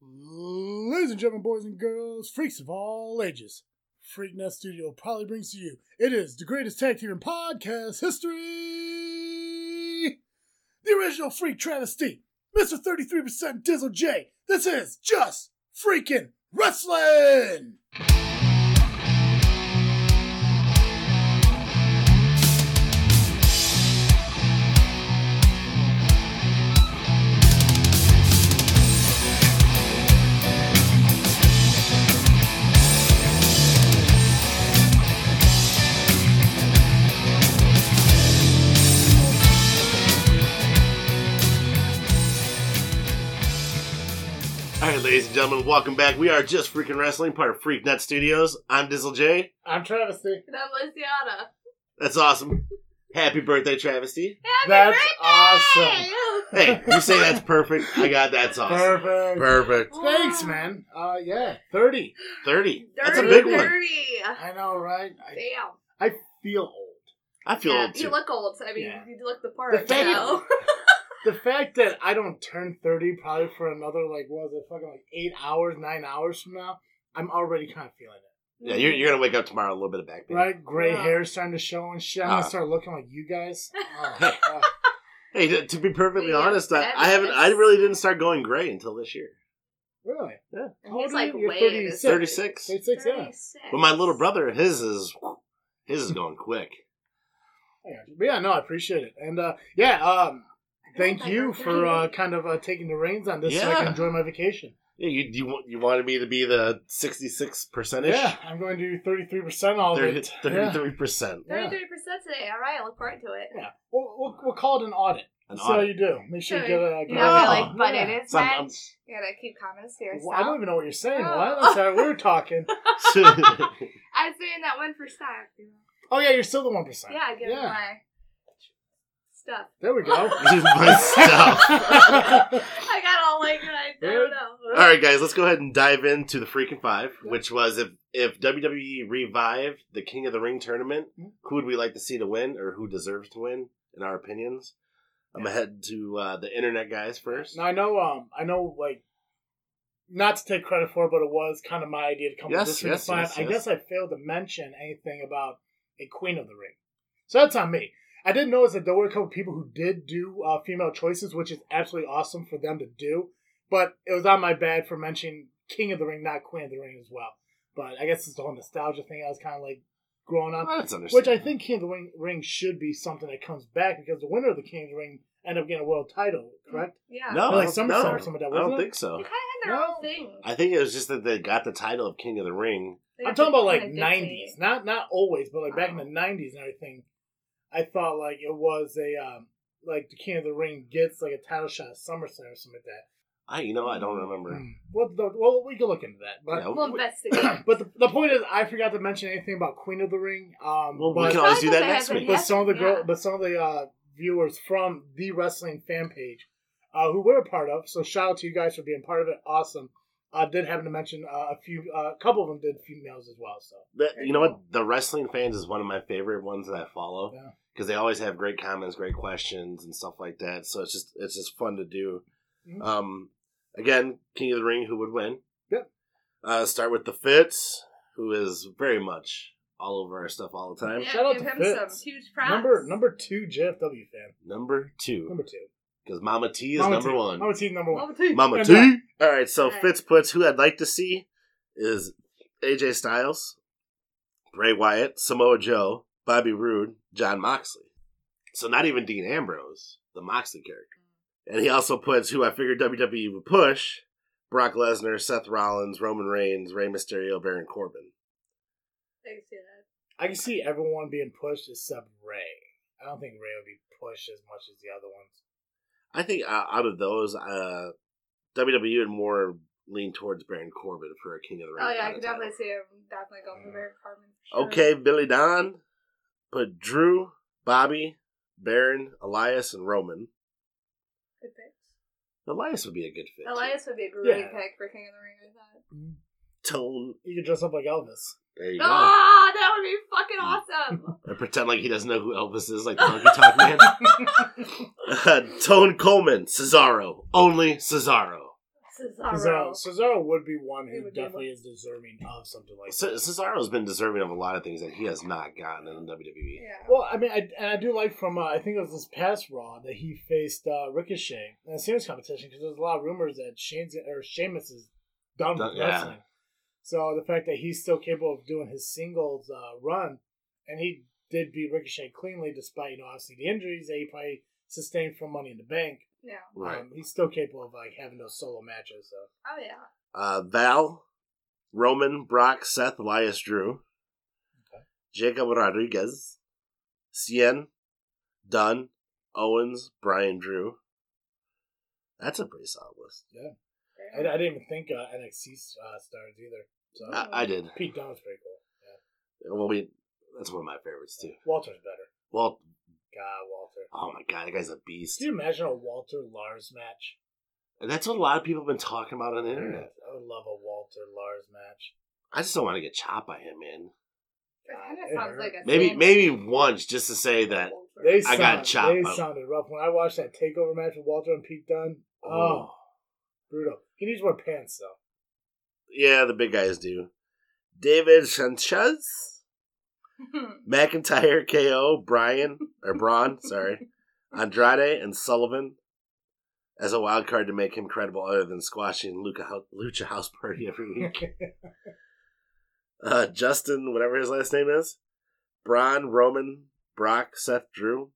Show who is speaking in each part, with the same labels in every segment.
Speaker 1: Ladies and gentlemen, boys and girls, freaks of all ages, Freak Nest Studio proudly brings to you. It is the greatest tag team in podcast history. The original Freak Travesty, Mr. 33% Dizzle J. This is just freaking wrestling.
Speaker 2: All right, ladies and gentlemen, welcome back. We are just freaking wrestling, part of FreakNet Studios. I'm Dizzle J.
Speaker 1: I'm Travesty.
Speaker 3: That was Yana.
Speaker 2: That's awesome. Happy birthday, Travesty.
Speaker 3: Happy
Speaker 1: That's
Speaker 3: birthday!
Speaker 2: Hey, you say that's perfect. I got that's awesome.
Speaker 1: Perfect.
Speaker 2: Perfect.
Speaker 1: Thanks, man. Uh, yeah, 30.
Speaker 2: 30. That's a
Speaker 3: Dirty,
Speaker 2: big one.
Speaker 3: dirty.
Speaker 1: I know, right? I
Speaker 3: Damn.
Speaker 1: feel old.
Speaker 2: I feel
Speaker 3: Yeah,
Speaker 2: old
Speaker 3: you
Speaker 2: too.
Speaker 3: look old. I mean,
Speaker 1: Yeah.
Speaker 3: you look the part.
Speaker 1: The thing-
Speaker 3: you know?
Speaker 1: the fact that I don't turn thirty probably for another like what was it fucking like eight hours, nine hours from now, I'm already kind of feeling it.
Speaker 2: Yeah, you're, you're going to wake up tomorrow a little bit of back pain.
Speaker 1: Right, gray
Speaker 3: Yeah.
Speaker 1: hair starting to show and shit. I'm gonna
Speaker 2: Ah.
Speaker 1: start looking like you guys. Oh, fuck.
Speaker 2: Hey, to, to be perfectly
Speaker 3: Yeah,
Speaker 2: honest, I,
Speaker 3: that
Speaker 2: I haven't. I
Speaker 3: is-
Speaker 2: really didn't start going gray until this year.
Speaker 1: really?
Speaker 2: Yeah.
Speaker 1: How old
Speaker 3: He's
Speaker 1: are
Speaker 3: like
Speaker 1: you? You're
Speaker 3: way in his
Speaker 2: 36.
Speaker 1: 36, yeah.
Speaker 3: 36.
Speaker 2: But my little brother, his is his is going quick.
Speaker 1: I got you. But yeah, no, I appreciate it. And uh, yeah, um, thank you for uh, kind of uh, taking the reins on this so I
Speaker 2: Yeah.
Speaker 1: can enjoy my vacation.
Speaker 2: Yeah, you you, want- you wanted me to be the 66 percentish.
Speaker 1: Yeah, I'm going to do 33% all of it. Yeah.
Speaker 2: 33 percent.
Speaker 1: Yeah.
Speaker 3: 33% today. All right, I look forward to it.
Speaker 1: Yeah. We'll, we'll, we'll call it an audit.
Speaker 2: An
Speaker 1: so
Speaker 2: audit.
Speaker 1: you do. Make sure you get a.
Speaker 3: You
Speaker 1: Get
Speaker 3: gotta
Speaker 1: a-
Speaker 3: be like, but it is
Speaker 2: So I'm- I'm-
Speaker 3: much. You gotta keep comments to yourself.
Speaker 1: Well, I don't even know what you're saying.
Speaker 3: Oh.
Speaker 1: What? That's how we were talking.
Speaker 3: I was doing that one for stock. you know.
Speaker 1: Oh yeah, you're still the one percent.
Speaker 3: Yeah, I give him my stuff.
Speaker 1: There we go.
Speaker 2: My stuff.
Speaker 3: I got all like, I
Speaker 1: Dude.
Speaker 3: don't know.
Speaker 2: All right, guys, let's go ahead and dive into the Freakin' Five, which was if if WWE revived the King of the Ring tournament,
Speaker 1: Hmm.
Speaker 2: who would we like to see to win, or who deserves to win, in our opinions? I'm gonna head to uh, the internet guys first.
Speaker 1: now I know. Um, I know. Like, not to take credit for, it, but it was kind of my idea to come with
Speaker 2: Yes,
Speaker 1: this ring
Speaker 2: yes,
Speaker 1: five.
Speaker 2: yes,
Speaker 1: I
Speaker 2: yes.
Speaker 1: guess I failed to mention anything about a Queen of the Ring, so that's on me. I did notice that there were a couple people who did do uh, female choices, which is absolutely awesome for them to do. But it was on my bad for mentioning King of the Ring, not Queen of the Ring as well. But I guess it's the whole nostalgia thing. I was kind of like growing up.
Speaker 2: Well, that's
Speaker 1: Which
Speaker 2: understandable.
Speaker 1: I think King of the Ring, Ring should be something that comes back because the winner of the King of the Ring ended up getting a world title, correct?
Speaker 3: Yeah.
Speaker 2: no,
Speaker 1: Like
Speaker 2: I don't-
Speaker 1: SummerSlam or something like that,
Speaker 2: no, I don't
Speaker 1: wasn't it?
Speaker 2: think
Speaker 3: You
Speaker 2: so.
Speaker 3: kind of had their
Speaker 1: No.
Speaker 3: own thing.
Speaker 2: I think it was just that they got the title of King of the Ring.
Speaker 3: They
Speaker 1: I'm
Speaker 3: have
Speaker 1: talking
Speaker 3: to
Speaker 1: about like
Speaker 3: kinda dictate.
Speaker 1: '90s, not not always, but like back in the
Speaker 3: Oh.
Speaker 1: '90s and everything. I thought like it was a um, like the King of the Ring gets like a title shot at SummerSlam or something like that.
Speaker 2: I, you know, I don't remember.
Speaker 1: Hmm. Well, the, well, we can look into that, but.
Speaker 2: Yeah, we-
Speaker 3: We'll investigate.
Speaker 1: But the, the point is, I forgot to mention anything about Queen of the Ring. Um,
Speaker 2: Well, we
Speaker 1: but,
Speaker 2: can always do
Speaker 3: Probably
Speaker 2: that next
Speaker 3: doesn't
Speaker 2: week.
Speaker 3: have
Speaker 1: but some of the girl,
Speaker 3: Yeah.
Speaker 1: but some of the uh, viewers from the wrestling fan page, uh, who we're a part of. So shout out to you guys for being part of it. Awesome. uh, did happen to mention uh, a few, uh, a couple of them did females as well. So
Speaker 2: That, you know what? The wrestling fans is one of my favorite ones that I follow
Speaker 1: Yeah.
Speaker 2: because they always have great comments, great questions, and stuff like that. So it's just it's just fun to do.
Speaker 1: Mhm.
Speaker 2: Um, again, King of the Ring, who would win?
Speaker 1: Yep.
Speaker 2: Uh, start with the Fitz, who is very much all over our stuff all the time.
Speaker 3: Yeah,
Speaker 1: Shout out
Speaker 3: give
Speaker 1: to
Speaker 3: him
Speaker 1: Fitz.
Speaker 3: some huge props.
Speaker 1: number number two JFW fan.
Speaker 2: Number two,
Speaker 1: Number two.
Speaker 2: because Mama T is
Speaker 1: Mama
Speaker 2: number
Speaker 1: T.
Speaker 2: one.
Speaker 1: Mama T. number one.
Speaker 3: Number two.
Speaker 2: Mama
Speaker 1: And uh,
Speaker 2: T.
Speaker 1: that-
Speaker 2: All right, so
Speaker 3: All right.
Speaker 2: Fitz puts who I'd like to see is AJ Styles, Bray Wyatt, Samoa Joe, Bobby Roode, John Moxley. So not even Dean Ambrose, the Moxley character. And he also puts who I figured WWE would push: Brock Lesnar, Seth Rollins, Roman Reigns, Rey Mysterio, Baron Corbin.
Speaker 3: I can see that.
Speaker 1: I can see everyone being pushed except Ray. I don't think Ray would be pushed as much as the other ones.
Speaker 2: I think uh, out of those, uh, WWE would more lean towards Baron Corbin for a King of the Ring.
Speaker 3: Oh yeah, I
Speaker 2: kind
Speaker 3: can
Speaker 2: of
Speaker 3: definitely
Speaker 2: title.
Speaker 3: see him definitely going for Baron Carmen. for sure.
Speaker 2: Okay, Billy Don. Put Drew, Bobby, Baron, Elias, and Roman.
Speaker 3: Good pick.
Speaker 2: Elias would be a good fit. too.
Speaker 3: Elias would be a great
Speaker 1: Yeah.
Speaker 3: pick for King of the Ring. I thought.
Speaker 2: Tone.
Speaker 1: You could dress up like Elvis.
Speaker 2: There you go.
Speaker 3: Oh, that would be fucking awesome.
Speaker 2: And pretend like he doesn't know who Elvis is, like the Honky Tonk Man. Uh, Tone Coleman, Cesaro. Only Cesaro.
Speaker 1: Cesaro.
Speaker 3: Cesaro.
Speaker 1: Cesaro would be one
Speaker 3: He
Speaker 1: who
Speaker 3: would be
Speaker 1: definitely is deserving of something like
Speaker 2: Ce-
Speaker 1: that.
Speaker 2: Cesaro's been deserving of a lot of things that he has not gotten in the E. WWE.
Speaker 3: Yeah.
Speaker 1: Well, I mean, I, and I do like from uh, I think it was this past Raw that he faced uh, Ricochet in a serious competition because there's a lot of rumors that Shane's or Sheamus is done with
Speaker 2: Done- yeah.
Speaker 1: wrestling. So the fact that he's still capable of doing his singles uh, run, and he did beat Ricochet cleanly despite you know obviously the injuries that he probably sustained from Money in the Bank.
Speaker 3: Yeah.
Speaker 2: Right.
Speaker 1: Um, he's still capable of like having those solo matches. So
Speaker 3: Oh yeah.
Speaker 2: Uh, Val, Roman, Brock, Seth, Elias, Drew,
Speaker 1: Okay.
Speaker 2: Jacob Rodriguez, Cien, Dunn, Owens, Brian, Drew. That's a pretty solid list.
Speaker 1: I, I didn't even think uh, NXT uh, stars either. So
Speaker 3: Uh,
Speaker 2: I, I did.
Speaker 1: Pete Dunne's pretty cool. Yeah.
Speaker 2: Well, we, that's one of my favorites too.
Speaker 1: Walter's better.
Speaker 2: Well,
Speaker 1: God, Walter.
Speaker 2: oh my god, that guy's a beast.
Speaker 1: Can you imagine a Walter Lars match?
Speaker 2: And that's what a lot of people have been talking about on the internet.
Speaker 1: I would love a Walter Lars match.
Speaker 2: I just don't want to get chopped by him, man.
Speaker 3: It kind
Speaker 1: It
Speaker 3: of sounds
Speaker 1: hurt.
Speaker 3: like a
Speaker 2: Maybe
Speaker 3: sandwich.
Speaker 2: maybe once just to say that.
Speaker 1: They
Speaker 2: I
Speaker 1: sound,
Speaker 2: got chopped
Speaker 1: They
Speaker 2: up.
Speaker 1: sounded rough when I watched that takeover match with Walter and Pete Dunne. Oh,
Speaker 2: Oh,
Speaker 1: brutal. He needs to wear pants though.
Speaker 2: yeah, the big guys do. David Sanchez, McIntyre, KO, Brian or Braun, sorry, Andrade and Sullivan as a wild card to make him credible, other than squashing Luca Hou- Lucha House Party every week. uh, Justin, whatever his last name is, Braun, Roman, Brock, Seth, Drew.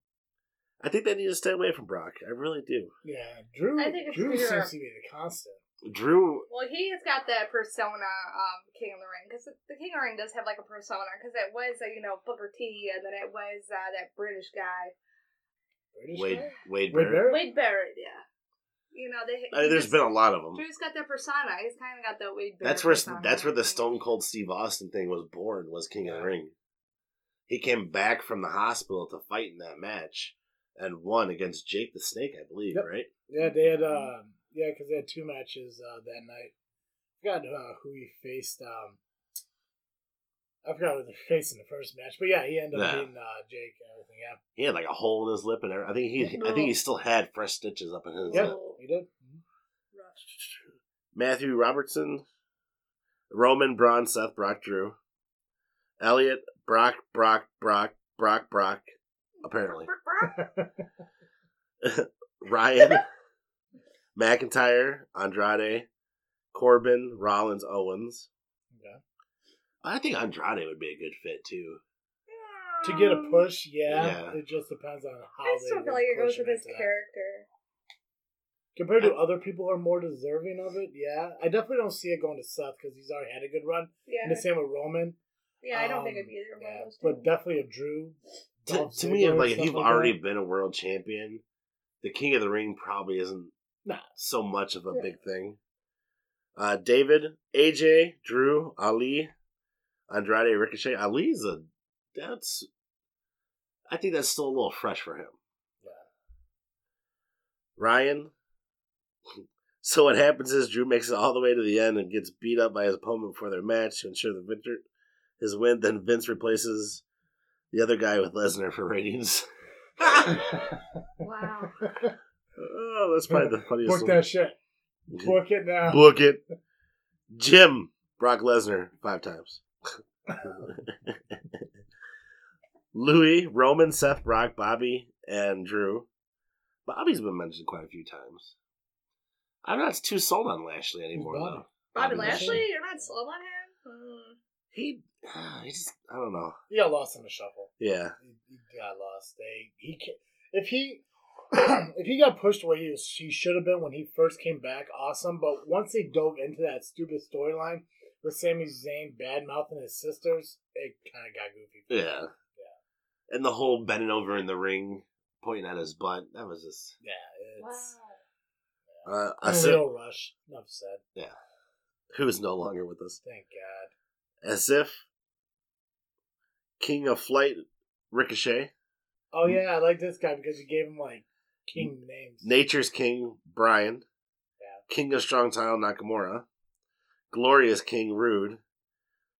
Speaker 2: I think they need to stay away from Brock. I really do.
Speaker 1: yeah, Drew.
Speaker 3: I think it's
Speaker 1: Drew
Speaker 3: weird.
Speaker 1: seems to be the constant.
Speaker 2: Drew,
Speaker 3: Well, he has got that persona, um, King of the Ring, because the King of the Ring does have like a persona, because it was, uh, you know, Booker T, and then it was uh, that British guy,
Speaker 1: British
Speaker 2: Wade,
Speaker 1: guy?
Speaker 2: Wade,
Speaker 1: Wade
Speaker 2: Barrett.
Speaker 1: Barrett?
Speaker 3: Wade Barrett. Yeah, you know they.
Speaker 2: I mean, Uh, there's been a lot of them.
Speaker 3: Drew's got that persona. He's kind of got that Wade Barrett.
Speaker 2: That's where
Speaker 3: persona,
Speaker 2: that's where
Speaker 3: I
Speaker 2: the
Speaker 3: think.
Speaker 2: Stone Cold Steve Austin thing was born. Was King of the Ring. He came back from the hospital to fight in that match and won against Jake the Snake, I believe.
Speaker 1: Yep.
Speaker 2: Right?
Speaker 1: Yeah, they had. Uh, yeah, because they had two matches uh, that night. I forgot uh, who he faced. Um, I forgot who they faced in the first match, but yeah, he ended up
Speaker 2: Yeah.
Speaker 1: beating uh, Jake and everything. Yeah,
Speaker 2: He had like a hole in his lip, and everything. I think he I think he still had fresh stitches up in his
Speaker 1: Yeah.
Speaker 2: lip.
Speaker 1: he did. Mhm.
Speaker 2: Matthew Robertson, Roman Braun, Seth Brock, Drew, Elliot Brock, Brock, Brock, Brock, Brock. uh, Apparently, Ryan, McIntyre, Andrade, Corbin, Rollins, Owens.
Speaker 1: Okay.
Speaker 2: I think Andrade would be a good fit too.
Speaker 1: To get a push, yeah,
Speaker 2: Yeah.
Speaker 1: it just depends on how.
Speaker 3: I
Speaker 1: they
Speaker 3: Um, still
Speaker 1: would
Speaker 3: feel like it
Speaker 1: push
Speaker 3: goes with
Speaker 1: him
Speaker 3: his
Speaker 1: into that.
Speaker 3: character.
Speaker 1: Compared to other people who are more deserving of it, yeah, I definitely don't see it going to Seth because he's already had a good run.
Speaker 3: Yeah,
Speaker 1: And the same with Roman.
Speaker 3: yeah. I don't think
Speaker 1: Um,
Speaker 3: it'd be either one
Speaker 1: yeah,
Speaker 3: of those.
Speaker 1: But
Speaker 3: two.
Speaker 1: definitely a Drew.
Speaker 2: To,
Speaker 1: Dolph
Speaker 2: to me,
Speaker 1: Ziggler,
Speaker 2: like if
Speaker 1: stuff
Speaker 2: you've
Speaker 1: like
Speaker 2: already
Speaker 1: that.
Speaker 2: been a world champion, the King of the Ring probably isn't
Speaker 1: Nah.
Speaker 2: so much of a
Speaker 3: Yeah.
Speaker 2: big thing. Uh, David, AJ, Drew, Ali, Andrade, Ricochet. Ali's a that's. I think that's still a little fresh for him.
Speaker 1: Yeah.
Speaker 2: Ryan. So what happens is Drew makes it all the way to the end and gets beat up by his opponent before their match to ensure the victor his win. Then Vince replaces the other guy with Lesnar for ratings.
Speaker 3: wow,
Speaker 2: oh, that's probably the funniest
Speaker 1: Book
Speaker 2: one.
Speaker 1: that shit. Book it now.
Speaker 2: Book it. Jim Brock Lesnar five times. Louis, Roman, Seth, Brock, Bobby, and Drew. Bobby's been mentioned quite a few times. I'm not too sold on Lashley anymore
Speaker 1: Bobby?
Speaker 2: though. Bobby
Speaker 3: Bobby Lashley,
Speaker 1: Lashley.
Speaker 3: you're not sold on him. Hmm.
Speaker 2: He, ah, he just I don't know.
Speaker 1: He got lost in the shuffle.
Speaker 2: Yeah,
Speaker 1: He, he got lost. They he ca- if he if he got pushed where he was, he should have been when he first came back, awesome. But once they dove into that stupid storyline with Sami Zayn bad mouthing his sisters, it kind of got goofy.
Speaker 2: yeah, yeah. And the whole bending over in the ring, pointing at his butt. That was just
Speaker 1: Yeah, it's
Speaker 2: uh,
Speaker 1: a
Speaker 2: Asim,
Speaker 1: real rush. Enough said.
Speaker 2: who is no longer with us.
Speaker 1: Thank God.
Speaker 2: as if King of Flight Ricochet,
Speaker 1: Oh yeah, I like this guy because you gave him like king names.
Speaker 2: Nature's King Brian,
Speaker 1: Yeah.
Speaker 2: King of Strong Tile Nakamura, Glorious King Rude,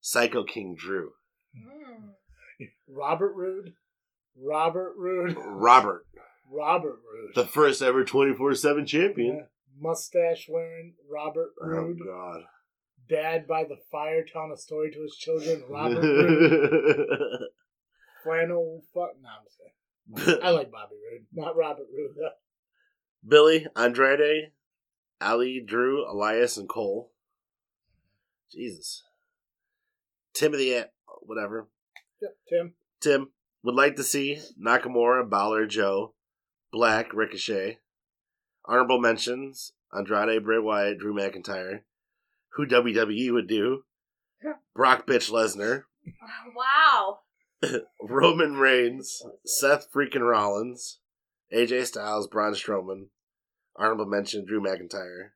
Speaker 2: Psycho King Drew,
Speaker 3: Hmm.
Speaker 1: Robert Rude. Robert Rude.
Speaker 2: Robert,
Speaker 1: Robert Rude.
Speaker 2: the first ever 24 7
Speaker 1: Yeah.
Speaker 2: champion,
Speaker 1: mustache wearing Robert
Speaker 2: Oh
Speaker 1: Roode,
Speaker 2: God.
Speaker 1: dad by the fire telling a story to his children, Robert Roode, flannel fuck. Nah, I'm just kidding. I like Bobby Roode, not Robert Roode.
Speaker 2: Billy, Andrade, Ali, Drew, Elias, and Cole. Jesus. Timothy, eh, whatever.
Speaker 1: Yep, Tim.
Speaker 2: Tim would like to see Nakamura, Balor, Joe, Black, Ricochet. Honorable mentions Andrade, Bray Wyatt, Drew McIntyre. Who WWE would do. Brock Bitch Lesnar.
Speaker 3: Wow.
Speaker 2: Roman Reigns, Seth freaking Rollins, AJ Styles, Braun Strowman, honorable mention Drew McIntyre.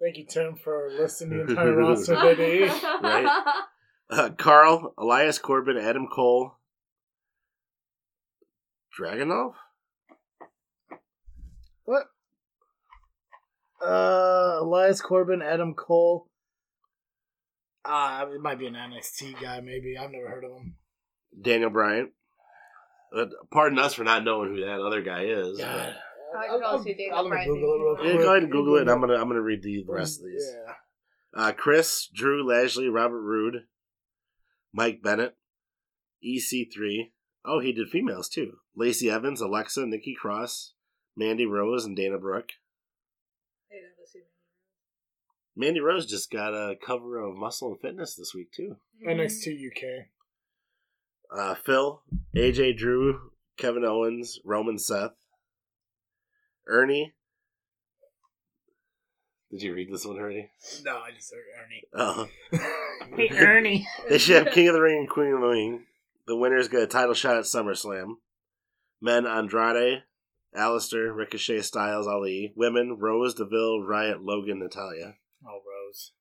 Speaker 1: Thank you, Tim, for listing the entire roster, baby.
Speaker 2: Right. Uh, Carl, Elias Corbin, Adam Cole, Dragonov.
Speaker 1: What? Uh, Elias Corbin, Adam Cole. Uh, it might be an NXT guy, maybe. I've never heard of him.
Speaker 2: Daniel Bryant. Uh, pardon us for not knowing who that other guy is.
Speaker 1: God.
Speaker 3: I can also see Daniel
Speaker 1: I'm gonna
Speaker 3: Bryan.
Speaker 1: Google it real
Speaker 2: but-
Speaker 1: quick.
Speaker 2: Yeah, go ahead and Google it. I'm gonna I'm gonna read the rest of these.
Speaker 1: Yeah.
Speaker 2: Uh, Chris, Drew, Lashley, Robert Roode, Mike Bennett, EC3. Oh, he did females too. Lacey Evans, Alexa, Nikki Cross, Mandy Rose, and Dana Brooke. Mandy Rose just got a cover of Muscle and Fitness this week too.
Speaker 1: NXT UK.
Speaker 2: Uh, Phil, AJ Drew, Kevin Owens, Roman Seth, Ernie. Did you read this one already?
Speaker 1: No, I just heard Ernie.
Speaker 2: Oh.
Speaker 1: Hey, Ernie.
Speaker 3: Mm-hmm.
Speaker 2: They should have King of the Ring and Queen of the Ring. The winner's got a title shot at SummerSlam. Men Andrade, Alistair, Ricochet, Styles, Ali. Women Rose, Deville, Riot, Logan, Natalia.
Speaker 1: Oh, Rose.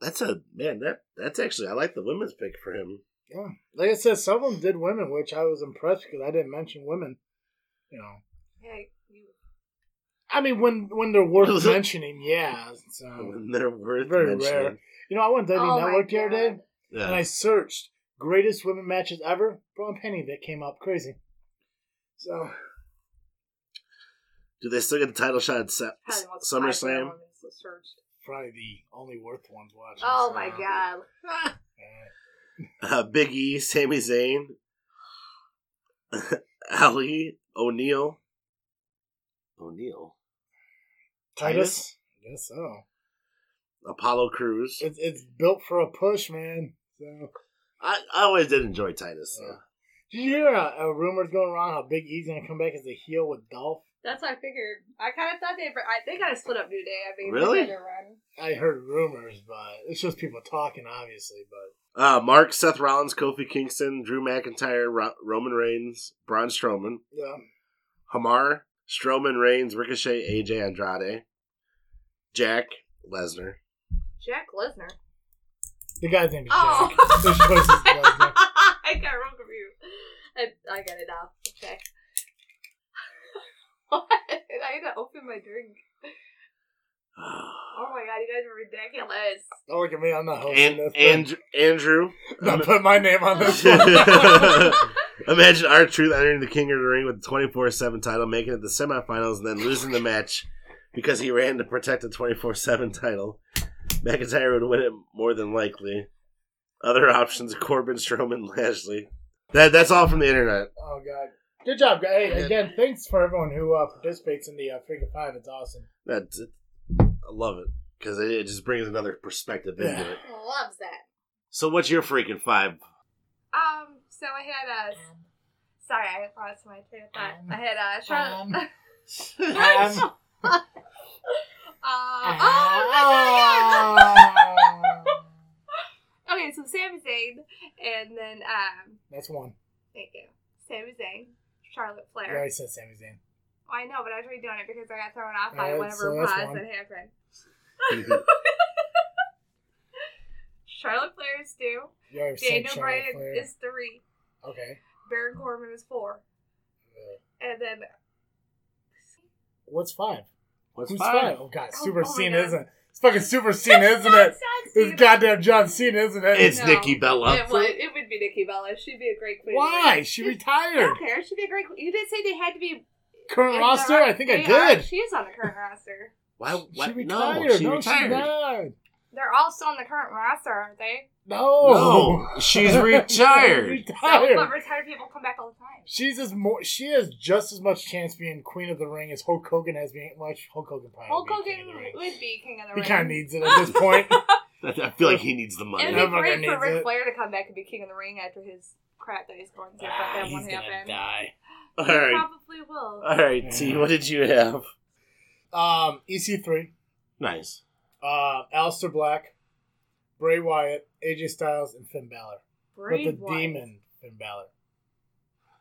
Speaker 2: That's a man. That that's actually I like the women's pick for him.
Speaker 1: Yeah. Like I said, some of them did women, which I was impressed because I didn't mention women. You know.
Speaker 3: Hey, you-
Speaker 1: I mean, when when they're worth mentioning, yeah. So,
Speaker 2: They're worth
Speaker 1: Very
Speaker 2: mentioning.
Speaker 1: rare. you know, I went to the
Speaker 3: Oh my
Speaker 1: network the other day.
Speaker 3: God.
Speaker 2: Yeah.
Speaker 1: and I searched greatest women matches ever. Braun Penny that came up crazy. So
Speaker 2: Do they still get the title shot at Sa-
Speaker 3: probably the most popular
Speaker 2: SummerSlam?
Speaker 3: one that's the search.
Speaker 1: probably the only worth ones watching.
Speaker 3: Oh
Speaker 1: so,
Speaker 3: my god.
Speaker 1: uh,
Speaker 2: Uh, Big E, Sami Zayn, Ali, O'Neal. O'Neal.
Speaker 1: Titus. I guess so.
Speaker 2: Apollo Cruz.
Speaker 1: It's it's built for a push, man. So
Speaker 2: I, I always did enjoy Titus. though.
Speaker 1: did you hear uh, uh, rumors going around how Big E's gonna come back as a heel with Dolph?
Speaker 3: That's what I figured. I kind of thought they. I they got to split up New Day. I mean,
Speaker 2: Really?
Speaker 3: They had their run.
Speaker 1: I heard rumors, but it's just people talking, obviously. But
Speaker 2: Uh, Mark, Seth Rollins, Kofi Kingston, Drew McIntyre, Ro- Roman Reigns, Braun Strowman,
Speaker 1: yeah,
Speaker 2: Hamar, Strowman, Reigns, Ricochet, AJ Andrade, Jack, Lesnar.
Speaker 3: Jack Lesnar.
Speaker 1: the guy's name is
Speaker 3: Oh.
Speaker 1: Jack. His choice is Lesnar.
Speaker 3: I got real confused. I, I got it now. Okay. what? I had to open my drink. Oh my god, you guys are ridiculous.
Speaker 1: Don't look at me. I'm not hosting
Speaker 2: and,
Speaker 1: this.
Speaker 2: and Andrew.
Speaker 1: not putting my name on this one.
Speaker 2: Imagine our truth entering the King of the Ring with twenty four seven title, making it the semifinals, and then losing the match because he ran to protect the twenty four seven title. McIntyre would win it more than likely. Other options: Corbin, Strowman, Lashley. That that's all from the internet.
Speaker 1: Oh god. Good job, guys. Hey, again, thanks for everyone who uh, participates in the uh, Freaking Five. It's awesome.
Speaker 2: That's it. I love it because it, it just brings another perspective into it.
Speaker 3: Loves that.
Speaker 2: So, what's your freaking five?
Speaker 3: Um, so I had a. Sorry, I lost my train of thought. I had a.
Speaker 1: Um. Um,
Speaker 3: Charlotte. Uh,
Speaker 1: uh,
Speaker 3: oh my god! yeah. okay, so Sami Zayn, and then um,
Speaker 1: That's one.
Speaker 3: thank you, Sami Zayn, Charlotte
Speaker 1: You
Speaker 3: Flair.
Speaker 1: already said Sami Zayn.
Speaker 3: Oh, I know, but I was redoing it because I got thrown off by
Speaker 1: Alright,
Speaker 3: whatever
Speaker 1: so that's
Speaker 3: pause
Speaker 1: one.
Speaker 3: that happened. Charlotte Flair is two.
Speaker 1: You already said
Speaker 3: Daniel
Speaker 1: Charlotte
Speaker 3: Bryan
Speaker 1: Flair.
Speaker 3: is three.
Speaker 1: okay. Uh,
Speaker 3: Baron Corbin is four. And then
Speaker 1: What's five?
Speaker 2: what's
Speaker 1: Who's
Speaker 2: five?
Speaker 1: Oh god,
Speaker 3: Oh,
Speaker 1: Super
Speaker 3: oh my
Speaker 1: Cena
Speaker 3: God.
Speaker 1: isn't. it? It's fucking Super Cena, isn't it? It's goddamn John Cena, isn't it?
Speaker 2: It's
Speaker 3: No.
Speaker 2: Nikki Bella.
Speaker 3: It would, it would be Nikki Bella. She'd be a great queen.
Speaker 1: Why? She
Speaker 3: I
Speaker 1: retired.
Speaker 3: don't care. She'd be a great queen. You did say they had to be
Speaker 1: current
Speaker 3: If
Speaker 1: roster?
Speaker 3: there are-
Speaker 1: I think I
Speaker 3: they are-
Speaker 1: did.
Speaker 3: She is on the current roster.
Speaker 2: Why? why
Speaker 1: She retired.
Speaker 2: no,
Speaker 1: No,
Speaker 2: she retired.
Speaker 1: not.
Speaker 3: They're all still on the current roster, aren't they?
Speaker 1: No.
Speaker 2: No, she's retired.
Speaker 3: So, but
Speaker 1: retired.
Speaker 3: retired people come back all the time.
Speaker 1: She's as more. She has just as much chance being Queen of the Ring as Hulk Hogan has being. Well, actually, Hulk Hogan probably
Speaker 3: Hulk
Speaker 1: would be King
Speaker 3: Hogan
Speaker 1: of the Ring.
Speaker 3: would be King of the
Speaker 1: He
Speaker 3: Ring.
Speaker 1: kind of needs it at this point.
Speaker 2: I I feel like he needs the money.
Speaker 3: It'd
Speaker 1: That
Speaker 3: be
Speaker 1: fucker
Speaker 3: great for
Speaker 1: needs
Speaker 3: Ric
Speaker 1: it.
Speaker 3: Flair to come back and be King of the Ring after his crap that he's going through.
Speaker 2: Ah,
Speaker 3: but that won't happen.
Speaker 1: die.
Speaker 2: All
Speaker 3: He
Speaker 2: right,
Speaker 3: probably will.
Speaker 2: all right. T, what did you have?
Speaker 1: Um, EC3,
Speaker 2: Nice.
Speaker 1: uh, Alistair Black, Bray Wyatt, AJ Styles, and Finn Balor.
Speaker 3: Bray
Speaker 1: but the
Speaker 3: Wyatt.
Speaker 1: demon Finn Balor,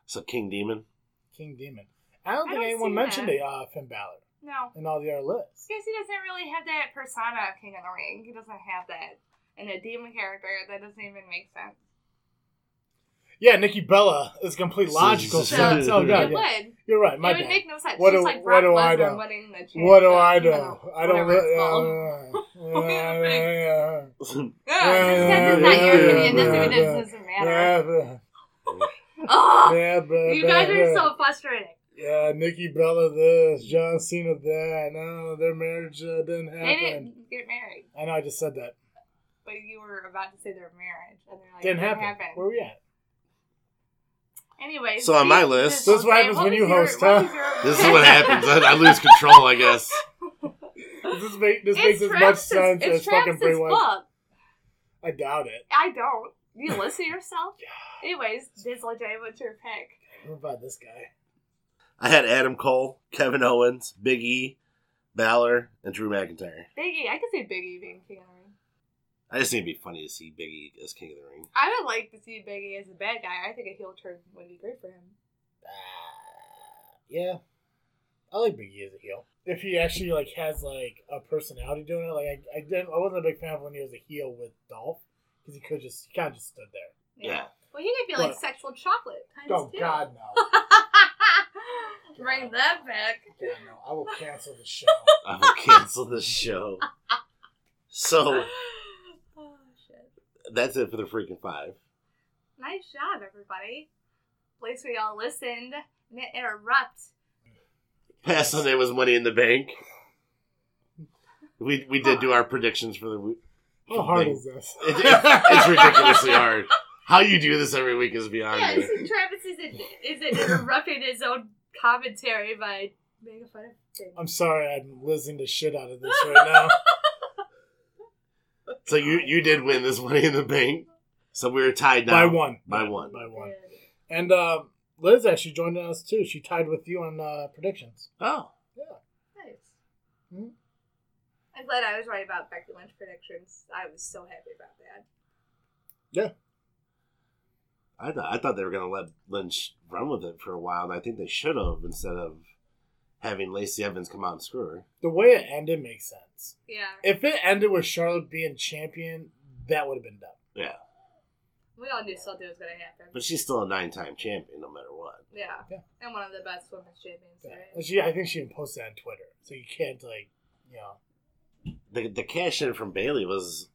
Speaker 2: So King Demon.
Speaker 1: King Demon. I don't
Speaker 3: I
Speaker 1: think
Speaker 3: don't
Speaker 1: anyone
Speaker 3: see
Speaker 1: mentioned
Speaker 3: that.
Speaker 1: the uh, Finn Balor
Speaker 3: No.
Speaker 1: in all the other lists.
Speaker 3: Because he doesn't really have that persona of King of the Ring. He doesn't have that. And a demon character, that doesn't even make sense.
Speaker 1: Yeah, Nikki Bella is complete
Speaker 2: So-
Speaker 1: logical
Speaker 2: so-
Speaker 1: sense. Oh god,
Speaker 3: it
Speaker 1: yeah.
Speaker 3: would.
Speaker 1: you're right. My
Speaker 3: it would
Speaker 1: bad.
Speaker 3: make no sense.
Speaker 1: What
Speaker 3: She's
Speaker 1: do-
Speaker 3: like
Speaker 1: what
Speaker 3: Brock
Speaker 1: do I
Speaker 3: Lesnar
Speaker 1: know?
Speaker 3: winning the champ.
Speaker 1: What do
Speaker 3: uh,
Speaker 1: I
Speaker 3: you
Speaker 1: know? I don't.
Speaker 3: whatever it's
Speaker 1: really-
Speaker 3: called.
Speaker 1: uh, uh,
Speaker 3: Yeah, just 'cause it's not your opinion doesn't mean it doesn't matter.
Speaker 1: yeah, but-
Speaker 3: Oh,
Speaker 1: yeah, but-
Speaker 3: you guys are
Speaker 1: but-
Speaker 3: so frustrating.
Speaker 1: Yeah, Nikki Bella this, John Cena that. No, their marriage uh, didn't
Speaker 3: They
Speaker 1: happen.
Speaker 3: didn't get married,
Speaker 1: I know I just said that.
Speaker 3: but you were about to say their marriage, and they're like,
Speaker 1: Didn't
Speaker 3: it
Speaker 1: happen. Where we at?
Speaker 3: Anyway,
Speaker 2: So on my
Speaker 3: speak-
Speaker 2: list-
Speaker 1: This is what happens
Speaker 3: Jose,
Speaker 1: when you
Speaker 3: was your-
Speaker 1: host,
Speaker 3: what
Speaker 1: huh?
Speaker 3: was your-
Speaker 2: This is what happens. I, I lose control, I guess.
Speaker 1: Does This make this
Speaker 3: It's
Speaker 1: makes as much
Speaker 3: Travis's-
Speaker 1: sense
Speaker 3: it's
Speaker 1: as fucking Bray
Speaker 3: Travis's
Speaker 1: Wyatt.
Speaker 3: book.
Speaker 1: I doubt it.
Speaker 3: I don't. You listen to yourself. Anyways, Dizzle J, what's your pick?
Speaker 1: What about this guy?
Speaker 2: I had Adam Cole, Kevin Owens, Big E, Balor, and Drew McIntyre.
Speaker 3: Biggie. I could see Biggie being king of the ring.
Speaker 2: I just think it'd be funny to see Big E as King of the Ring.
Speaker 3: I would like to see Biggie as a bad guy. I think a heel turn would be great for him.
Speaker 1: Uh, yeah, I like Big E as a heel. If he actually like has like a personality doing it, like I, I didn't, I wasn't a big fan of when he was a heel with Dolph because he could just he kind of just stood there.
Speaker 2: Yeah.
Speaker 3: Well, he could be like
Speaker 1: But-
Speaker 3: sexual chocolate. Times
Speaker 1: Oh
Speaker 3: two.
Speaker 1: God, no!
Speaker 3: Bring that back.
Speaker 1: God, no! I will cancel the show.
Speaker 2: I will cancel this show. So
Speaker 3: Oh, shit.
Speaker 2: that's it for the freaking five.
Speaker 3: Nice job, everybody. At least we all listened. Didn't interrupt.
Speaker 2: Past Sunday was Money in the Bank. We we did do our predictions for the week.
Speaker 1: How hard is this?
Speaker 2: It, it- it's ridiculously hard. How you do this every week is beyond
Speaker 3: Yeah,
Speaker 2: me.
Speaker 3: see, Travis isn't isn't interrupting his own commentary by making fun of things.
Speaker 1: I'm sorry, I'm losing the shit out of this right now.
Speaker 2: So you you did win this Money in the Bank. So we were tied now.
Speaker 1: By one,
Speaker 2: By one.
Speaker 1: by one.
Speaker 3: Good.
Speaker 1: And uh, Liz actually joined us too. She tied with you on uh, predictions.
Speaker 2: Oh,
Speaker 3: Nice.
Speaker 1: Hmm.
Speaker 3: I'm glad I was right about Becky Lynch predictions. I was so happy about that.
Speaker 2: I thought I thought they were gonna let Lynch run with it for a while, and I think they should have instead of having Lacey Evans come out and screw her.
Speaker 1: The way it ended makes sense.
Speaker 3: Yeah.
Speaker 1: If it ended with Charlotte being champion, that would have been dumb.
Speaker 2: Yeah,
Speaker 3: We all knew something was going to happen.
Speaker 2: but she's still a nine time champion, no matter what.
Speaker 3: Yeah.
Speaker 1: Yeah.
Speaker 3: And one of the best women's champions,
Speaker 1: And
Speaker 3: right?
Speaker 1: she, I think she even posted that on Twitter, so you can't like, you know,
Speaker 2: The the cash in from Bailey was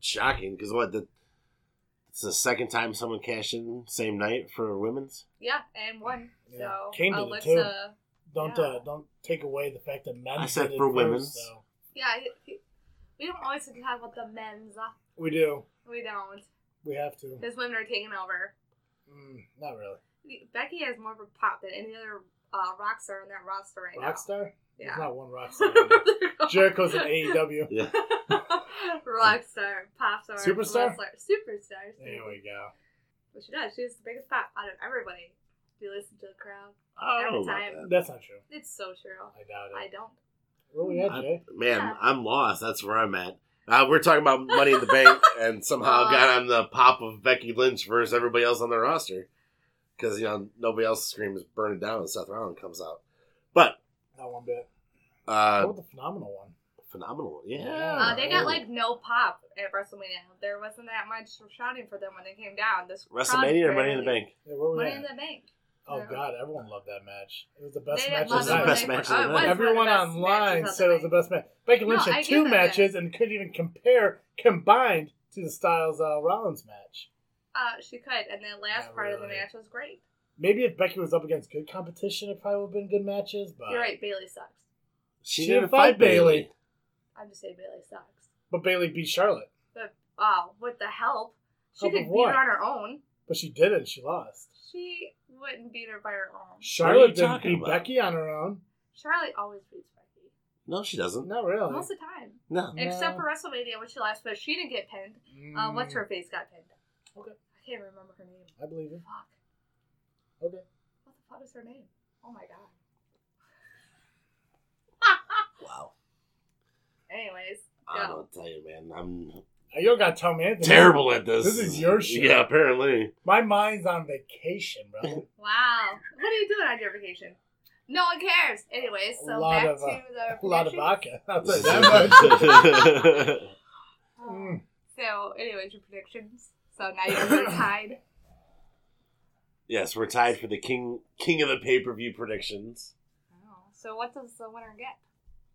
Speaker 2: shocking because what the it's the second time someone cashed in same night for women's.
Speaker 3: Yeah, and one.
Speaker 1: Yeah.
Speaker 3: So,
Speaker 1: Kane did it,
Speaker 3: Alexa.
Speaker 1: don't
Speaker 3: Yeah.
Speaker 1: uh, don't take away the fact that men.
Speaker 2: I said
Speaker 1: did it
Speaker 2: for
Speaker 1: first,
Speaker 2: women's.
Speaker 1: so.
Speaker 3: Yeah. He, he, we don't always talk about the men's.
Speaker 1: We do.
Speaker 3: We don't.
Speaker 1: We have to.
Speaker 3: Because women are taking over.
Speaker 1: Mm, not really.
Speaker 3: Becky has more of a pop than any other uh, rock star on that roster right
Speaker 1: Rockstar?
Speaker 3: now.
Speaker 1: There's
Speaker 3: Yeah.
Speaker 1: not one rockstar. Jericho's in E AEW.
Speaker 2: Yeah,
Speaker 3: rock star, pop star,
Speaker 1: Superstar?
Speaker 3: wrestler, superstar.
Speaker 1: There we go.
Speaker 3: But she does. She's the biggest pop out of everybody. Do you listen to the crowd?
Speaker 2: I don't know about
Speaker 3: Every time.
Speaker 2: that.
Speaker 1: That's not true.
Speaker 3: It's so true.
Speaker 1: I doubt
Speaker 3: I
Speaker 1: it.
Speaker 3: don't.
Speaker 1: Where we at,
Speaker 2: I-
Speaker 1: Jay?
Speaker 2: Man,
Speaker 3: Yeah.
Speaker 2: I'm lost. That's where I'm at. Uh, we're talking about Money in the Bank, and somehow got
Speaker 3: Uh-huh.
Speaker 2: on the pop of Becky Lynch versus everybody else on the roster because you know nobody else screams "burn it down" when Seth Rollins comes out. But
Speaker 1: Not one bit.
Speaker 2: uh,
Speaker 1: What with the phenomenal one?
Speaker 2: phenomenal, yeah.
Speaker 3: Uh, they got
Speaker 2: Oh.
Speaker 3: like no pop at WrestleMania. There wasn't that much shouting for them when they came down. This crowd
Speaker 2: WrestleMania or Money in the
Speaker 3: barely-
Speaker 2: Bank.
Speaker 1: Yeah, where we
Speaker 3: Money
Speaker 1: at?
Speaker 3: in the Bank.
Speaker 1: Oh
Speaker 3: Yeah.
Speaker 1: God, everyone loved that match. It was the best
Speaker 3: They
Speaker 1: match.
Speaker 3: didn't
Speaker 1: of
Speaker 3: love
Speaker 1: the
Speaker 2: It was
Speaker 3: it
Speaker 1: night.
Speaker 2: the best
Speaker 3: when
Speaker 2: match
Speaker 3: they-
Speaker 2: of the night.
Speaker 3: oh, it was one of the
Speaker 1: Everyone
Speaker 3: best
Speaker 1: online
Speaker 3: matches of
Speaker 1: said it was the best match. Becky Lynch
Speaker 3: No, I
Speaker 1: had
Speaker 3: get
Speaker 1: two
Speaker 3: that.
Speaker 1: matches and couldn't even compare combined to the Styles uh, Rollins match.
Speaker 3: night. Uh, she could, and that last
Speaker 1: Not
Speaker 3: part of the
Speaker 1: really.
Speaker 3: match was great.
Speaker 1: Maybe if Becky was up against good competition, it probably would have been good matches. But
Speaker 3: You're right. Bailey sucks.
Speaker 1: She, didn't, fight Bailey,
Speaker 3: I'm just saying Bailey sucks.
Speaker 1: but Bailey beat Charlotte.
Speaker 3: But wow, with the help, she
Speaker 1: Help
Speaker 3: could
Speaker 1: of
Speaker 3: beat
Speaker 1: what?
Speaker 3: her on her own.
Speaker 1: But she didn't. She lost.
Speaker 3: She wouldn't beat her by her own.
Speaker 2: What are
Speaker 1: Charlotte
Speaker 2: you
Speaker 1: didn't
Speaker 2: talking
Speaker 1: beat
Speaker 2: about?
Speaker 1: Becky on her own.
Speaker 3: Charlotte always beats Becky
Speaker 2: No, she doesn't.
Speaker 1: Not really.
Speaker 3: most of the time,
Speaker 2: No.
Speaker 3: except for WrestleMania when she lost, but she didn't get pinned. Uh, what's her face got pinned?
Speaker 1: Okay.
Speaker 3: I can't remember her name.
Speaker 1: Mm, I believe it.
Speaker 3: Fuck.
Speaker 1: Okay. Uh,
Speaker 3: What the fuck is her name? Oh my god.
Speaker 2: Wow.
Speaker 3: Anyways,
Speaker 2: I don't tell you, man. I'm
Speaker 1: Uh, You don't gotta tell me anything.
Speaker 2: terrible at this.
Speaker 1: This is your shit.
Speaker 2: Yeah, apparently.
Speaker 1: My mind's on vacation, bro.
Speaker 3: wow. What are you doing on your vacation? No one cares. Anyways,
Speaker 1: A
Speaker 3: so
Speaker 1: lot
Speaker 3: back
Speaker 1: of,
Speaker 3: to
Speaker 1: uh,
Speaker 3: the
Speaker 1: A lot of
Speaker 3: predictions.
Speaker 1: vodka. I'll tell you that much.
Speaker 2: That's
Speaker 3: Um,
Speaker 1: Mm.
Speaker 3: So, anyways, your predictions. So now you're tied.
Speaker 2: yes, we're tied for the king king of the pay per view predictions.
Speaker 3: Oh, so what does the winner get?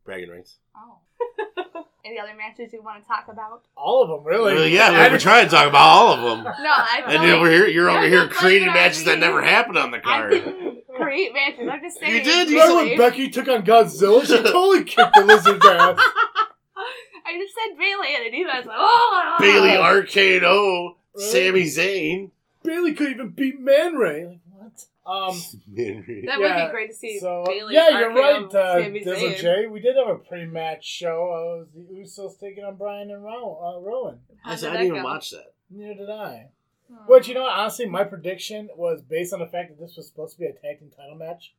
Speaker 2: Bragging rights.
Speaker 3: Oh. Any other matches you want to talk about?
Speaker 1: All of them, really.
Speaker 2: Well, yeah, we were trying to talk about all of them,
Speaker 3: No, I feel
Speaker 2: and you're
Speaker 3: like-
Speaker 2: over here, you're over
Speaker 3: There's
Speaker 2: here
Speaker 3: no point
Speaker 2: creating
Speaker 3: in
Speaker 2: matches that
Speaker 3: arguing.
Speaker 2: never happened on the
Speaker 3: I
Speaker 2: card.
Speaker 3: didn't create matches. I'm just saying.
Speaker 2: You did, you
Speaker 1: Remember when
Speaker 3: usually-
Speaker 1: Becky took on Godzilla? She totally kicked the lizard's ass.
Speaker 3: I just said Bailey, and I knew that. I was like, oh.
Speaker 2: Bailey RKO,
Speaker 1: Right.
Speaker 2: Sami Zayn.
Speaker 1: Barely could even beat Man Ray. Like, what? Um,
Speaker 3: That would
Speaker 1: Yeah,
Speaker 3: be great to see.
Speaker 1: so,
Speaker 3: Bailey,
Speaker 1: yeah, you're right, uh,
Speaker 3: Sami
Speaker 1: Dizzle
Speaker 3: Zayn.
Speaker 1: J. We did have a pre-match show. Uh, it was the Usos taking on Brian and Row- uh, Rowan.
Speaker 3: How
Speaker 2: I
Speaker 3: did
Speaker 2: said I
Speaker 3: that
Speaker 2: didn't even
Speaker 3: go?
Speaker 2: watch that.
Speaker 1: Neither did I.
Speaker 3: Hmm.
Speaker 1: Which, you know, what, honestly, my prediction was based on the fact that this was supposed to be a tag team title match.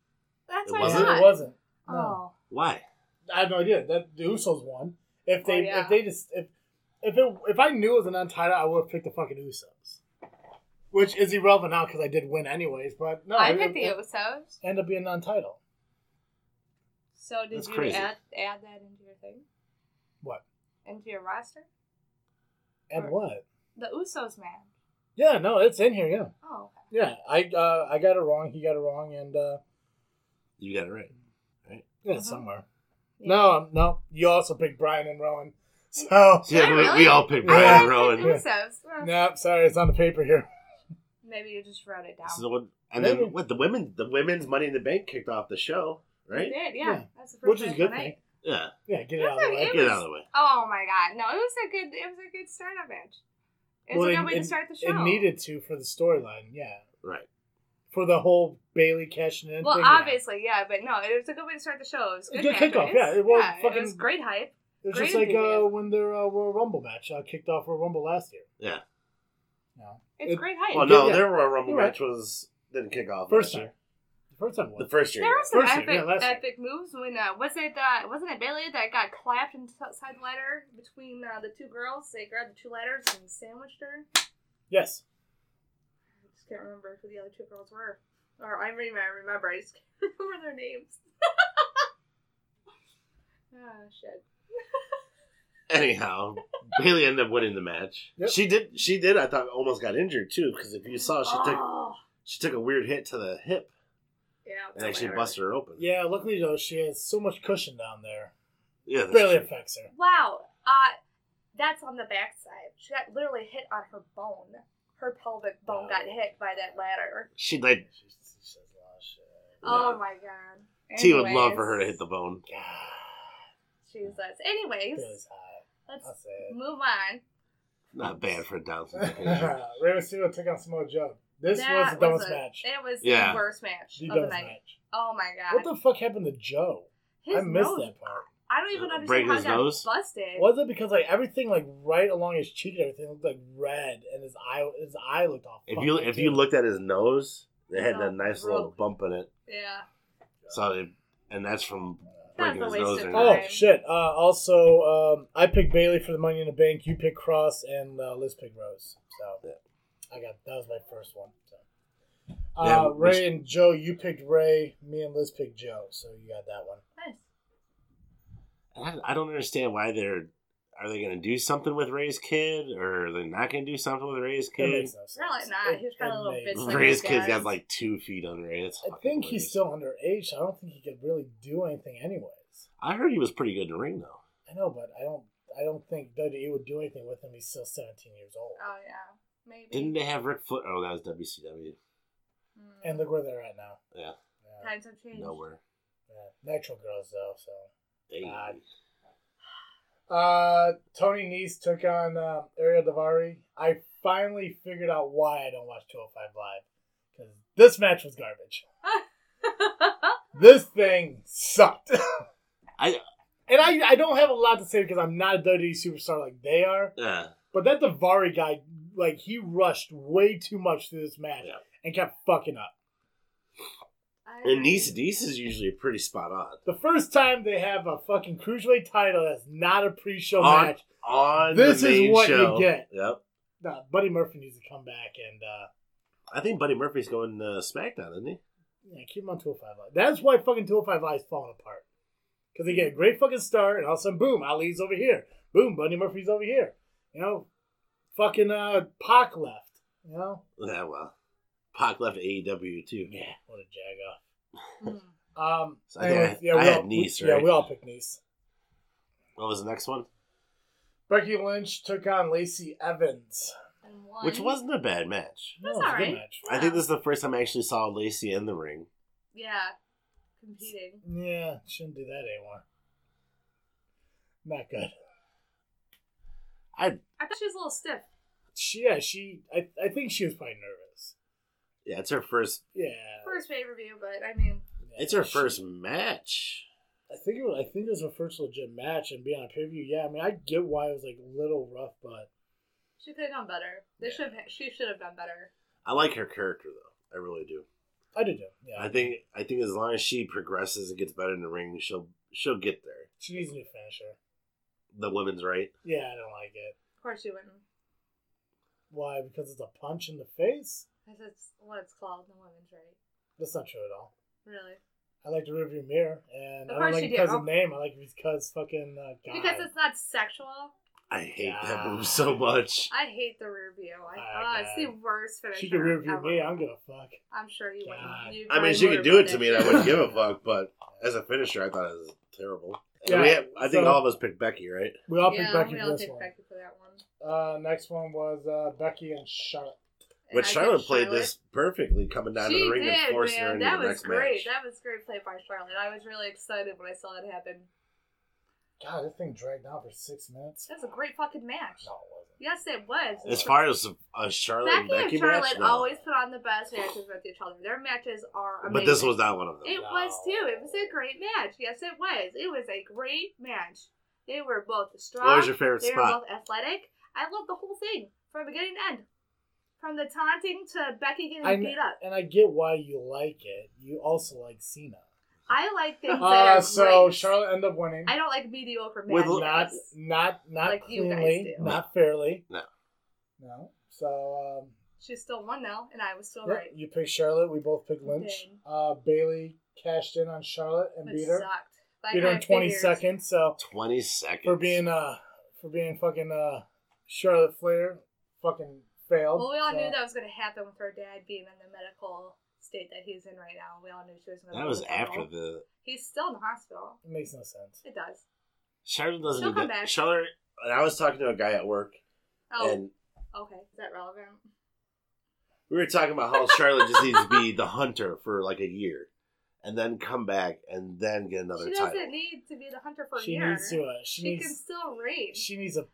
Speaker 3: That's
Speaker 2: It
Speaker 3: what I
Speaker 1: and
Speaker 2: wasn't?
Speaker 3: thought.
Speaker 1: It wasn't. No.
Speaker 3: Oh.
Speaker 2: Why?
Speaker 1: I have no idea. That the Usos won. If they
Speaker 3: Oh, yeah.
Speaker 1: if they just if if it if I knew it was an untitled, I would have picked the fucking Usos. Which is irrelevant now because I did win anyways. But no,
Speaker 3: I
Speaker 1: it-
Speaker 3: picked the
Speaker 1: it
Speaker 3: Usos.
Speaker 1: Ended up being non-title.
Speaker 3: So did
Speaker 2: That's
Speaker 3: you
Speaker 2: crazy.
Speaker 3: add add that into your thing?
Speaker 1: What?
Speaker 3: Into your roster?
Speaker 1: And
Speaker 3: Right.
Speaker 1: what?
Speaker 3: The Usos man.
Speaker 1: Yeah, no, it's in here. Yeah,
Speaker 3: Oh, okay.
Speaker 1: yeah. I uh, I got it wrong. He got it wrong, and uh,
Speaker 2: You got it right.
Speaker 1: yeah,
Speaker 3: Uh-huh.
Speaker 1: somewhere.
Speaker 3: Yeah.
Speaker 1: No, um, no. You also picked Brian and Rowan. So
Speaker 3: Did I
Speaker 2: Yeah, we,
Speaker 3: really?
Speaker 2: we all picked
Speaker 1: I
Speaker 2: Brian
Speaker 3: I
Speaker 2: Rowan.
Speaker 3: picked the Usos. Well,
Speaker 1: no, sorry, it's on the paper here.
Speaker 3: Maybe you just wrote it down.
Speaker 2: So what- and
Speaker 1: Maybe.
Speaker 2: then what? The women, the women's Money in the Bank kicked off the show, right?
Speaker 3: You did, yeah.
Speaker 1: Yeah.
Speaker 3: That's the first
Speaker 1: Which is
Speaker 3: match
Speaker 1: good
Speaker 3: of the night.
Speaker 1: thing.
Speaker 2: Yeah,
Speaker 1: Yeah, get it out of the
Speaker 3: That's
Speaker 1: way.
Speaker 3: okay.
Speaker 2: get it out of the way.
Speaker 3: Oh my god. No, it was a good it was a good startup match. It was
Speaker 1: Well,
Speaker 3: a good
Speaker 1: it-
Speaker 3: way to start the show.
Speaker 1: It needed to for the storyline. Yeah,
Speaker 2: Right.
Speaker 1: for the whole Bailey cashing in.
Speaker 3: well,
Speaker 1: thing, yeah.
Speaker 3: obviously, yeah, but no, it was a good way to start the show. It was
Speaker 1: It's
Speaker 3: good,
Speaker 1: a good kickoff,
Speaker 3: matches.
Speaker 1: yeah, it was fucking-
Speaker 3: was great hype.
Speaker 1: It was
Speaker 3: Great
Speaker 1: just like uh,
Speaker 3: enthusiasm.
Speaker 1: when their uh, Royal Rumble match uh, kicked off Royal Rumble last year.
Speaker 2: Yeah.
Speaker 1: No.
Speaker 3: It's
Speaker 1: It-
Speaker 3: great hype.
Speaker 2: Well,
Speaker 1: did,
Speaker 2: no,
Speaker 1: yeah.
Speaker 2: their Royal Rumble
Speaker 1: You're right.
Speaker 2: match was didn't kick off
Speaker 1: First
Speaker 2: last year.
Speaker 1: time. The first time
Speaker 2: The
Speaker 1: was.
Speaker 2: first year.
Speaker 3: there were some
Speaker 1: First year,
Speaker 3: epic,
Speaker 1: yeah, last year.
Speaker 3: epic moves when uh, was it uh, wasn't it Bailey that got clapped inside the ladder between uh, the two girls? They grabbed the two ladders and sandwiched her.
Speaker 1: Yes.
Speaker 3: I just can't remember who the other two girls were. Or I remember, I remember. I just can't remember their names. oh shit!
Speaker 2: Anyhow, Bailey ended up winning the match.
Speaker 1: Yep.
Speaker 2: She did. She did. I thought almost got injured too because if you saw, she took
Speaker 3: Oh,
Speaker 2: she took a weird hit to the hip
Speaker 3: yeah.
Speaker 2: and actually
Speaker 3: whatever.
Speaker 2: busted her open.
Speaker 1: Yeah. Luckily though, she has so much cushion down there.
Speaker 2: yeah. That's
Speaker 1: barely
Speaker 2: true.
Speaker 1: affects her.
Speaker 3: Wow. Uh, that's on the backside. She got literally hit on her bone. Her pelvic bone got hit by that ladder.
Speaker 2: She like
Speaker 1: She, she says a lot of shit.
Speaker 3: Oh my god.
Speaker 2: T would love for her to hit the bone.
Speaker 1: God,
Speaker 3: Jesus. Anyways,
Speaker 1: Bailey's high.
Speaker 3: let's
Speaker 1: I'll say
Speaker 3: move on.
Speaker 2: Not bad for a down syndrome.
Speaker 1: it. Rey Mysterio took on Samoa Joe. This was
Speaker 3: That
Speaker 1: the dumbest
Speaker 3: a-
Speaker 1: match.
Speaker 3: That was
Speaker 2: Yeah.
Speaker 3: the worst match
Speaker 1: The
Speaker 3: of the
Speaker 1: dumbest
Speaker 3: night.
Speaker 1: match.
Speaker 3: Oh my god.
Speaker 1: What the fuck happened to Joe?
Speaker 3: His
Speaker 1: I missed
Speaker 3: nose.
Speaker 1: that part.
Speaker 3: I don't even
Speaker 2: Uh,
Speaker 3: understand
Speaker 2: break
Speaker 3: how
Speaker 2: his
Speaker 3: it got
Speaker 2: nose?
Speaker 3: busted.
Speaker 1: Was it because like everything like right along his cheek and everything looked like red, and his eye his eye looked off.
Speaker 2: If you if you
Speaker 1: look.
Speaker 2: looked at his nose, it had
Speaker 3: It's
Speaker 2: that
Speaker 3: all
Speaker 2: nice little
Speaker 3: broke.
Speaker 2: bump in it.
Speaker 3: Yeah.
Speaker 2: So it, and that's from
Speaker 3: That
Speaker 2: breaking
Speaker 3: was
Speaker 2: his
Speaker 3: a
Speaker 2: nose.
Speaker 3: waste of
Speaker 2: in
Speaker 1: Oh
Speaker 2: half.
Speaker 3: time.
Speaker 1: shit! Uh, also, um, I picked Bailey for the Money in the Bank. You picked Cross, and uh, Liz picked Rose. So I got that was my first one. So. Uh,
Speaker 2: Yeah, we-
Speaker 1: Ray and Joe, you picked Ray. Me and Liz picked Joe. So you got that one.
Speaker 3: Nice.
Speaker 2: And I, I don't understand why they're are they going to do something with Ray's kid or are they not going to do something with Ray's
Speaker 1: That
Speaker 2: kid?
Speaker 1: makes no sense.
Speaker 3: Really not. He was probably a little
Speaker 1: makes-
Speaker 3: bitch. It's like
Speaker 2: Ray's
Speaker 3: his
Speaker 2: kid's
Speaker 3: dad's.
Speaker 2: got like two feet under it. It's
Speaker 1: I
Speaker 2: fucking
Speaker 1: think he's
Speaker 2: hilarious.
Speaker 1: still underage. So I don't think he could really do anything, anyways.
Speaker 2: I heard he was pretty good in the ring though.
Speaker 1: I know, but I don't. I don't think WWE would do anything with him. He's still 17 years old.
Speaker 3: Oh yeah. Maybe.
Speaker 2: Didn't they have Rick Flair? Oh, that was WCW.
Speaker 1: And look where they're at now.
Speaker 2: Yeah.
Speaker 1: Yeah.
Speaker 3: Hmm. Times have changed.
Speaker 2: Nowhere.
Speaker 1: yeah. Natural girls though, so.
Speaker 2: Dang.
Speaker 1: God. Uh, Tony Nese took on uh, Ariel Davari. I finally figured out why I don't watch 205 Live because this match was garbage. This thing sucked.
Speaker 2: I-
Speaker 1: and I I don't have a lot to say because I'm not a WWE superstar like they are.
Speaker 2: Yeah.
Speaker 1: But that Davari guy, like he rushed way too much through this match
Speaker 2: Yeah.
Speaker 1: and kept fucking up.
Speaker 3: I-
Speaker 2: And Nice Nice is usually pretty spot on.
Speaker 1: The first time they have a fucking cruiserweight title that's not a pre-show
Speaker 2: On-
Speaker 1: match,
Speaker 2: On
Speaker 1: This
Speaker 2: the
Speaker 1: is
Speaker 2: main
Speaker 1: what you
Speaker 2: show.
Speaker 1: get.
Speaker 2: Yep.
Speaker 1: nah, Buddy Murphy needs to come back and uh,
Speaker 2: I think Buddy Murphy's going to SmackDown, isn't he?
Speaker 1: Yeah, keep him on 205 Live. That's why fucking 205 Live is falling apart. Because they get a great fucking star, and all of a sudden, boom, Ali's over here. Boom, Buddy Murphy's over here. You know, fucking uh, Pac left. You know?
Speaker 2: Yeah, well. Pac left AEW too.
Speaker 1: Yeah, what a jagoff.
Speaker 3: Mm.
Speaker 1: Um,
Speaker 2: So I think I-
Speaker 1: anyways, yeah,
Speaker 2: I
Speaker 1: we
Speaker 2: had
Speaker 1: all,
Speaker 2: Nice,
Speaker 1: we-
Speaker 2: right?
Speaker 1: Yeah, we all picked Nice.
Speaker 2: What was the next one?
Speaker 1: Becky Lynch took on Lacey Evans.
Speaker 3: And one.
Speaker 2: Which wasn't a bad match.
Speaker 1: No, it's
Speaker 3: That's
Speaker 1: a good
Speaker 3: alright.
Speaker 1: match.
Speaker 2: I think this is the first time I actually saw Lacey in the ring.
Speaker 3: Yeah. Competing.
Speaker 1: Yeah, shouldn't do that anymore. Not good.
Speaker 2: I
Speaker 3: I thought she was a little stiff.
Speaker 1: She, yeah, she, I, I think she was probably nervous.
Speaker 2: yeah, it's her first
Speaker 1: Yeah.
Speaker 3: First pay per view, but I mean,
Speaker 2: it's her
Speaker 1: she-
Speaker 2: first match.
Speaker 1: I think it was, I think it was her first legit match and being on pay per view. Yeah, I mean I get why it was like a little rough, but
Speaker 3: she could have done better. They
Speaker 1: Yeah.
Speaker 3: should. She should have done better.
Speaker 2: I like her character though. I really do.
Speaker 1: I did do. Yeah,
Speaker 2: I think I think as long as she progresses and gets better in the ring, she'll she'll get there.
Speaker 1: she needs a new finisher.
Speaker 2: The women's right.
Speaker 1: Yeah, I don't like it.
Speaker 3: Of course, she wouldn't.
Speaker 1: Why? Because it's a punch in the face.
Speaker 3: That's it's what it's called in women's right.
Speaker 1: That's not true at all.
Speaker 3: Really,
Speaker 1: I like the rearview mirror, and
Speaker 3: Of
Speaker 1: I don't
Speaker 3: course
Speaker 1: like
Speaker 3: you
Speaker 1: it because
Speaker 3: do.
Speaker 1: of name. I like it because fucking uh, God.
Speaker 3: because it's not sexual.
Speaker 2: I hate that
Speaker 1: Yeah.
Speaker 2: move so much.
Speaker 3: I hate the rear view. I,
Speaker 1: Ah,
Speaker 3: oh, it's the worst finisher.
Speaker 1: she can rearview
Speaker 3: ever.
Speaker 1: me. I'm gonna fuck.
Speaker 3: I'm sure you
Speaker 1: God.
Speaker 3: wouldn't. You
Speaker 2: I mean,
Speaker 3: probably
Speaker 2: she could
Speaker 3: would've
Speaker 2: do it
Speaker 3: done
Speaker 2: to me,
Speaker 3: it.
Speaker 2: and I wouldn't give a fuck. But as a finisher, I thought it was terrible. And we
Speaker 1: Yeah,
Speaker 2: had- I think
Speaker 1: so-
Speaker 2: all of us picked Becky, right?
Speaker 1: We all
Speaker 3: yeah,
Speaker 1: picked Becky
Speaker 3: we
Speaker 1: for
Speaker 3: all
Speaker 1: this
Speaker 3: picked
Speaker 1: one.
Speaker 3: Becky for that one.
Speaker 1: Uh, next one was uh, Becky and Charlotte.
Speaker 3: And
Speaker 2: Which
Speaker 3: I picked
Speaker 2: Charlotte played this perfectly, coming down to
Speaker 3: She
Speaker 2: the ring and
Speaker 3: did,
Speaker 2: forcing
Speaker 3: man.
Speaker 2: her into
Speaker 3: that
Speaker 2: the
Speaker 3: was
Speaker 2: next
Speaker 3: great.
Speaker 2: match.
Speaker 3: That was great play by Charlotte. I was really excited when I saw that happen.
Speaker 1: God, this thing dragged on for six minutes.
Speaker 3: That was a great fucking match.
Speaker 1: No, it wasn't.
Speaker 3: Yes, it was.
Speaker 2: As far as a Charlotte
Speaker 3: Becky,
Speaker 2: and Becky
Speaker 3: and Charlotte
Speaker 2: match, no.
Speaker 3: always put on the best matches with each other. Their matches are amazing.
Speaker 2: but this was not one of them.
Speaker 3: It was too. It was a great match. Yes, it was. It was a great match. They were both strong.
Speaker 2: what was your favorite
Speaker 3: they
Speaker 2: spot?
Speaker 3: were both athletic. I loved the whole thing from beginning to end, from the taunting to Becky getting
Speaker 1: I kn-
Speaker 3: beat up.
Speaker 1: And I get why you like it. You also like Cena.
Speaker 3: I like things that
Speaker 1: Uh,
Speaker 3: are
Speaker 1: so
Speaker 3: great.
Speaker 1: Charlotte ended up winning.
Speaker 3: I don't like mediocre
Speaker 2: With-
Speaker 3: matches.
Speaker 1: not not not
Speaker 3: Like you guys
Speaker 1: cleanly,
Speaker 3: do.
Speaker 1: not fairly.
Speaker 2: No.
Speaker 1: No. So
Speaker 3: She still won though, and I was still
Speaker 1: um, yeah,
Speaker 3: right.
Speaker 1: you picked Charlotte. We both picked
Speaker 3: We
Speaker 1: Lynch.
Speaker 3: did.
Speaker 1: Uh, Bailey cashed in on Charlotte and
Speaker 3: Which
Speaker 1: beat her.
Speaker 3: sucked. Like
Speaker 1: Beat her
Speaker 3: I
Speaker 1: in twenty
Speaker 3: figured.
Speaker 1: seconds. So
Speaker 2: Twenty seconds
Speaker 1: for being uh for being fucking uh Charlotte Flair, fucking failed.
Speaker 3: Well, we all
Speaker 1: So,
Speaker 3: knew that was going to happen with her dad being in the medical state that he's in right now. We all knew she was going to.
Speaker 2: that was after the
Speaker 3: He's still in the hospital.
Speaker 1: It makes no sense.
Speaker 3: It does.
Speaker 2: Charlotte doesn't
Speaker 3: She'll
Speaker 2: do
Speaker 3: come
Speaker 2: that.
Speaker 3: back.
Speaker 2: Charlotte and I was talking to a guy at work,
Speaker 3: Oh,
Speaker 2: and
Speaker 3: okay. Is that relevant?
Speaker 2: we were talking about how Charlotte just needs to be the hunter for like a year, and then come back and then get another
Speaker 3: she doesn't
Speaker 2: title.
Speaker 3: need to be the hunter for a
Speaker 1: She
Speaker 3: year.
Speaker 1: needs to. Uh, she,
Speaker 3: she can
Speaker 1: needs.
Speaker 3: still reign.
Speaker 1: She needs to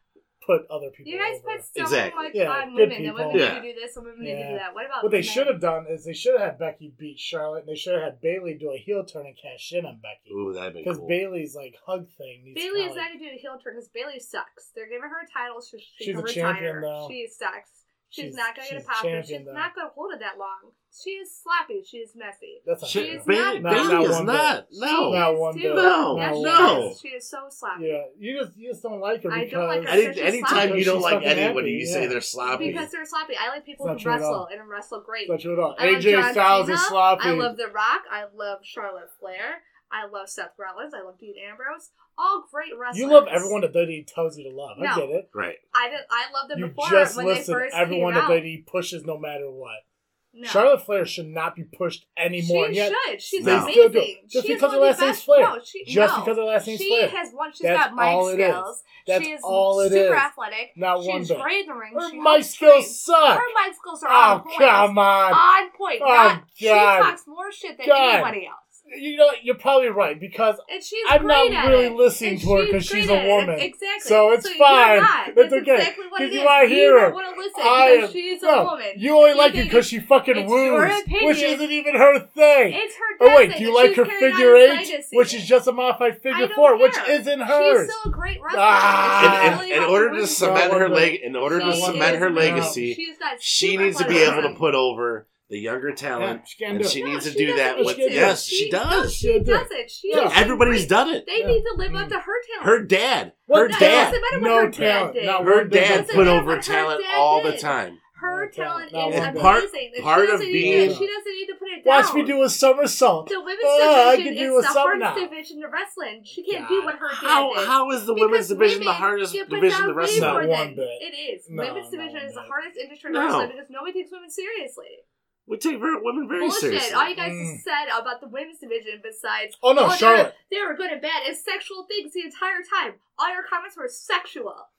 Speaker 1: put other people.
Speaker 3: you guys
Speaker 1: over.
Speaker 3: put so
Speaker 2: Exactly.
Speaker 3: much
Speaker 1: Yeah,
Speaker 3: on
Speaker 1: good
Speaker 3: women. That
Speaker 1: people.
Speaker 3: women
Speaker 2: Yeah.
Speaker 3: need to do this, and women need to
Speaker 1: Yeah.
Speaker 3: do that. What about
Speaker 1: What they
Speaker 3: men?
Speaker 1: should have done is they should have had Becky beat Charlotte, and they should have had Bailey do a heel turn and cash in on Becky.
Speaker 2: Ooh, that'd be
Speaker 1: Because
Speaker 2: cool.
Speaker 1: Bailey's like hug thing. Needs
Speaker 3: Bailey
Speaker 1: kinda,
Speaker 3: is not
Speaker 1: like,
Speaker 3: gonna do a heel turn because Bailey sucks. They're giving her a title. She, she
Speaker 1: She's
Speaker 3: can
Speaker 1: a
Speaker 3: retire.
Speaker 1: champion, though.
Speaker 3: She sucks. She's,
Speaker 1: She's-
Speaker 3: not gonna get
Speaker 1: she's a
Speaker 3: a pop. and
Speaker 1: champion,
Speaker 3: She's
Speaker 1: though.
Speaker 3: not gonna hold it that long. She is sloppy. She is messy.
Speaker 1: That's not
Speaker 2: She-
Speaker 1: fair.
Speaker 3: is
Speaker 2: Bailey,
Speaker 1: not-
Speaker 2: Bailey
Speaker 1: not
Speaker 2: is
Speaker 1: one bit.
Speaker 2: not.
Speaker 3: She
Speaker 2: No,
Speaker 1: Not
Speaker 3: is,
Speaker 1: one
Speaker 3: too.
Speaker 1: bit.
Speaker 2: No,
Speaker 3: Yes, she
Speaker 2: no.
Speaker 3: is. She is so sloppy.
Speaker 1: Yeah, you just you just don't like her
Speaker 3: I
Speaker 1: because
Speaker 3: don't like her.
Speaker 2: I didn't,
Speaker 3: She's
Speaker 2: anytime
Speaker 1: sloppy.
Speaker 2: you don't
Speaker 1: She's
Speaker 2: like
Speaker 1: fucking
Speaker 2: anybody,
Speaker 1: happy,
Speaker 2: you say
Speaker 1: yeah.
Speaker 2: they're sloppy.
Speaker 3: Because they're sloppy. I like people
Speaker 1: Not
Speaker 3: who
Speaker 1: true at
Speaker 3: wrestle
Speaker 1: all.
Speaker 3: and wrestle great.
Speaker 1: It's not true at all.
Speaker 3: I love John
Speaker 1: AJ Styles
Speaker 3: Cena.
Speaker 1: is sloppy.
Speaker 3: I love The Rock. I love Charlotte Flair. I love Seth Rollins. I love Dean Ambrose. All great wrestlers.
Speaker 1: you love everyone that WWE tells you to love. I
Speaker 3: No.
Speaker 1: get it.
Speaker 2: right.
Speaker 3: I did, I loved them
Speaker 1: You
Speaker 3: before
Speaker 1: just
Speaker 3: when they
Speaker 1: listed
Speaker 3: first
Speaker 1: everyone
Speaker 3: came
Speaker 1: that
Speaker 3: out.
Speaker 1: WWE pushes no matter what.
Speaker 3: No.
Speaker 1: Charlotte Flair should not be pushed
Speaker 3: she
Speaker 1: anymore. and yet,
Speaker 3: should. She's
Speaker 2: they
Speaker 3: amazing.
Speaker 1: still do. Just
Speaker 3: She is
Speaker 1: because her
Speaker 3: one
Speaker 1: last
Speaker 3: of the
Speaker 1: name's
Speaker 3: best-
Speaker 1: Flair.
Speaker 3: No, she,
Speaker 1: Just
Speaker 3: no.
Speaker 1: because her last name's
Speaker 3: she
Speaker 1: Flair.
Speaker 3: has one. She's
Speaker 1: That's
Speaker 3: got mic
Speaker 1: all it is.
Speaker 3: skills.
Speaker 1: That's
Speaker 3: she is
Speaker 1: all it
Speaker 3: super
Speaker 1: is.
Speaker 3: athletic.
Speaker 1: Not one
Speaker 3: She's
Speaker 1: bit.
Speaker 3: great in the ring.
Speaker 1: Her
Speaker 3: She
Speaker 1: mic
Speaker 3: helps
Speaker 1: skills
Speaker 3: train.
Speaker 1: suck.
Speaker 3: Her mic skills are on
Speaker 1: Oh,
Speaker 3: point.
Speaker 1: come on.
Speaker 3: On point.
Speaker 1: Oh,
Speaker 3: Not, she
Speaker 1: God.
Speaker 3: talks more shit than
Speaker 1: God.
Speaker 3: anybody else.
Speaker 1: you know, you're probably right because
Speaker 3: And she's
Speaker 1: I'm
Speaker 3: great
Speaker 1: not
Speaker 3: at
Speaker 1: really
Speaker 3: it.
Speaker 1: listening
Speaker 3: And
Speaker 1: to her 'cause
Speaker 3: great
Speaker 1: she's a
Speaker 3: at it.
Speaker 1: woman.
Speaker 3: Exactly.
Speaker 1: So it's
Speaker 3: you're
Speaker 1: fine.
Speaker 3: not.
Speaker 1: It's
Speaker 3: That's
Speaker 1: okay.
Speaker 3: exactly what it
Speaker 1: 'Cause
Speaker 3: is.
Speaker 1: you wanna hear her.
Speaker 3: don't want to listen
Speaker 1: I
Speaker 3: because
Speaker 1: am-
Speaker 3: she's a
Speaker 1: no,
Speaker 3: woman.
Speaker 1: you only like
Speaker 3: can-
Speaker 1: it because she fucking
Speaker 3: it's your
Speaker 1: woos, which
Speaker 3: opinion.
Speaker 1: isn't even her thing.
Speaker 3: It's her.
Speaker 1: oh wait,
Speaker 3: dressing,
Speaker 1: do you
Speaker 3: and
Speaker 1: like
Speaker 3: she's
Speaker 1: her
Speaker 3: carrying on
Speaker 1: figure
Speaker 3: his
Speaker 1: eight,
Speaker 3: legacy.
Speaker 1: which is just a modified
Speaker 3: I
Speaker 1: figure
Speaker 3: don't
Speaker 1: four, which
Speaker 3: care.
Speaker 1: isn't hers?
Speaker 3: She's still a great wrestler.
Speaker 1: Ah.
Speaker 3: She
Speaker 2: In,
Speaker 1: And-
Speaker 3: really
Speaker 2: in, in
Speaker 3: has
Speaker 2: order
Speaker 3: a
Speaker 2: to
Speaker 3: really
Speaker 2: cement
Speaker 1: No
Speaker 2: her
Speaker 1: one
Speaker 2: leg,
Speaker 1: will.
Speaker 2: in order
Speaker 1: No
Speaker 2: to
Speaker 1: one will.
Speaker 2: cement her
Speaker 1: No.
Speaker 2: legacy,
Speaker 3: She's got
Speaker 2: she
Speaker 3: super
Speaker 2: needs to be
Speaker 3: athleticism.
Speaker 2: able to put over the younger
Speaker 1: Yeah,
Speaker 2: talent,
Speaker 1: she can't
Speaker 2: and
Speaker 1: do it.
Speaker 2: she
Speaker 3: No,
Speaker 2: needs to
Speaker 3: she
Speaker 2: do
Speaker 3: doesn't
Speaker 2: that
Speaker 3: need
Speaker 2: with.
Speaker 1: She does.
Speaker 2: Yes, she does.
Speaker 3: She does it. She
Speaker 1: Yeah.
Speaker 3: is
Speaker 2: Everybody's
Speaker 3: great.
Speaker 2: done it.
Speaker 3: They
Speaker 1: Yeah.
Speaker 3: need to live up to her talent.
Speaker 2: Her dad,
Speaker 1: What
Speaker 2: her
Speaker 1: the-
Speaker 3: no,
Speaker 2: dad,
Speaker 3: It doesn't matter what
Speaker 1: No
Speaker 3: her
Speaker 1: talent.
Speaker 3: dad did.
Speaker 1: No,
Speaker 2: her
Speaker 1: Doesn't
Speaker 2: dad
Speaker 1: matter
Speaker 2: put
Speaker 3: what
Speaker 2: over
Speaker 3: her
Speaker 2: talent
Speaker 3: dad
Speaker 2: all the
Speaker 3: did.
Speaker 2: time.
Speaker 3: Her talent
Speaker 1: No,
Speaker 3: is
Speaker 1: no,
Speaker 3: amazing.
Speaker 1: no.
Speaker 2: Part-
Speaker 3: She
Speaker 2: part of
Speaker 3: doesn't need
Speaker 1: being-
Speaker 3: to- she doesn't need to put it down.
Speaker 1: Watch me do a somersault.
Speaker 3: The women's
Speaker 1: Oh, I
Speaker 3: division
Speaker 1: can do
Speaker 3: is
Speaker 1: a
Speaker 3: the
Speaker 1: sump
Speaker 3: hardest
Speaker 1: now.
Speaker 3: division of wrestling. She can't
Speaker 1: God.
Speaker 3: do what her dad
Speaker 2: How
Speaker 3: did.
Speaker 2: how is the
Speaker 3: Because
Speaker 2: women's division the
Speaker 3: women
Speaker 2: hardest
Speaker 3: get put
Speaker 2: division
Speaker 3: down
Speaker 2: of
Speaker 3: way
Speaker 2: wrestling?
Speaker 1: No.
Speaker 3: more
Speaker 1: One
Speaker 3: than-
Speaker 1: bit.
Speaker 3: It is.
Speaker 1: No,
Speaker 3: women's
Speaker 1: no,
Speaker 3: division is the
Speaker 1: no.
Speaker 3: hardest industry
Speaker 2: No.
Speaker 3: of wrestling because nobody takes women seriously.
Speaker 2: We take very- women very
Speaker 3: Bullshit.
Speaker 2: seriously.
Speaker 3: All you guys
Speaker 1: Mm.
Speaker 3: just said about the women's division, besides
Speaker 1: Oh no,
Speaker 3: Oh, they're-
Speaker 1: Charlotte.
Speaker 3: they were good and bad, is sexual things the entire time. All your comments were sexual.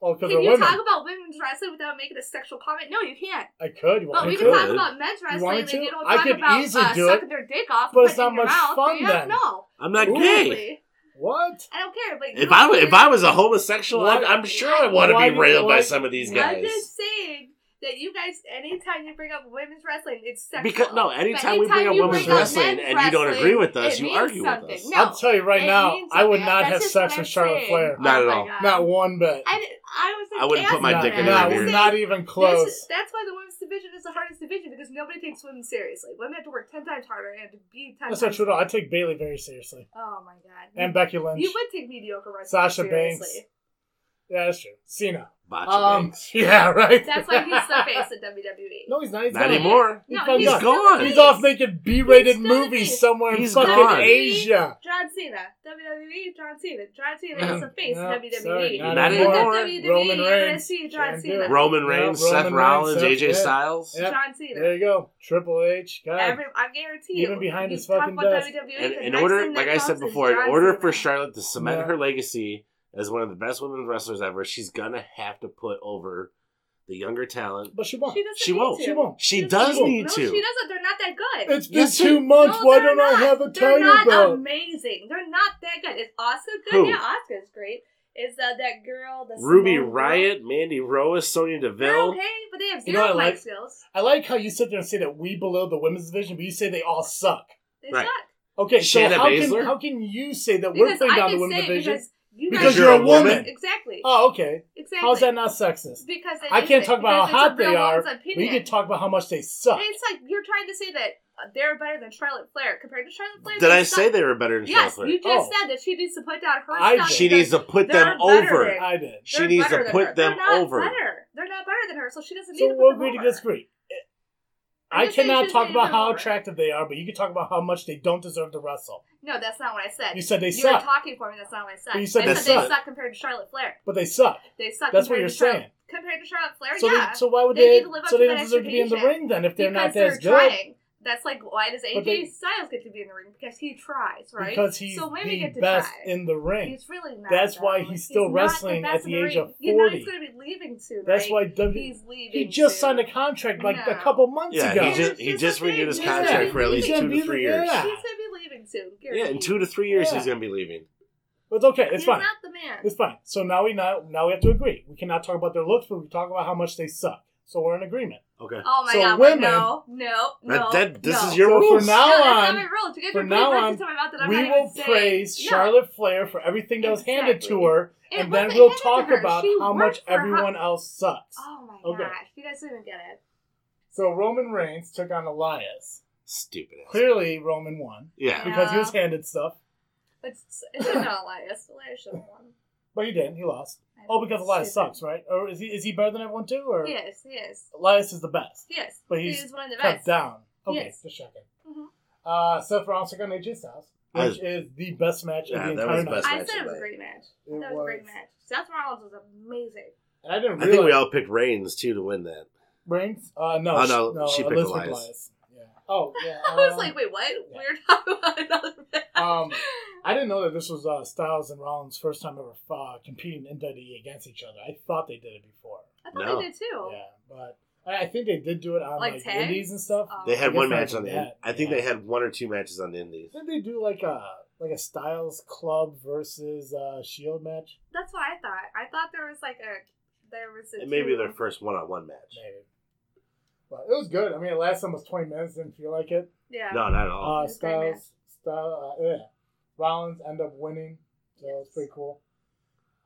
Speaker 1: Oh, because
Speaker 3: Can
Speaker 1: they're
Speaker 3: you
Speaker 1: women.
Speaker 3: talk about women's wrestling without making a sexual comment? No, you can't.
Speaker 1: I could. You
Speaker 3: But
Speaker 1: want
Speaker 3: we
Speaker 1: me
Speaker 2: you
Speaker 3: can
Speaker 1: to?
Speaker 3: talk
Speaker 2: could.
Speaker 3: about men's
Speaker 1: want
Speaker 3: wrestling
Speaker 1: me
Speaker 3: and
Speaker 1: to?
Speaker 3: you don't
Speaker 1: I
Speaker 3: talk
Speaker 1: could
Speaker 3: about
Speaker 1: easily
Speaker 3: uh,
Speaker 1: do it,
Speaker 3: sucking their dick off,
Speaker 1: but
Speaker 3: and
Speaker 1: it's
Speaker 3: putting
Speaker 1: not
Speaker 3: it in your
Speaker 1: much
Speaker 3: mouth.
Speaker 1: fun
Speaker 3: yeah,
Speaker 1: then.
Speaker 3: No.
Speaker 2: I'm not
Speaker 1: Ooh.
Speaker 2: gay.
Speaker 3: Exactly.
Speaker 1: What?
Speaker 3: I don't care. But you
Speaker 2: If
Speaker 3: don't
Speaker 2: I wa- if
Speaker 3: care.
Speaker 2: I was a homosexual, I, I'm sure I want
Speaker 1: Why
Speaker 2: to
Speaker 1: do-
Speaker 2: be railed
Speaker 1: why-
Speaker 2: by some of these
Speaker 3: I'm
Speaker 2: guys.
Speaker 3: just saying that you guys, anytime you bring up women's wrestling, it's sexual.
Speaker 2: Because no, anytime, we
Speaker 3: Anytime
Speaker 2: bring up
Speaker 3: you
Speaker 2: women's
Speaker 1: bring up
Speaker 2: wrestling
Speaker 3: men's
Speaker 2: and you don't
Speaker 3: wrestling,
Speaker 2: agree with us,
Speaker 3: it
Speaker 2: you
Speaker 3: means
Speaker 2: argue
Speaker 3: something.
Speaker 2: with us.
Speaker 3: No.
Speaker 1: I'll tell you right
Speaker 3: It
Speaker 1: now,
Speaker 3: means
Speaker 1: I would
Speaker 3: something.
Speaker 1: not
Speaker 3: That's
Speaker 1: have
Speaker 3: just
Speaker 1: sex with
Speaker 3: what I'm
Speaker 1: Charlotte
Speaker 3: saying.
Speaker 1: Flair.
Speaker 2: Not
Speaker 3: Oh
Speaker 2: at
Speaker 3: my
Speaker 2: all.
Speaker 3: God.
Speaker 1: Not one bit.
Speaker 3: And I was.
Speaker 2: I wouldn't put my
Speaker 1: Not-
Speaker 2: dick in
Speaker 3: her
Speaker 1: not,
Speaker 2: her beard.
Speaker 1: not even close.
Speaker 3: This, that's why the women's division is the hardest division because nobody takes women seriously. Women have to work ten times harder and have to be ten.
Speaker 1: That's not
Speaker 3: times
Speaker 1: true at all. I take Bailey very seriously,
Speaker 3: Oh my god.
Speaker 1: and Becky Lynch.
Speaker 3: you would take mediocre wrestling
Speaker 1: Sasha Banks.
Speaker 3: seriously.
Speaker 1: yeah, that's true. Cena.
Speaker 2: Botcha
Speaker 1: Um,
Speaker 2: Banks.
Speaker 1: yeah, right.
Speaker 3: That's why he's the face in WWE.
Speaker 1: no, he's not. He's
Speaker 2: Not
Speaker 1: gone.
Speaker 2: anymore.
Speaker 1: He's
Speaker 3: E. No,
Speaker 1: fucking
Speaker 2: he's
Speaker 1: gone.
Speaker 2: gone.
Speaker 1: He's off
Speaker 3: the
Speaker 1: making B-rated
Speaker 3: He's still
Speaker 1: movies
Speaker 3: amazing.
Speaker 1: somewhere in
Speaker 2: He's
Speaker 1: fucking
Speaker 2: gone.
Speaker 1: Asia.
Speaker 3: John Cena, WWE. John Cena. John Cena is the face
Speaker 1: No,
Speaker 3: in E. WWE.
Speaker 1: sorry,
Speaker 2: not
Speaker 3: Look at
Speaker 2: anymore.
Speaker 3: WWE,
Speaker 1: Roman
Speaker 3: you're gonna
Speaker 1: Reigns.
Speaker 3: see John
Speaker 1: Can't do
Speaker 3: Cena.
Speaker 1: it.
Speaker 2: Roman
Speaker 1: No,
Speaker 2: Reigns,
Speaker 1: Roman
Speaker 2: Seth
Speaker 1: Reigns,
Speaker 2: Rollins,
Speaker 1: Seth-
Speaker 2: AJ
Speaker 1: yeah.
Speaker 2: Styles.
Speaker 1: Yeah.
Speaker 3: John Cena.
Speaker 1: There you go. Triple H. God.
Speaker 3: Every, I guarantee you.
Speaker 1: Even behind
Speaker 3: you
Speaker 1: his
Speaker 3: talk
Speaker 1: fucking
Speaker 3: about
Speaker 1: desk.
Speaker 3: WWE,
Speaker 2: And
Speaker 3: the
Speaker 2: in
Speaker 3: next
Speaker 2: order,
Speaker 3: thing that
Speaker 2: like I said
Speaker 3: comes is
Speaker 2: before, in
Speaker 3: John
Speaker 2: order
Speaker 3: Cena.
Speaker 2: for Charlotte to cement
Speaker 1: Yeah.
Speaker 2: her legacy as one of the best women's wrestlers ever, she's gonna have to put over the younger talent.
Speaker 1: but she won't.
Speaker 3: she doesn't.
Speaker 2: She
Speaker 3: need
Speaker 2: won't.
Speaker 3: to.
Speaker 1: She won't.
Speaker 2: She
Speaker 3: doesn't
Speaker 2: does
Speaker 3: to.
Speaker 2: need
Speaker 3: no,
Speaker 2: to.
Speaker 3: She doesn't. They're not that good.
Speaker 1: It's been
Speaker 2: Yes, she-
Speaker 1: two months.
Speaker 3: No,
Speaker 1: Why
Speaker 3: they're
Speaker 1: don't I
Speaker 3: not.
Speaker 1: have a
Speaker 3: They're
Speaker 1: title
Speaker 3: not Um,
Speaker 1: belt?
Speaker 3: amazing. They're not that good. Is Oscar good?
Speaker 2: Who?
Speaker 3: Yeah, Oscar's great. Is uh, that girl the
Speaker 2: Ruby
Speaker 3: Simone girl?
Speaker 2: Riot, Mandy Rose, Sonya
Speaker 3: They're
Speaker 2: Deville.
Speaker 3: okay, but they have
Speaker 1: You know what I
Speaker 3: zero
Speaker 1: like?
Speaker 3: life skills.
Speaker 1: I like how you sit there and say that we below the women's division, but you say they all suck.
Speaker 3: They
Speaker 2: Right.
Speaker 3: suck.
Speaker 1: Okay, so
Speaker 2: Shayna
Speaker 1: how
Speaker 2: Baszler?
Speaker 1: can, how can you say that we're
Speaker 3: Because
Speaker 1: putting
Speaker 3: I
Speaker 1: down the
Speaker 3: can
Speaker 1: women's
Speaker 3: say
Speaker 1: division?
Speaker 3: because you
Speaker 1: Because
Speaker 3: guys
Speaker 1: you're
Speaker 3: are
Speaker 1: a woman.
Speaker 3: Exactly.
Speaker 1: oh, okay.
Speaker 3: exactly.
Speaker 1: How's that not sexist?
Speaker 3: Because it
Speaker 1: I can't
Speaker 3: isn't.
Speaker 1: talk about
Speaker 3: Because
Speaker 1: how
Speaker 3: it's a
Speaker 1: hot they
Speaker 3: real
Speaker 1: are,
Speaker 3: woman's
Speaker 1: but we
Speaker 3: opinion.
Speaker 1: can talk about how much they suck.
Speaker 3: It's like you're trying to say that they're better than Charlotte Flair compared to Charlotte Flair.
Speaker 2: Did
Speaker 3: they
Speaker 2: I
Speaker 3: suck.
Speaker 2: say they were better than
Speaker 3: Yes,
Speaker 2: Charlotte?
Speaker 3: you just
Speaker 1: Oh.
Speaker 3: said that she needs to put down her
Speaker 1: I
Speaker 3: stuff.
Speaker 1: did.
Speaker 2: she needs to put them
Speaker 3: They're better
Speaker 2: over.
Speaker 3: than-
Speaker 1: I did.
Speaker 2: She needs to put them over.
Speaker 3: Not better. They're not better than her, so she doesn't need
Speaker 1: So
Speaker 3: to
Speaker 1: we'll
Speaker 3: put them
Speaker 1: agree to
Speaker 3: over.
Speaker 1: disagree. Eh,
Speaker 3: I'm
Speaker 1: I
Speaker 3: just saying
Speaker 1: cannot
Speaker 3: she's
Speaker 1: talk
Speaker 3: made
Speaker 1: about
Speaker 3: them
Speaker 1: how
Speaker 3: over.
Speaker 1: attractive they are, but you can talk about how much they don't deserve to wrestle.
Speaker 3: No, that's not what I said.
Speaker 1: You said they
Speaker 3: you
Speaker 1: suck,
Speaker 3: were talking for me. That's not what I said.
Speaker 1: You said
Speaker 3: I
Speaker 2: they
Speaker 3: said they
Speaker 2: suck.
Speaker 3: suck compared to Charlotte Flair.
Speaker 1: but they suck.
Speaker 3: They suck.
Speaker 1: That's what
Speaker 3: compared
Speaker 1: you're
Speaker 3: to Charlotte-
Speaker 1: saying.
Speaker 3: Compared to Charlotte Flair,
Speaker 1: So,
Speaker 3: yeah.
Speaker 1: they, so why would
Speaker 3: They
Speaker 1: they?
Speaker 3: need to live up
Speaker 1: so
Speaker 3: to
Speaker 1: they
Speaker 3: that
Speaker 1: don't deserve to be in the
Speaker 3: expectation.
Speaker 1: ring then if they're
Speaker 3: because
Speaker 1: not that
Speaker 3: they're
Speaker 1: as good.
Speaker 3: trying. That's like why does AJ
Speaker 1: But they-
Speaker 3: Styles get to be in the ring because he tries, right?
Speaker 1: Because he's
Speaker 3: so women
Speaker 1: the
Speaker 3: get to
Speaker 1: best
Speaker 3: try.
Speaker 1: in the ring.
Speaker 3: He's really not.
Speaker 1: That's why
Speaker 3: though.
Speaker 1: he's still
Speaker 3: not
Speaker 1: wrestling
Speaker 3: best
Speaker 1: at the
Speaker 3: in
Speaker 1: age
Speaker 3: ring.
Speaker 1: of
Speaker 3: You know
Speaker 1: 40.
Speaker 3: he's going to be leaving soon.
Speaker 1: That's
Speaker 3: right?
Speaker 1: why W. E
Speaker 3: he's leaving.
Speaker 1: He just
Speaker 3: soon.
Speaker 1: signed a contract like a
Speaker 3: No.
Speaker 1: couple months
Speaker 2: Yeah,
Speaker 1: ago.
Speaker 2: he just he
Speaker 3: Here's
Speaker 2: just
Speaker 3: the thing,
Speaker 2: renewed his
Speaker 3: he's gonna
Speaker 2: contract
Speaker 3: be
Speaker 2: for at least
Speaker 1: leaving.
Speaker 2: two to three years.
Speaker 1: Yeah.
Speaker 3: He's going to be leaving soon.
Speaker 2: Yeah, in
Speaker 3: guaranteed.
Speaker 2: two to three years
Speaker 1: Yeah.
Speaker 2: he's gonna be leaving.
Speaker 1: But it's okay. It's
Speaker 3: He's
Speaker 1: fine.
Speaker 3: not the man.
Speaker 1: It's fine. So now we know, now we have to agree. We cannot talk about their looks, but we can talk about how much they suck. So we're in agreement.
Speaker 2: Okay.
Speaker 3: Oh my
Speaker 1: So
Speaker 3: god!
Speaker 1: women-
Speaker 3: no, no, no.
Speaker 2: That, that this
Speaker 3: no.
Speaker 2: is your
Speaker 1: So
Speaker 2: rules.
Speaker 1: for
Speaker 3: No,
Speaker 1: now
Speaker 3: that's not my
Speaker 1: on,
Speaker 3: rule. You guys
Speaker 1: for
Speaker 3: are putting
Speaker 1: now
Speaker 3: words
Speaker 1: on,
Speaker 3: into my mouth that I'm
Speaker 1: we
Speaker 3: not even
Speaker 1: will
Speaker 3: saying.
Speaker 1: praise
Speaker 3: Yeah.
Speaker 1: Charlotte Flair for everything that was handed to
Speaker 3: Exactly.
Speaker 1: her,
Speaker 3: It
Speaker 1: and then
Speaker 3: wasn't
Speaker 1: we'll
Speaker 3: handed to
Speaker 1: talk
Speaker 3: her.
Speaker 1: about
Speaker 3: She
Speaker 1: how much
Speaker 3: worked for her-
Speaker 1: everyone else sucks.
Speaker 3: Oh my
Speaker 1: Okay.
Speaker 3: gosh! You guys didn't get it.
Speaker 1: So Roman Reigns took on Elias.
Speaker 2: Stupid ass.
Speaker 1: Clearly, Roman won
Speaker 2: Yeah.
Speaker 1: because he
Speaker 3: Yeah.
Speaker 1: was handed stuff,
Speaker 3: It's it's not Elias. Elias should have won.
Speaker 1: but he didn't. He lost.
Speaker 3: I
Speaker 1: Oh,
Speaker 3: know,
Speaker 1: because
Speaker 3: it's
Speaker 1: Elias
Speaker 3: stupid.
Speaker 1: sucks, right? Or is he is he better than everyone too? Or
Speaker 3: Yes, yes,
Speaker 1: Elias is the best.
Speaker 3: yes.
Speaker 1: But
Speaker 3: he
Speaker 1: he's
Speaker 3: is one of the
Speaker 1: cut
Speaker 3: best.
Speaker 1: down. Okay,
Speaker 3: Yes.
Speaker 1: just checking.
Speaker 3: Mhm.
Speaker 1: Uh, Seth Rollins took on AJ Styles,
Speaker 2: I-
Speaker 1: which is the best match
Speaker 2: Yeah,
Speaker 1: of the
Speaker 2: that
Speaker 1: entire
Speaker 2: was the
Speaker 1: night.
Speaker 2: best
Speaker 3: I
Speaker 2: match
Speaker 3: said
Speaker 2: of
Speaker 3: it was
Speaker 2: the
Speaker 3: a great match.
Speaker 1: It
Speaker 3: that was, a great
Speaker 1: was.
Speaker 3: match. Seth Rollins was amazing.
Speaker 1: And I didn't
Speaker 2: I think we
Speaker 1: realize.
Speaker 2: all picked Reigns too to win that.
Speaker 1: Brains? Uh, no,
Speaker 2: Oh,
Speaker 1: sh-
Speaker 2: no,
Speaker 1: no,
Speaker 2: she picked
Speaker 1: Elizabeth
Speaker 2: Elias.
Speaker 1: Elias. Yeah. Oh, yeah.
Speaker 3: I was
Speaker 1: um,
Speaker 3: like, wait, what? We're talking about another match.
Speaker 1: um, I didn't know that this was uh, Styles and Rollins' first time ever uh, competing in WWE against each other. I thought they did it before.
Speaker 3: I thought
Speaker 2: no.
Speaker 3: they did too.
Speaker 1: Yeah, but I I think they did do it on
Speaker 3: Oh. Like
Speaker 1: like,
Speaker 3: tags?
Speaker 1: Indies and stuff.
Speaker 3: Oh.
Speaker 2: They
Speaker 1: I
Speaker 2: had
Speaker 1: guess
Speaker 2: one
Speaker 1: I
Speaker 2: match on the.
Speaker 1: forgot.
Speaker 2: Ind- I think
Speaker 1: Yeah.
Speaker 2: they had one or two matches on the Indies.
Speaker 1: Didn't they do like a like a Styles Club versus uh, Shield match?
Speaker 3: That's what I thought. I thought there was like a there was a
Speaker 2: It may be
Speaker 3: two-
Speaker 2: their first one-on-one match.
Speaker 1: Maybe. But it was good. I mean, it lasted almost twenty minutes. Didn't feel like it.
Speaker 3: yeah.
Speaker 2: No, not at all.
Speaker 1: Uh,
Speaker 3: It was a great match.
Speaker 1: Styles, Styles, uh, yeah. Rollins end up winning, so it's pretty cool.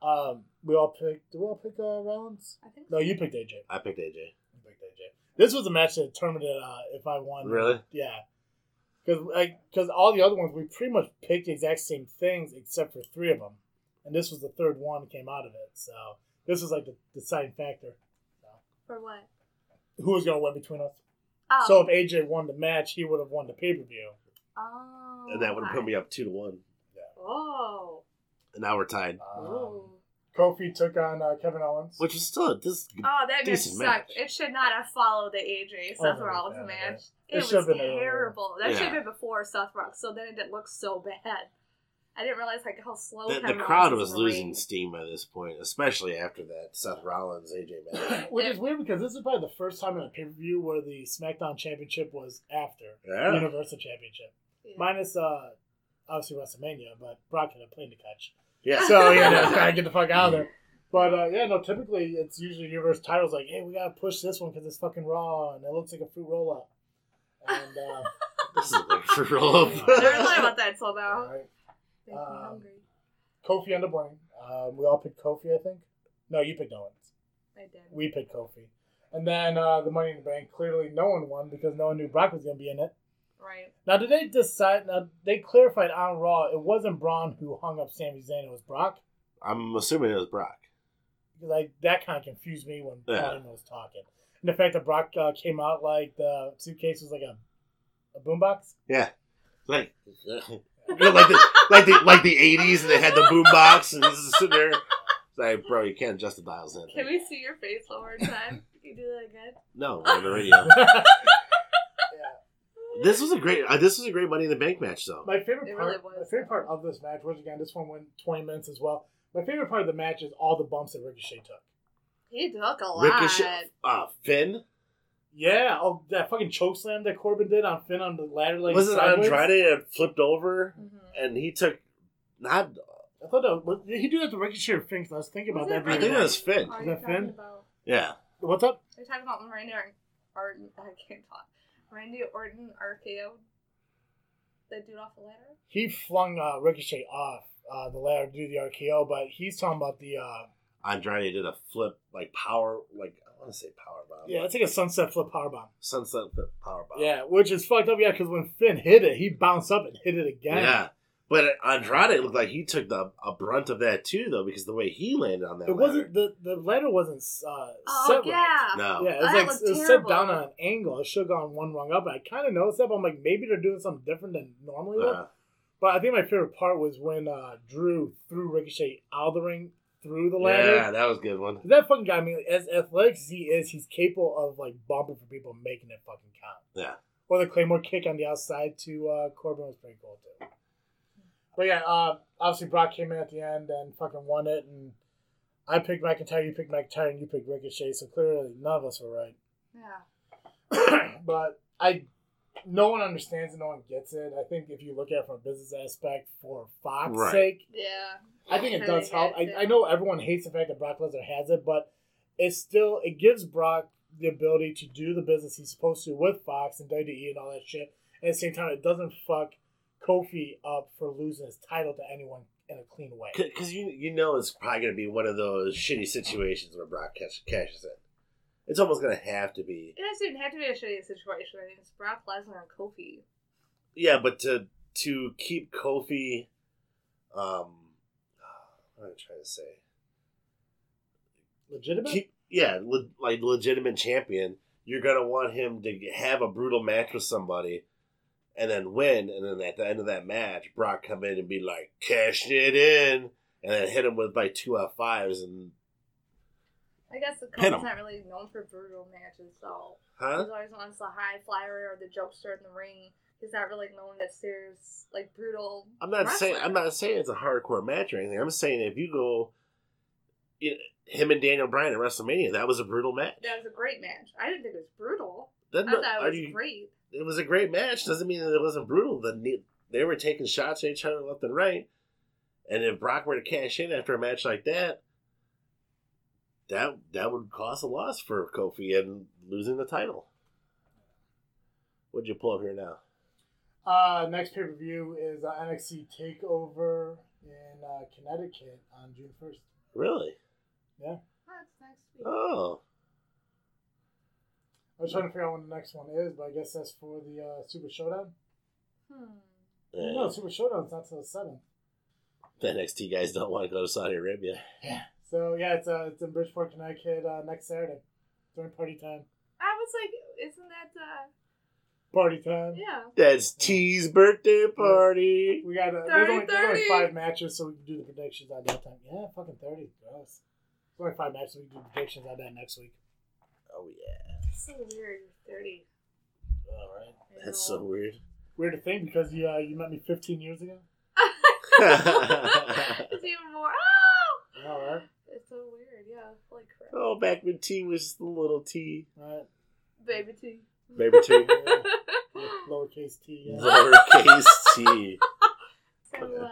Speaker 1: Um, we all picked. Did we all pick uh, Rollins?
Speaker 3: I think
Speaker 1: No, you picked AJ.
Speaker 2: I picked AJ.
Speaker 1: You picked AJ. This was a match that determined uh, if I won.
Speaker 2: Really?
Speaker 1: Yeah. Because like, cause all the other ones, we pretty much picked the exact same things except for three of them. And this was the third one that came out of it. So this was like the deciding factor.
Speaker 3: for what?
Speaker 1: Who was going to win between us?
Speaker 3: Oh.
Speaker 1: So if AJ won the match, he would have won the pay per view.
Speaker 3: oh.
Speaker 2: And that would have put me up two to one.
Speaker 3: Oh.
Speaker 2: And now we're tied,
Speaker 1: Um,
Speaker 3: Ooh.
Speaker 1: Kofi took on uh, Kevin Owens.
Speaker 2: which is still this.
Speaker 3: Oh, that match
Speaker 2: Decent
Speaker 3: sucked.
Speaker 2: match.
Speaker 3: It should not have followed the AJ Seth
Speaker 1: Oh, no,
Speaker 3: Rollins
Speaker 1: no, no.
Speaker 3: match.
Speaker 1: It
Speaker 3: It,
Speaker 1: should have
Speaker 3: was
Speaker 1: been earlier.
Speaker 3: terrible. That should
Speaker 2: Yeah.
Speaker 3: have been before Seth Rollins, so then it didn't look so bad. I didn't realize like how
Speaker 1: Oh,
Speaker 3: slow
Speaker 2: The, the
Speaker 3: Kevin Owens
Speaker 2: crowd
Speaker 3: is
Speaker 2: was
Speaker 3: in the
Speaker 2: losing
Speaker 3: ring.
Speaker 2: steam by this point, especially after that Seth Rollins AJ match.
Speaker 1: Which is weird because this is probably the first time in a pay per view where the SmackDown Championship was after the
Speaker 2: yeah,
Speaker 1: Universal Championship.
Speaker 3: Yeah.
Speaker 1: Minus uh obviously WrestleMania, but Brock had a plane to catch.
Speaker 2: yeah.
Speaker 1: So you know, gotta get the fuck out of there. But uh, yeah, no. Typically, it's usually Universe titles like, "Hey, we gotta push this one because it's fucking raw and it looks like a fruit roll up." And uh,
Speaker 2: this is like for roll
Speaker 3: I never thought
Speaker 2: up.
Speaker 3: about that until now.
Speaker 1: alright.
Speaker 3: Makes me
Speaker 1: Um,
Speaker 3: hungry.
Speaker 1: Kofi ended up winning. Um, we all picked Kofi, I think. No, you picked Owens.
Speaker 3: I did.
Speaker 1: We picked Kofi. And then uh, the Money in the Bank. Clearly, no one won because no one knew Brock was gonna be in it.
Speaker 3: Right.
Speaker 1: Now, did they decide? Now, they clarified on Raw it wasn't Braun who hung up Sami Zayn; it was Brock.
Speaker 2: I'm assuming it was Brock.
Speaker 1: like that kind of confused me when
Speaker 2: Yeah.
Speaker 1: Brian was talking. And the fact that Brock uh, came out like the suitcase was like a a boombox.
Speaker 2: Yeah, like like the like the like the '80s, and they had the boombox, and he's just sitting there. It's like, bro, you can't adjust the dials in.
Speaker 3: Can we see your face one more time? Can you do that again?
Speaker 2: No, on the radio. This was a great. Uh, this was a great Money in the Bank match, though.
Speaker 1: My favorite
Speaker 3: It
Speaker 1: part,
Speaker 3: really was.
Speaker 1: my favorite part of this match was again this one went twenty minutes as well. My favorite part of the match is all the bumps that Ricochet took.
Speaker 3: He took a lot.
Speaker 2: Ricochet, uh, Finn.
Speaker 1: Yeah, oh that fucking choke slam that Corbin did on Finn on the ladder, like
Speaker 2: was it
Speaker 1: sideways.
Speaker 2: Andrade that flipped over
Speaker 3: Mhm.
Speaker 2: and he took not?
Speaker 1: I thought that was, did he do that to Ricochet or Finn? 'Cause I was thinking about
Speaker 3: Was
Speaker 1: that.
Speaker 3: it
Speaker 2: I
Speaker 1: during
Speaker 2: think
Speaker 1: the-
Speaker 2: that was Finn.
Speaker 3: Are
Speaker 1: Is
Speaker 3: you
Speaker 1: that
Speaker 3: talking
Speaker 1: Finn?
Speaker 3: about?
Speaker 2: Yeah,
Speaker 1: What's up?
Speaker 3: They're talking about Randy Orton. Orton I can't talk. Randy Orton RKO. The dude off the ladder.
Speaker 1: He flung uh, Ricochet off uh, the ladder to do the RKO, but he's talking about the uh,
Speaker 2: Andrade did a flip, like power, like I want to say power bomb.
Speaker 1: yeah, it's like a sunset flip powerbomb.
Speaker 2: sunset flip power bomb.
Speaker 1: Yeah, which is fucked up. Yeah, because when Finn hit it, he bounced up and hit it
Speaker 2: yeah.
Speaker 1: again.
Speaker 2: But Andrade looked like he took the a brunt of that too, though, because the way he landed on that.
Speaker 1: it wasn't
Speaker 2: ladder.
Speaker 1: the the ladder wasn't uh,
Speaker 3: Oh
Speaker 1: set right.
Speaker 3: yeah.
Speaker 2: No.
Speaker 1: Yeah, it was
Speaker 3: That
Speaker 1: like
Speaker 3: looked
Speaker 1: it was set
Speaker 3: terrible.
Speaker 1: down on an angle. It should have gone one rung up. And I kind of noticed that, but I'm like, maybe they're doing something different than normally. they
Speaker 2: Uh,
Speaker 1: But I think my favorite part was when uh, Drew threw Ricochet out of the ring through the ladder.
Speaker 2: yeah, that was a good one.
Speaker 1: That fucking guy, I mean, as athletic as he is, he's capable of like bumping for people, and making it fucking count.
Speaker 2: Yeah.
Speaker 1: Or the Claymore kick on the outside to uh, Corbin was pretty cool too. But yeah, uh, obviously Brock came in at the end and fucking won it, and I picked McIntyre, you picked McIntyre, and you picked Ricochet, so clearly none of us were right.
Speaker 3: Yeah.
Speaker 1: but I, no one understands and no one gets it. I think if you look at it from a business aspect, for Fox's
Speaker 2: Right.
Speaker 1: sake,
Speaker 3: Yeah.
Speaker 1: I think it
Speaker 3: I
Speaker 1: does
Speaker 3: think
Speaker 1: help.
Speaker 3: it-
Speaker 1: I, I know everyone hates the fact that Brock Lesnar has it, but it still it gives Brock the ability to do the business he's supposed to with Fox and WWE and all that shit. At the same time, it doesn't fuck Kofi up for losing his title to anyone in a clean way.
Speaker 2: Because you you know it's probably going to be one of those shitty situations where Brock cash, cashes in. It's almost going to have to be.
Speaker 3: It doesn't even have to be a shitty situation. I think it's Brock Lesnar and Kofi.
Speaker 2: Yeah, but to to keep Kofi, um, what am I trying to say?
Speaker 1: Legitimate?
Speaker 2: Keep yeah, le- like legitimate champion. You're gonna want him to have a brutal match with somebody, and then win. And then at the end of that match, Brock come in and be like, "Cashed it in," and then hit him with like two F fives, and
Speaker 3: I guess the
Speaker 2: Pin 'em.
Speaker 3: Colt's not really known for brutal matches, so
Speaker 2: Huh?
Speaker 3: he's always wants the high flyer or the jokester in the ring. He's not really known as serious, like brutal.
Speaker 2: I'm not saying
Speaker 3: wrestler.
Speaker 2: I'm not saying it's a hardcore match or anything. I'm saying if you go, you know, him and Daniel Bryan at WrestleMania, that was a brutal match.
Speaker 3: That was a great match. I didn't think it was brutal.
Speaker 2: That-
Speaker 3: I thought
Speaker 2: are
Speaker 3: it was
Speaker 2: you-
Speaker 3: great.
Speaker 2: it was a great match. Doesn't mean that it wasn't brutal. The ne- they were taking shots at each other left and right, and if Brock were to cash in after a match like that, that that would cause a loss for Kofi and losing the title. What'd you pull up here now?
Speaker 1: Uh, next pay per view is uh, NXT Takeover in uh, Connecticut on June first.
Speaker 2: Really?
Speaker 3: That's next week.
Speaker 2: Oh,
Speaker 1: I was trying to figure out when the next one is, but I guess that's for the uh, Super Showdown.
Speaker 3: Hmm.
Speaker 1: No,
Speaker 2: yeah.
Speaker 1: Super Showdown's not till the seventh.
Speaker 2: the NXT guys don't want to go to Saudi Arabia.
Speaker 1: So yeah, it's uh, it's in Bridgeport, Connecticut uh, next Saturday during party time.
Speaker 3: I was like, isn't that uh
Speaker 1: Party time.
Speaker 3: yeah.
Speaker 2: That's T's birthday party.
Speaker 1: We got uh, there's, only, there's only
Speaker 3: 30.
Speaker 1: five matches, so we can do the predictions on that time. Yeah, fucking thirty. Gross. There's only five matches, so we can do predictions on that next week.
Speaker 2: Oh yeah,
Speaker 3: It's so weird. You're Thirty.
Speaker 1: All right.
Speaker 3: I
Speaker 2: that's
Speaker 3: know.
Speaker 2: so weird.
Speaker 1: Weird to think because you uh, you met me 15 years ago.
Speaker 3: it's even more. Oh,
Speaker 1: All right.
Speaker 3: it's so weird. Yeah, like crap.
Speaker 2: oh, back when T was the little T,
Speaker 1: All right.
Speaker 3: baby T.
Speaker 2: baby T.
Speaker 1: Yeah. Yeah, Lowercase t. Yeah.
Speaker 2: Lowercase t.
Speaker 3: So, uh,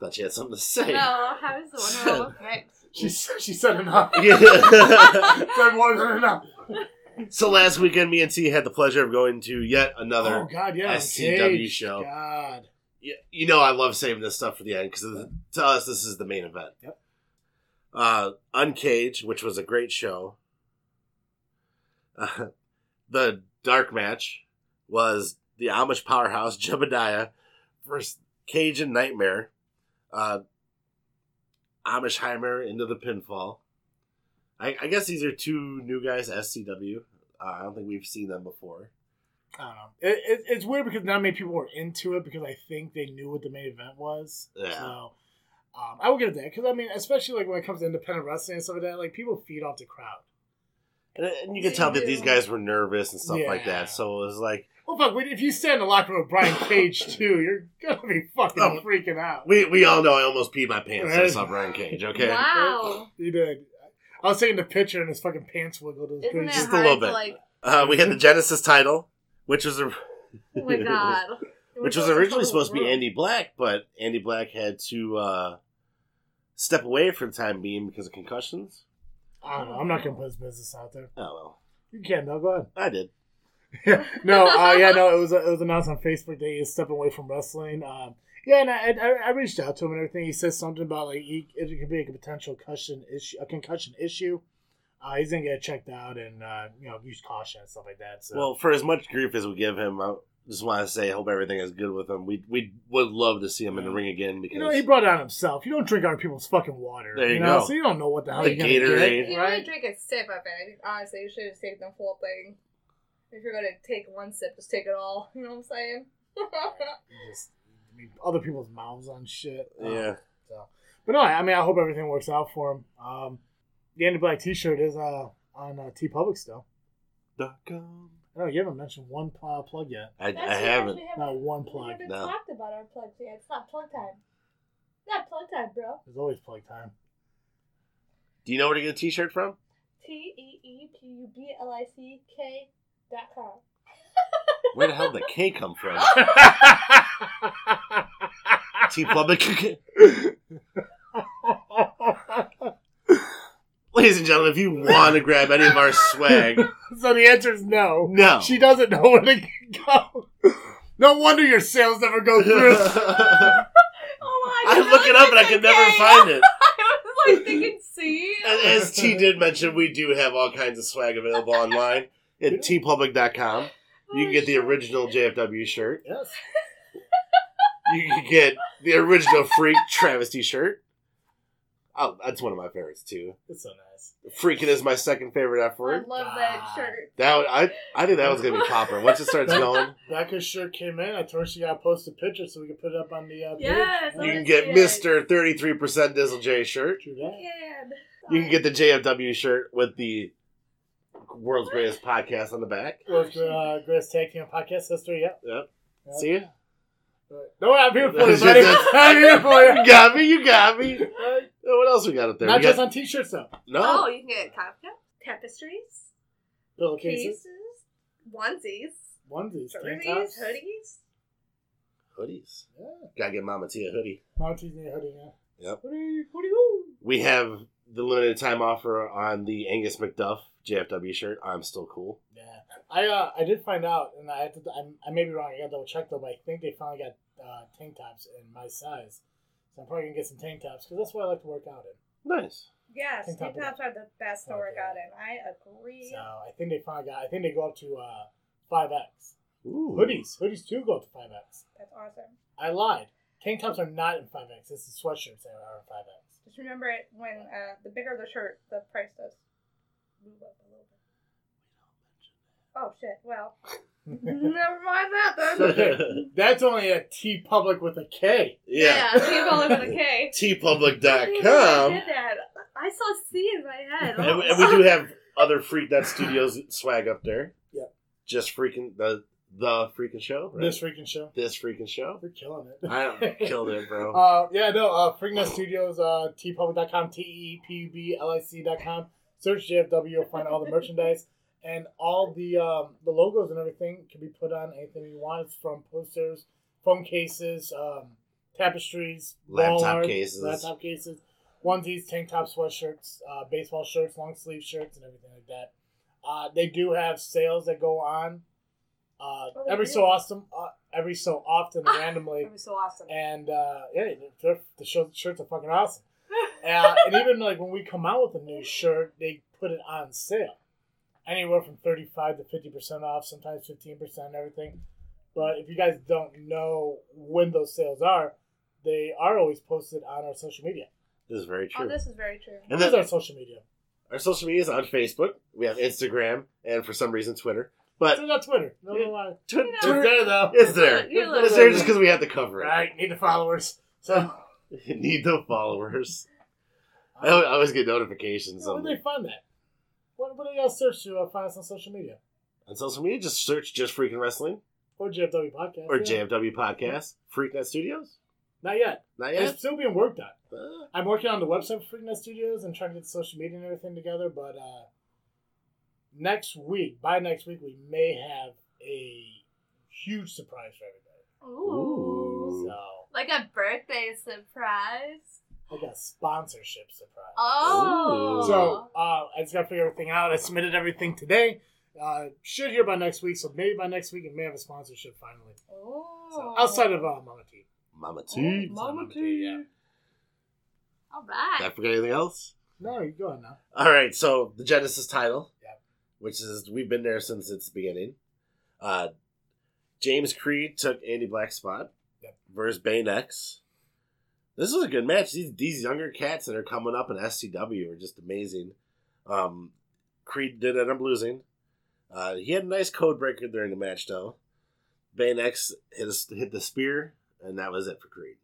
Speaker 2: Thought you had something to say.
Speaker 3: no, I was the one Oh, who looked next.
Speaker 1: She she said enough.
Speaker 2: Yeah.
Speaker 1: said more than enough.
Speaker 2: so last weekend, me and T had the pleasure of going to yet another.
Speaker 1: Oh God, yeah.
Speaker 2: SCW
Speaker 1: Cage.
Speaker 2: show.
Speaker 1: God.
Speaker 2: Y- You know, I love saving this stuff for the end because to us, this is the main event.
Speaker 1: Yep.
Speaker 2: Uh, Uncage, which was a great show. Uh, the dark match was the Amish powerhouse Jebediah versus Cage and Nightmare. Uh, Amish Heimer into the pinfall. I, I guess these are two new guys, SCW. Uh, I don't think we've seen them before.
Speaker 1: I don't know. It, it, it's weird because not many people were into it because I think they knew what the main event was.
Speaker 2: Yeah.
Speaker 1: So um, I will give it that because I mean, especially like when it comes to independent wrestling and stuff like that, like people feed off the crowd.
Speaker 2: And, and you could tell that these guys were nervous and stuff like
Speaker 1: Yeah.
Speaker 2: that. So it was like,
Speaker 1: Well, fuck, when- if you stand in the locker room with Brian Cage too, you're gonna be fucking
Speaker 2: Oh.
Speaker 1: freaking out.
Speaker 2: We we all know I almost peed my pants when I
Speaker 1: Right.
Speaker 2: saw Brian Cage. Okay,
Speaker 3: Wow.
Speaker 1: You did. I was taking the picture and his fucking pants wiggled. It was
Speaker 3: Isn't
Speaker 1: crazy.
Speaker 3: that
Speaker 2: Just a
Speaker 3: hard
Speaker 2: little
Speaker 3: to,
Speaker 2: bit.
Speaker 3: like,
Speaker 2: uh, we had the Genesis title, which was a,
Speaker 3: oh my god.
Speaker 2: which was originally supposed to be Andy Black, but Andy Black had to uh, step away for the time being because of concussions.
Speaker 1: I don't know. I'm not gonna put his business out there.
Speaker 2: Oh well,
Speaker 1: You can though. Go ahead.
Speaker 2: I did.
Speaker 1: Yeah. no, uh, yeah, no. It was it was announced on Facebook that he is stepping away from wrestling. Um, yeah, and I, I I reached out to him and everything. He said something about like he, it could be like a potential concussion issue, a concussion issue. Uh, he's gonna get it checked out and uh, you know use caution and stuff like that. So
Speaker 2: Well, for as much grief as we give him, I just want to say I hope everything is good with him. We we would love to see him in the ring again because
Speaker 1: you know he brought it on himself. You don't drink other people's fucking water.
Speaker 2: There you
Speaker 1: know,
Speaker 2: go.
Speaker 1: So you don't know what the hell
Speaker 2: The
Speaker 1: you're gonna
Speaker 2: Gatorade.
Speaker 1: get,
Speaker 3: You
Speaker 1: right?
Speaker 3: only drink a sip of it. Honestly, you should have taken the whole thing. If you're gonna take one sip, just take it all. You know what I'm saying?
Speaker 1: You just- I mean, other people's mouths on shit. Um,
Speaker 2: yeah.
Speaker 1: But no, I mean, I hope everything works out for him. Um, the Andy Black T-shirt is uh, on uh, T Public still.
Speaker 2: Dot com.
Speaker 1: I don't know you haven't mentioned one uh, plug yet.
Speaker 2: I, I haven't.
Speaker 1: Not one plug.
Speaker 3: haven't
Speaker 2: No.
Speaker 3: talked about our plugs yet. It's not plug time. Not plug time, bro.
Speaker 1: There's always plug time.
Speaker 2: Do you know where to get a T-shirt from?
Speaker 3: T E E P U B L I C K dot com.
Speaker 2: Where the hell did the K come from? T public. Ladies and gentlemen, if you want to grab any of our swag,
Speaker 1: so the answer is no.
Speaker 2: no.
Speaker 1: She doesn't know where to go. No wonder your sales never go through.
Speaker 2: I
Speaker 3: Oh
Speaker 2: look it up and I can never find it.
Speaker 3: I was like thinking C.
Speaker 2: And As T did mention, we do have all kinds of swag available online at tpublic.com. You can get
Speaker 3: Oh,
Speaker 2: the original JFW shirt.
Speaker 1: yes.
Speaker 2: You can get the original Freak Travis t shirt. Oh, that's one of my favorites too.
Speaker 1: It's so nice.
Speaker 2: Freaking is my second favorite F
Speaker 3: I
Speaker 2: word.
Speaker 3: love that shirt.
Speaker 2: That one, I I think that was gonna be popper. Once it starts going,
Speaker 1: Becca's shirt came in. I told her she got to post a picture so we could put it up on the uh, page.
Speaker 3: Yes,
Speaker 2: you can get Mister Thirty Three Percent Dizzle J shirt.
Speaker 1: True that.
Speaker 3: Kid.
Speaker 2: You can get the JFW shirt with the world's greatest podcast on the back.
Speaker 1: With the uh, greatest tag team in podcast history, yep.
Speaker 2: Yep.
Speaker 1: Yep.
Speaker 2: See you.
Speaker 1: No, I'm here for you,
Speaker 2: That's
Speaker 1: buddy.
Speaker 2: just-
Speaker 1: I'm here for you.
Speaker 2: You got me. You got me. Oh, What else we got up there?
Speaker 1: Not
Speaker 2: we
Speaker 1: just
Speaker 2: got,
Speaker 1: on t-shirts, though.
Speaker 2: no.
Speaker 3: Oh, you can get Kafka, tapestries,
Speaker 1: Pillowcases,
Speaker 3: pieces, onesies,
Speaker 1: onesies, tank
Speaker 3: jerseys,
Speaker 1: tops.
Speaker 3: hoodies.
Speaker 2: Hoodies.
Speaker 1: Yeah.
Speaker 2: Gotta get Mama T a hoodie.
Speaker 1: Monty's new hoodie, yeah.
Speaker 2: Yep.
Speaker 1: Hoodie, hoodie, hoo.
Speaker 2: We have the limited time offer on the Angus McDuff JFW shirt. I'm still cool.
Speaker 1: Yeah, I uh, I did find out, and I had to, I, I may be wrong. I got to double check though, but I think they finally got uh, tank tops in my size, so I'm probably gonna get some tank tops because that's what I like to work out in.
Speaker 2: Nice.
Speaker 3: Yes,
Speaker 1: Tank
Speaker 3: tank
Speaker 1: top,
Speaker 3: tops are the best to
Speaker 1: Top,
Speaker 3: work
Speaker 1: yeah.
Speaker 3: out in. I agree.
Speaker 1: So I think they finally got. I think they go up to uh, five X
Speaker 2: Ooh.
Speaker 1: hoodies. Hoodies too go up to five X.
Speaker 3: That's awesome.
Speaker 1: I lied. Tank tops are not in five X. It's the sweatshirts that are in five X.
Speaker 3: Just remember it when uh, the bigger the shirt, the price does move up a little bit. Oh shit! Well, never mind that then.
Speaker 1: That's only a T public with a K.
Speaker 2: yeah.
Speaker 3: people live in a K. I
Speaker 2: tpublic.com.
Speaker 3: did that. I saw C in my head. Oh.
Speaker 2: And, and we do have other Freak Nut Studios swag up there.
Speaker 1: Yep.
Speaker 2: Just freaking the the freaking show. right?
Speaker 1: This freaking show.
Speaker 2: this freaking show.
Speaker 1: We're killing it.
Speaker 2: I killed it, bro.
Speaker 1: Uh, yeah, no, uh, Freaknet Studios, uh, tpublic.com, T-E-P-U-B-L-I-C.com. Search JFW, you'll find all the merchandise. And all the um, the logos and everything can be put on anything you want. It's from posters, phone cases, um, tapestries, wall
Speaker 2: Laptop
Speaker 1: art,
Speaker 2: cases.
Speaker 1: laptop cases, onesies, tank top sweatshirts, uh, baseball shirts, long sleeve shirts, and everything like that. Uh, they do have sales that go on uh,
Speaker 3: Oh, they
Speaker 1: every
Speaker 3: do?
Speaker 1: so awesome, uh, every so often, randomly
Speaker 3: It was so awesome.
Speaker 1: and uh, yeah, they're, the shirt, shirts are fucking awesome. Uh, and even like when we come out with a new shirt, they put it on sale, anywhere from thirty five to fifty percent off, sometimes fifteen percent, everything. But if you guys don't know when those sales are, they are always posted on our social media.
Speaker 2: This is very true.
Speaker 3: Oh, this is very true.
Speaker 2: and
Speaker 1: What is
Speaker 2: then
Speaker 1: our social media?
Speaker 2: our social media is on Facebook. We have Instagram and for some reason
Speaker 1: It's
Speaker 2: Twitter. But
Speaker 1: not Twitter. No, no, no.
Speaker 2: Twi-
Speaker 3: You know-
Speaker 1: It's
Speaker 2: Twitter
Speaker 1: there though.
Speaker 2: is there.
Speaker 3: You
Speaker 2: It's there just because we have to cover it.
Speaker 1: Right, need the followers. So
Speaker 2: Need the followers. I al- I always get notifications
Speaker 1: where
Speaker 2: on,
Speaker 1: do they find that? What, what do y'all search to uh, find us on social media?
Speaker 2: on social media. Just search just freaking wrestling
Speaker 1: Or JFW Podcast.
Speaker 2: or
Speaker 1: yeah.
Speaker 2: JFW podcast. Freaknet Studios.
Speaker 1: Not yet.
Speaker 2: Not
Speaker 1: It's
Speaker 2: yet.
Speaker 1: still being worked on.
Speaker 2: Uh,
Speaker 1: I'm working on the website for Freaknet Studios and trying to get the social media and everything together, but uh, next week, by next week, we may have a huge surprise for everybody.
Speaker 2: Ooh.
Speaker 1: So,
Speaker 3: Like a birthday surprise.
Speaker 1: like a sponsorship surprise.
Speaker 2: Oh.
Speaker 1: So, uh, I just got to figure everything out. I submitted everything today. Uh, should hear by next week, so maybe by next week, it may have a sponsorship finally.
Speaker 3: Oh.
Speaker 1: So, outside of uh, Mama T.
Speaker 2: Mama T.
Speaker 1: Mama T, yeah.
Speaker 3: All
Speaker 2: Did I
Speaker 3: right.
Speaker 2: forget anything else?
Speaker 1: No, you go on now.
Speaker 2: All right, so the Genesis title,
Speaker 1: Yep.
Speaker 2: which is we've been there since its beginning. Uh, James Creed took Andy Black's spot
Speaker 1: Yep.
Speaker 2: versus Bane X. This was a good match. These these younger cats that are coming up in SCW are just amazing. Um, Creed did end up losing. Uh, he had a nice code breaker during the match, though. Bane X hit, his- hit the spear, and that was it for Creed.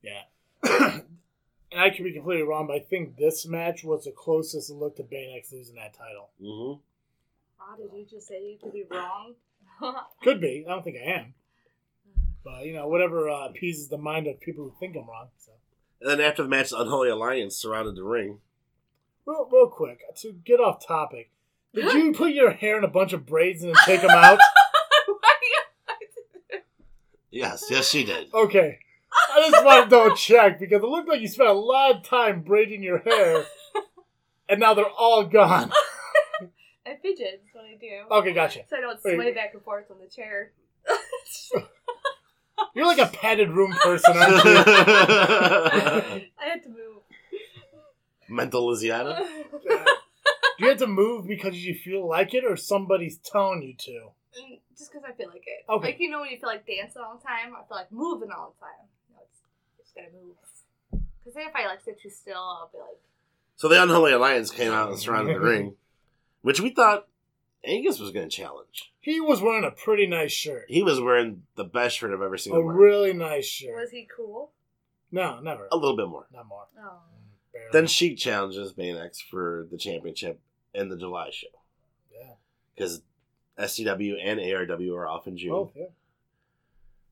Speaker 1: Yeah. and I could be completely wrong, but I think this match was the closest it looked to Bane X losing that title.
Speaker 2: Mm-hmm.
Speaker 3: Oh, did you just say you could be wrong?
Speaker 1: Could be. I don't think I am. But you know, whatever uh, appeases the mind of people who think I'm wrong. So,
Speaker 2: And then after the match, the Unholy Alliance surrounded the ring.
Speaker 1: real, real quick to get off topic, did you put your hair in a bunch of braids and then take them out?
Speaker 2: Yes, yes, she did.
Speaker 1: Okay, I just want to double check because it looked like you spent a lot of time braiding your hair, and now they're all gone.
Speaker 3: I fidget. That's what I do.
Speaker 1: Okay, gotcha.
Speaker 3: So I don't
Speaker 1: Wait.
Speaker 3: sway back and forth on the chair.
Speaker 1: You're like a padded room person, aren't you?
Speaker 3: I had to move.
Speaker 2: Mental Luciana?
Speaker 1: Uh-huh. Do you have to move because you feel like it, or somebody's telling you to?
Speaker 3: Mm, just because I feel like it.
Speaker 1: Okay.
Speaker 3: Like you know when you feel like dancing all the time, I feel like moving all the time. You know, it's just gotta move. Because then if I like sit too still, I'll be like,
Speaker 2: So the Unholy Alliance came out and surrounded the ring, which we thought Angus was going to challenge.
Speaker 1: He was wearing a pretty nice shirt,
Speaker 2: He was wearing the best shirt I've ever seen.
Speaker 1: a
Speaker 2: him wear.
Speaker 1: really nice shirt.
Speaker 3: was he cool?
Speaker 1: No, never.
Speaker 2: a little bit more.
Speaker 1: Not more. Mm,
Speaker 3: Oh.
Speaker 1: Barely.
Speaker 2: Then Sheik challenges Baynex for the championship in the July show
Speaker 1: yeah.
Speaker 2: because SCW and ARW are off in June.
Speaker 1: Both, yeah.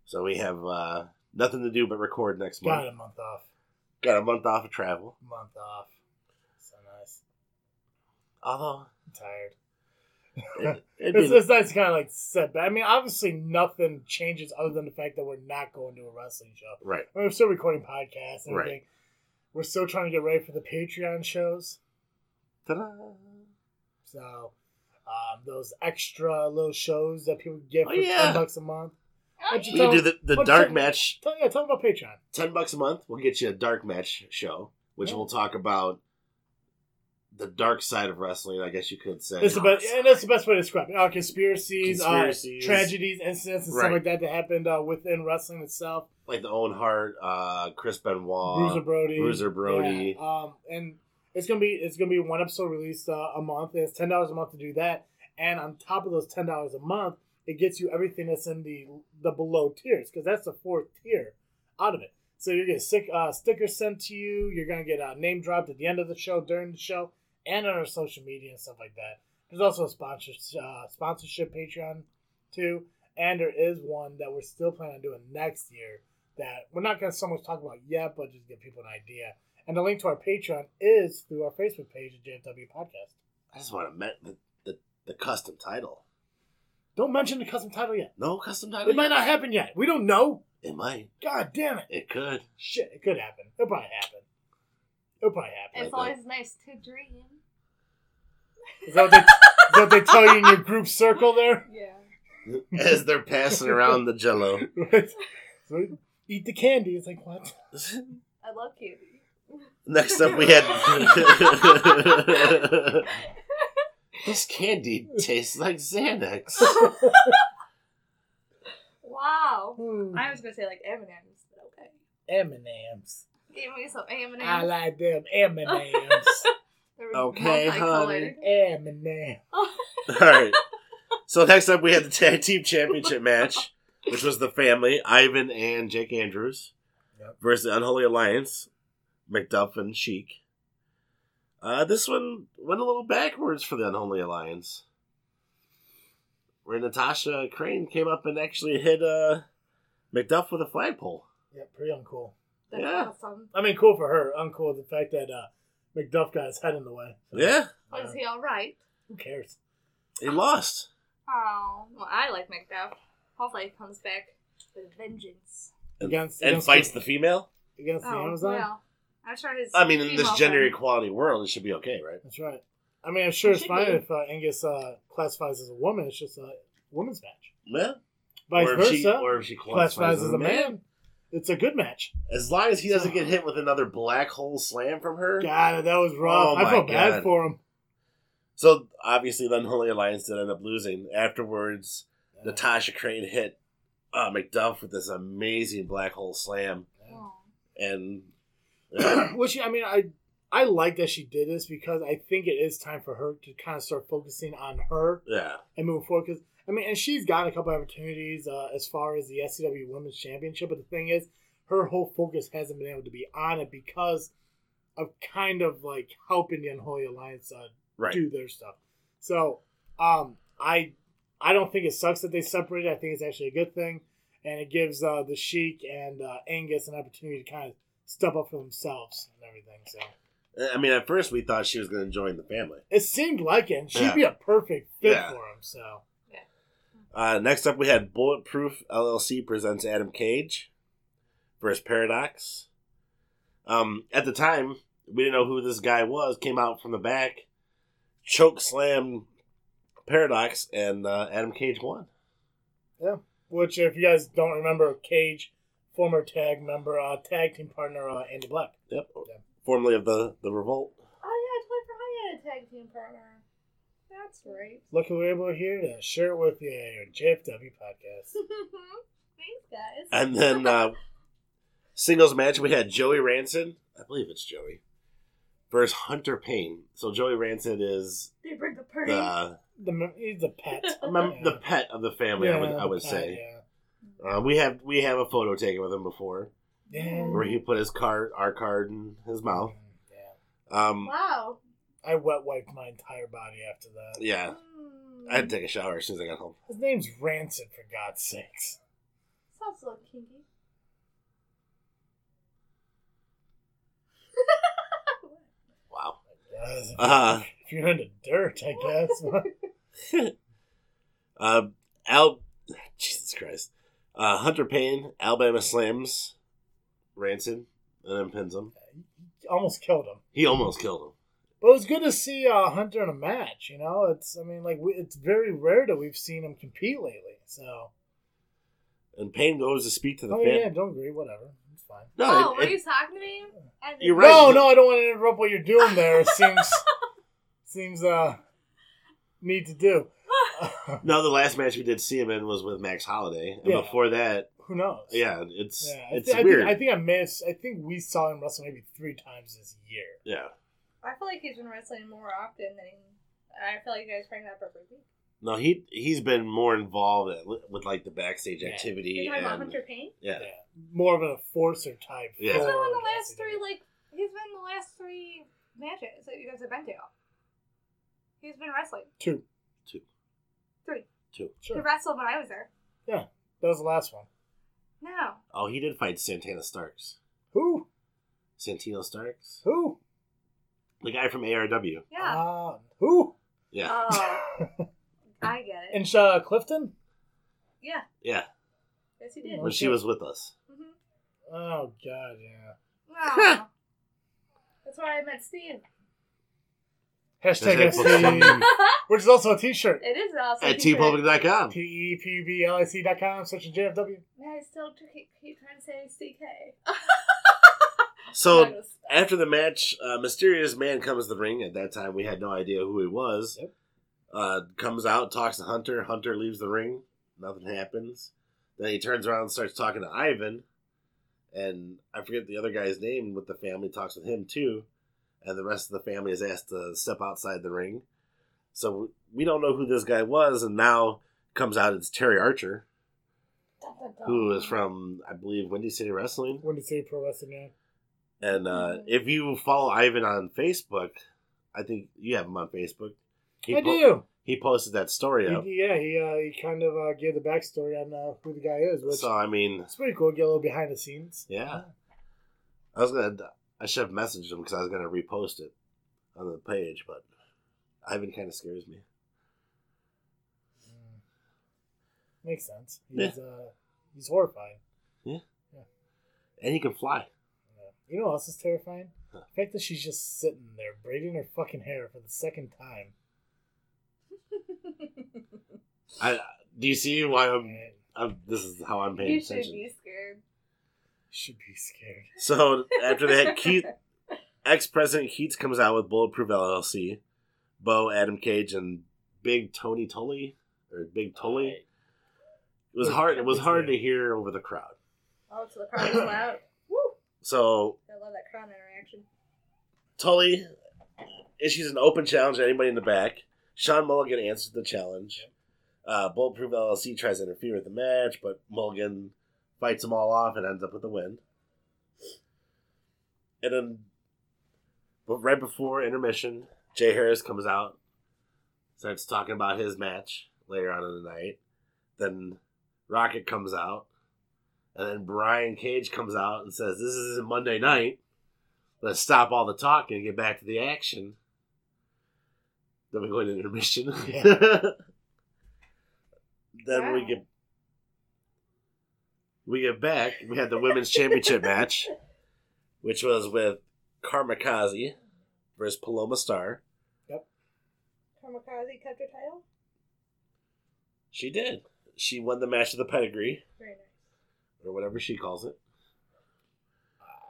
Speaker 2: So we have uh, nothing to do but record next month.
Speaker 1: Got a month off.
Speaker 2: Got a month off of travel.
Speaker 1: Month off. So nice.
Speaker 2: Although,
Speaker 1: I'm tired.
Speaker 2: it, it'd
Speaker 1: It's,
Speaker 2: be,
Speaker 1: it's nice to kind of like set back. I mean, obviously, nothing changes other than the fact that we're not going to a wrestling show.
Speaker 2: right.
Speaker 1: I mean, we're still recording podcasts and
Speaker 2: Right.
Speaker 1: everything. We're still trying to get ready for the Patreon shows.
Speaker 2: Ta-da.
Speaker 1: So, um, those extra little shows that people get
Speaker 2: Oh,
Speaker 1: for
Speaker 2: yeah.
Speaker 1: 10 bucks a month. What'd you
Speaker 2: We can
Speaker 1: tell-
Speaker 2: do the, the
Speaker 1: what'd you
Speaker 2: dark
Speaker 1: tell-
Speaker 2: match.
Speaker 1: Tell, yeah, tell them about Patreon.
Speaker 2: Ten bucks a month. We'll get you a dark match show, which
Speaker 1: Yeah.
Speaker 2: we'll talk about the dark side of wrestling. I guess you could say.
Speaker 1: It's the best, and that's the best way to describe it. Uh, conspiracies,
Speaker 2: Conspiracies.
Speaker 1: Uh, tragedies, incidents, and
Speaker 2: Right.
Speaker 1: stuff like that that happened uh, within wrestling itself.
Speaker 2: like the Owen Hart, uh, Chris Benoit,
Speaker 1: Bruiser Brody,
Speaker 2: Bruiser Brody.
Speaker 1: Yeah, Um, and it's gonna be it's gonna be one episode released uh, a month. and It's ten dollars a month to do that, and on top of those ten dollars a month, it gets you everything that's in the the below tiers because that's the fourth tier out of it. So you get stick, uh, stickers sent to you. You're gonna get uh, name dropped at the end of the show, during the show, and on our social media and stuff like that. There's also a sponsor uh, sponsorship Patreon too, and there is one that we're still planning on doing next year that we're not going to so much talk about yet, but just give people an idea. And the link to our Patreon is through our Facebook page at JFW Podcast.
Speaker 2: I just want to met the, the the custom title.
Speaker 1: Don't mention the custom title yet.
Speaker 2: No custom title.
Speaker 1: It might not happen yet. We don't know.
Speaker 2: It might.
Speaker 1: God damn it.
Speaker 2: It could.
Speaker 1: Shit, it could happen. It'll probably happen. It'll probably happen.
Speaker 2: Like
Speaker 4: It's
Speaker 2: that.
Speaker 4: always nice to dream.
Speaker 1: Is that what they, is that what they tell you in your group circle there?
Speaker 4: Yeah.
Speaker 2: As they're passing around the Jello.
Speaker 1: So, Eat the candy. It's like, what?
Speaker 4: I love candy.
Speaker 2: Next up, we had. this candy tastes like Xanax.
Speaker 4: Wow.
Speaker 1: Hmm.
Speaker 4: I was gonna say like M&M's, but okay.
Speaker 1: M&M's.
Speaker 4: Give me some M&M's.
Speaker 1: I like them M&M's.
Speaker 4: They were
Speaker 2: Okay,
Speaker 4: multicolored.
Speaker 1: M&M's.
Speaker 2: All right. So next up, we had the tag team championship match, which was the family Ivan and Jake Andrews
Speaker 1: Yep.
Speaker 2: versus the Unholy Alliance, McDuff and Sheik. Uh, this one went a little backwards for the Unholy Alliance, where Natasha Crane came up and actually hit uh, McDuff with a flagpole.
Speaker 1: Yeah, pretty uncool.
Speaker 4: That's
Speaker 2: Yeah.
Speaker 4: awesome.
Speaker 1: I mean, cool for her. Uncool the fact that uh, McDuff got his head in the way. uh,
Speaker 2: Yeah,
Speaker 4: Was he all right?
Speaker 1: Who cares?
Speaker 2: he lost.
Speaker 4: Oh, well, I like McDuff. Hopefully, he comes back with vengeance.
Speaker 1: Against
Speaker 2: and
Speaker 1: against
Speaker 2: fights the female.
Speaker 1: against the
Speaker 4: oh,
Speaker 1: Amazon.
Speaker 4: well, I'm sure his.
Speaker 2: I mean, in this
Speaker 4: female
Speaker 2: gender
Speaker 4: friend-
Speaker 2: equality world, it should be okay, right?
Speaker 1: That's right. I mean, I'm sure
Speaker 4: It
Speaker 1: it's
Speaker 4: should
Speaker 1: fine
Speaker 4: be.
Speaker 1: if uh, Angus uh, classifies as a woman. It's just a women's match.
Speaker 2: Yeah.
Speaker 1: Vice
Speaker 2: or if
Speaker 1: versa,
Speaker 2: she, or if she
Speaker 1: classifies,
Speaker 2: classifies
Speaker 1: as a man. It's a good match.
Speaker 2: As long as he doesn't get hit with another black hole slam from her.
Speaker 1: God, that was rough.
Speaker 2: Oh
Speaker 1: I
Speaker 2: my
Speaker 1: felt bad
Speaker 2: God.
Speaker 1: for him.
Speaker 2: So obviously, the Unholy Alliance did end up losing. Afterwards, Natasha Crane hit uh, McDuff with this amazing black hole slam,
Speaker 4: Oh.
Speaker 2: and
Speaker 1: Which I mean, I I like that she did this because I think it is time for her to kind of start focusing on her
Speaker 2: yeah,
Speaker 1: and move forward. Because I mean, and she's got a couple opportunities uh, as far as the SCW Women's Championship, but the thing is, her whole focus hasn't been able to be on it because of kind of like helping the Unholy Alliance uh,
Speaker 2: right.
Speaker 1: do their stuff. So um, I I don't think it sucks that they separated. I think it's actually a good thing, and it gives uh, the Sheik and uh, Angus an opportunity to kind of step up for themselves and everything. So
Speaker 2: I mean, at first we thought she was going to join the family.
Speaker 1: it seemed like it. And she'd be a perfect fit
Speaker 2: Yeah.
Speaker 1: for him. So
Speaker 2: Uh, next up, we had Bulletproof LLC presents Adam Cage versus Paradox. Um, at the time, we didn't know who this guy was. Came out from the back, choke slam Paradox, and uh, Adam Cage won.
Speaker 1: which, if you guys don't remember, Cage, former tag member, uh, tag team partner uh, Andy Black.
Speaker 2: Yep.
Speaker 1: Yeah.
Speaker 2: Formerly of the the Revolt.
Speaker 4: Oh, yeah, I totally forgot he had a tag team partner. That's right.
Speaker 1: Lucky we are able here to share it with you at your JFW podcast.
Speaker 4: Thanks, guys.
Speaker 2: And then uh, singles match, we had Joey Ranson. I believe it's Joey versus Hunter Payne. So Joey Ranson is
Speaker 4: they bring the party.
Speaker 2: the uh,
Speaker 1: The, mem- he's a pet.
Speaker 2: mem- the pet of the family. I would I
Speaker 1: the
Speaker 2: would
Speaker 1: pet,
Speaker 2: say.
Speaker 1: yeah.
Speaker 2: Uh, we have we have a photo taken with him before,
Speaker 1: Yeah.
Speaker 2: where he put his card, our card, in his mouth.
Speaker 1: Yeah.
Speaker 2: Um,
Speaker 4: Wow.
Speaker 1: I wet wiped my entire body after that.
Speaker 2: yeah,
Speaker 4: Mm.
Speaker 2: I had to take a shower as soon as I got home.
Speaker 1: His name's Rancid, for God's sakes.
Speaker 4: Sounds a little kinky.
Speaker 2: Wow.
Speaker 1: Yes, if-
Speaker 2: Uh,
Speaker 1: if you're into dirt, I guess.
Speaker 2: uh, Al, Jesus Christ, uh, Hunter Payne, Alabama slams Rancid and then pins him.
Speaker 1: Almost killed him.
Speaker 2: He almost killed him.
Speaker 1: But it was good to see uh, Hunter in a match. You know, it's I mean, like we, it's very rare that we've seen him compete lately. So,
Speaker 2: And Payne goes to speak to the
Speaker 1: oh
Speaker 2: fan.
Speaker 1: yeah, don't agree. Whatever, it's fine.
Speaker 2: No,
Speaker 4: oh,
Speaker 2: it-
Speaker 4: were
Speaker 2: it-
Speaker 4: you talking to me? And
Speaker 2: You're right.
Speaker 1: No, no, I don't want to interrupt what you're doing there. It seems seems uh need to do.
Speaker 2: no, the last match we did see him in was with Max Holiday, and
Speaker 1: Yeah.
Speaker 2: before that,
Speaker 1: Who knows?
Speaker 2: yeah, it's
Speaker 1: Yeah, I
Speaker 2: it's
Speaker 1: thi- I,
Speaker 2: weird.
Speaker 1: Think, I think I missed. I think we saw him wrestle maybe three times this year.
Speaker 2: yeah,
Speaker 3: I feel like he's been wrestling more often than I feel like you guys bring that up every week.
Speaker 2: no, he he's been more involved at, with like the backstage
Speaker 1: Yeah.
Speaker 3: You're
Speaker 2: activity
Speaker 3: talking about
Speaker 2: and
Speaker 3: Hunter Payne?
Speaker 2: yeah,
Speaker 1: More of an enforcer type.
Speaker 4: He's
Speaker 2: Yeah. He's
Speaker 4: been
Speaker 1: forward,
Speaker 4: in the last
Speaker 1: Oh, I
Speaker 4: three,
Speaker 1: think.
Speaker 4: like, he's been in the last three matches that you guys have been to. He's been wrestling.
Speaker 1: Two.
Speaker 2: two,
Speaker 4: Three.
Speaker 2: two.
Speaker 4: He
Speaker 1: Sure.
Speaker 4: wrestled when I was there.
Speaker 1: That was the last one.
Speaker 4: No.
Speaker 2: Oh, he did fight Santana Starks.
Speaker 1: Who?
Speaker 2: Santino Starks,
Speaker 1: Who?
Speaker 2: the guy from ARW.
Speaker 4: Yeah.
Speaker 1: Uh, who?
Speaker 2: Yeah,
Speaker 3: Uh,
Speaker 4: Oh, I get it.
Speaker 1: and uh, Clifton?
Speaker 4: yeah.
Speaker 2: yeah,
Speaker 4: Yes, he did.
Speaker 2: when she was with us.
Speaker 4: Mm-hmm.
Speaker 1: Oh God, yeah.
Speaker 4: No.
Speaker 3: That's why I met Steve.
Speaker 1: Hashtag
Speaker 2: That's it.
Speaker 1: ST, which is also a T-shirt.
Speaker 3: It is awesome.
Speaker 2: At tpublic.com.
Speaker 1: P e p b l i c dot com such a JFW.
Speaker 3: Man, I still t- keep, keep trying to say CK.
Speaker 2: So after the match, uh, mysterious man comes to the ring. At that time, we had no idea who he was.
Speaker 1: Yep.
Speaker 2: Uh, comes out, talks to Hunter. Hunter leaves the ring. Nothing happens. Then he turns around and starts talking to Ivan, and I forget the other guy's name. With the family, talks with him too, and the rest of the family is asked to step outside the ring. So we don't know who this guy was, and now comes out it's Terry Archer, who is from I believe Windy City Wrestling.
Speaker 1: When did City Pro Wrestling? Yeah.
Speaker 2: And uh,
Speaker 1: Mm-hmm.
Speaker 2: if you follow Ivan on Facebook, I think you have him on Facebook. He
Speaker 1: I
Speaker 2: po-
Speaker 1: do.
Speaker 2: He posted that story up.
Speaker 1: He, yeah, he uh, he kind of uh, gave the backstory on uh, who the guy is, which
Speaker 2: So I mean,
Speaker 1: it's pretty cool. Get a little behind the scenes.
Speaker 2: yeah. I was gonna. I should have messaged him because I was gonna repost it on the page, but Ivan kind of scares me.
Speaker 1: Mm. Makes sense. He's uh, he's horrifying.
Speaker 2: And he can fly.
Speaker 1: Yeah. You know what else is terrifying?
Speaker 2: Huh.
Speaker 1: The fact that she's just sitting there braiding her fucking hair for the second time.
Speaker 2: I do you see why I'm,
Speaker 1: Man,
Speaker 2: I'm? This is how I'm paying
Speaker 4: You should
Speaker 2: attention.
Speaker 4: be scared.
Speaker 1: should be scared.
Speaker 2: So after that, Keith, ex President Keats, comes out with Bulletproof LLC, Bo, Adam Cage, and Big Tony Tully or Big Tully.
Speaker 1: Right.
Speaker 2: It was hard. It was hard to hear over the crowd.
Speaker 3: Oh, so the crowd was loud. Woo!
Speaker 2: So
Speaker 3: I love that crowd interaction.
Speaker 2: Tully issues an open challenge to anybody in the back. Sean Mulligan answers the challenge. Uh, Bulletproof LLC tries to interfere with the match, but Mulligan fights them all off and ends up with the win. And then, but right before intermission, Jay Harris comes out, starts talking about his match later on in the night. Then Rocket comes out, and then Brian Cage comes out and says, "This isn't Monday night." let's stop all the talking and get back to the action. Then we go into intermission. then we
Speaker 3: Wow.
Speaker 2: get we get back. We had the women's championship match, which was with Karmikaze versus Paloma Star.
Speaker 3: Kamikaze kept her title?
Speaker 2: She did. She won the match of the pedigree,
Speaker 3: Very nice.
Speaker 2: or whatever she calls it.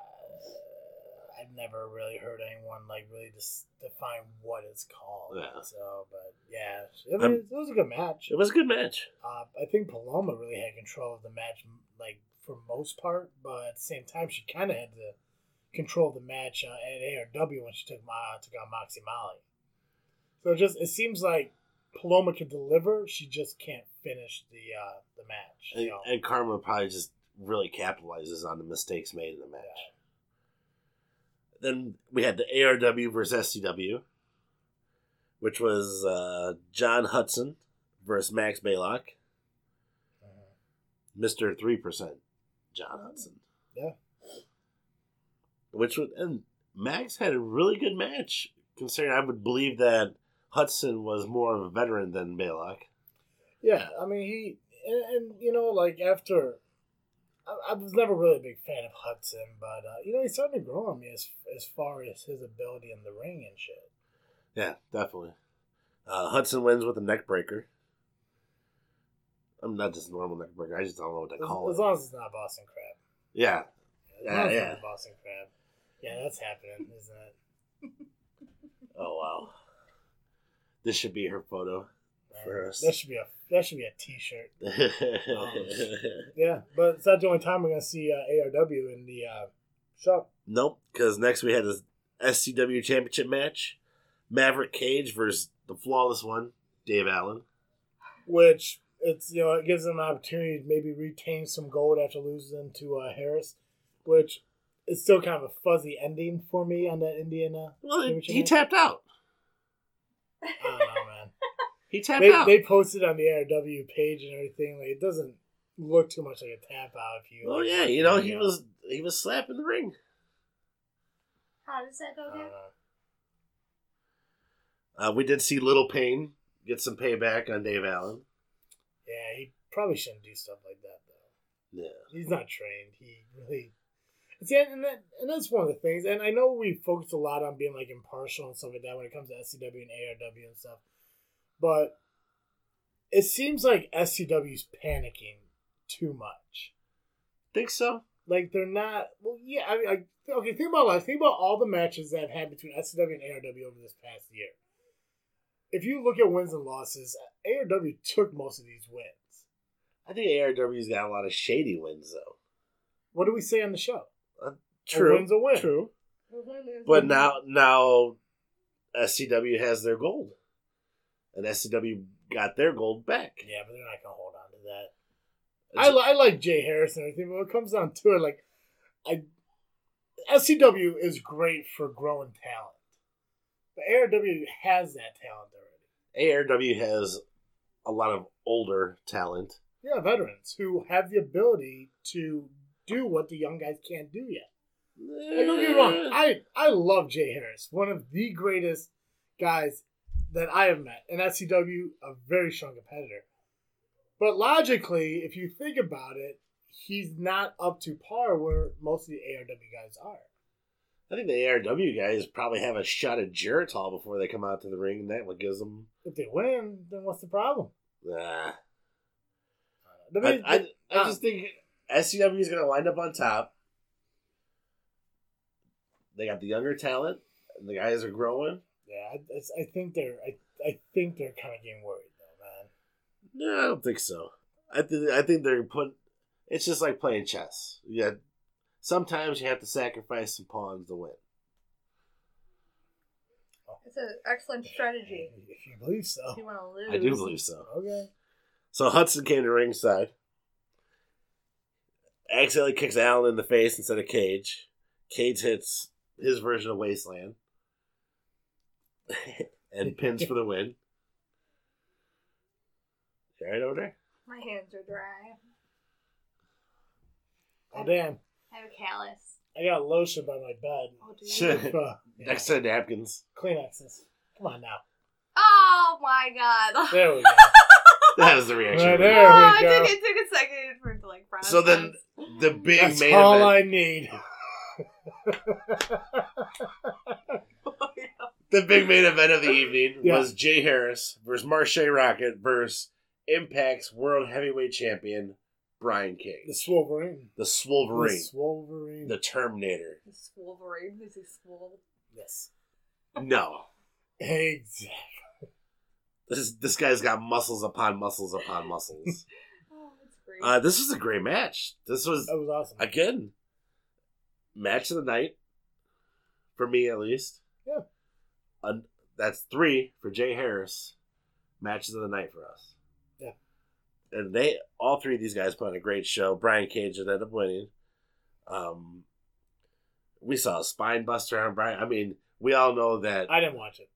Speaker 1: Uh, I've never really heard anyone like really just define what it's called.
Speaker 2: Yeah.
Speaker 1: So, but yeah, it
Speaker 2: I'm-
Speaker 1: was, it was a good match.
Speaker 2: It was a good match.
Speaker 1: Uh, I think Paloma really had control of the match, m- like for most part, but at the same time, she kind of had to control of the match uh, at ARW when she took Ma took out Moxie Molly. So it just it seems like Paloma can deliver, she just can't finish the uh, the match.
Speaker 2: And,
Speaker 1: you know.
Speaker 2: and Karma probably just really capitalizes on the mistakes made in the match. Then we had the ARW versus SCW, which was uh, John Hudson versus Max Baylock,
Speaker 1: uh-huh.
Speaker 2: Mister Three Percent, John Hudson.
Speaker 1: Yeah.
Speaker 2: Which was and Max had a really good match. Considering I would believe that Hudson was more of a veteran than Baylock.
Speaker 1: Yeah, I mean he and, and you know like after I, I was never really a big fan of Hudson, but uh, you know he's starting to grow on me as as far as his ability in the ring and shit.
Speaker 2: Yeah, definitely. Uh, Hudson wins with a neck breaker. I'm not just normal neck breaker. I just don't know what to
Speaker 1: As,
Speaker 2: call
Speaker 1: as
Speaker 2: it.
Speaker 1: long as it's not Boston crab.
Speaker 2: Yeah,
Speaker 1: As long as it's
Speaker 2: Yeah,
Speaker 1: not Boston crab. Yeah, that's happening, isn't it?
Speaker 2: Oh wow. This should be her photo. For us.
Speaker 1: That should be a that should be a T-shirt.
Speaker 2: Nope,
Speaker 1: Yeah, but it's not the only time we're gonna see uh, ARW in the uh, show.
Speaker 2: nope, because next we had this SCW championship match. Maverick Cage versus the flawless one, Dave Allen.
Speaker 1: which it's you know it gives them an opportunity to maybe retain some gold after losing to uh, Harris, which is still kind of a fuzzy ending for me on that Indiana.
Speaker 2: Well he,
Speaker 1: championship
Speaker 2: he
Speaker 1: match.
Speaker 2: tapped out.
Speaker 1: I don't know, man.
Speaker 2: He tapped
Speaker 1: They,
Speaker 2: out.
Speaker 1: they posted on the ARW page and everything. Like it doesn't look too much like a tap out if you.
Speaker 2: oh
Speaker 1: like,
Speaker 2: yeah,
Speaker 1: look
Speaker 2: you know,
Speaker 1: back
Speaker 2: he
Speaker 1: at it.
Speaker 2: was he was slapping the ring.
Speaker 4: How does that go
Speaker 1: I don't
Speaker 4: down?
Speaker 1: know.
Speaker 2: Uh, we did see Little Payne get some payback on Dave Allen.
Speaker 1: Yeah, he probably shouldn't do stuff like that though.
Speaker 2: Yeah.
Speaker 1: he's not trained. He really. See, and that, and that's one of the things. And I know we focus a lot on being like impartial and stuff like that when it comes to SCW and ARW and stuff, but it seems like SCW's panicking too much.
Speaker 2: Think so?
Speaker 1: Like they're not. Well, yeah. I mean, like, okay. Think about like think about all the matches that I've had between SCW and ARW over this past year. If you look at wins and losses, ARW took most of these wins.
Speaker 2: I think ARW's got a lot of shady wins though.
Speaker 1: What do we say on the show?
Speaker 2: True.
Speaker 1: A win's a win.
Speaker 2: True.
Speaker 3: Mhm.
Speaker 2: But now, now, SCW has their gold, and SCW got their gold back.
Speaker 1: Yeah, but they're not gonna hold on to that. I, li- I like Jay Harris and everything, but when it comes down to it, like I SCW is great for growing talent. But ARW has that talent already.
Speaker 2: ARW has a lot of older talent.
Speaker 1: Yeah, veterans who have the ability to do what the young guys can't do yet. Like, don't get me wrong. I, I love Jay Harris, one of the greatest guys that I have met. And SCW, a very strong competitor. But logically, if you think about it, he's not up to par where most of the ARW guys are.
Speaker 2: I think the ARW guys probably have a shot at Geritol before they come out to the ring, and that what gives them.
Speaker 1: If they win, then what's the problem?
Speaker 2: Uh,
Speaker 1: I
Speaker 2: I,
Speaker 1: mean,
Speaker 2: I, I
Speaker 1: uh,
Speaker 2: just think SCW is going to wind up on top. They got the younger talent, and the guys are growing.
Speaker 1: yeah, I, it's- I think they're I, I think they're kind of getting worried though, man.
Speaker 2: No, I don't think so. I think I think they're put. It's just like playing chess. Yeah, sometimes you have to sacrifice some pawns to win.
Speaker 3: It's an excellent strategy.
Speaker 1: If you believe so.
Speaker 3: If you want to lose.
Speaker 2: Oh, I do believe so.
Speaker 1: Okay.
Speaker 2: So Hudson came to ringside. Accidentally kicks Allen in the face instead of Cage. Cage hits his version of Wasteland and pins for the win. You All right over there.
Speaker 4: My hands are dry.
Speaker 1: Oh damn,
Speaker 4: I have a callus.
Speaker 1: I got lotion by my bed.
Speaker 4: Oh, do you?
Speaker 2: Shit.
Speaker 1: Uh, yeah.
Speaker 2: Next to napkins.
Speaker 1: Kleenexes. Come on now.
Speaker 4: Oh my god.
Speaker 1: There we go.
Speaker 2: That was the reaction.
Speaker 1: Right
Speaker 2: we
Speaker 1: there.
Speaker 2: got.
Speaker 4: oh, I
Speaker 1: we go.
Speaker 4: took, it took a second for it to like process.
Speaker 2: So then the big
Speaker 1: That's
Speaker 2: main
Speaker 1: all
Speaker 2: event.
Speaker 1: I need.
Speaker 2: the big main event of the evening
Speaker 1: Yeah.
Speaker 2: was Jay Harris versus Marche Rocket versus Impact's World Heavyweight Champion Brian King,
Speaker 1: the Swolverine.
Speaker 2: the Swolverine,
Speaker 1: The Swolverine.
Speaker 2: the Terminator.
Speaker 3: He's Wolverine. He's a swole.
Speaker 1: yes.
Speaker 2: No,
Speaker 1: Exactly.
Speaker 2: this this guy's got muscles upon muscles upon muscles.
Speaker 3: Oh, that's great.
Speaker 2: uh, this was a great match. This was
Speaker 1: That was awesome.
Speaker 2: again match of the night for me at least.
Speaker 1: Yeah.
Speaker 2: An- that's three for Jay Harris. Matches of the night for us.
Speaker 1: Yeah.
Speaker 2: And they all three of these guys put on a great show. Brian Cage ended up winning. Um, We saw a spine buster on Brian. I mean, we all know that.
Speaker 1: I didn't watch it.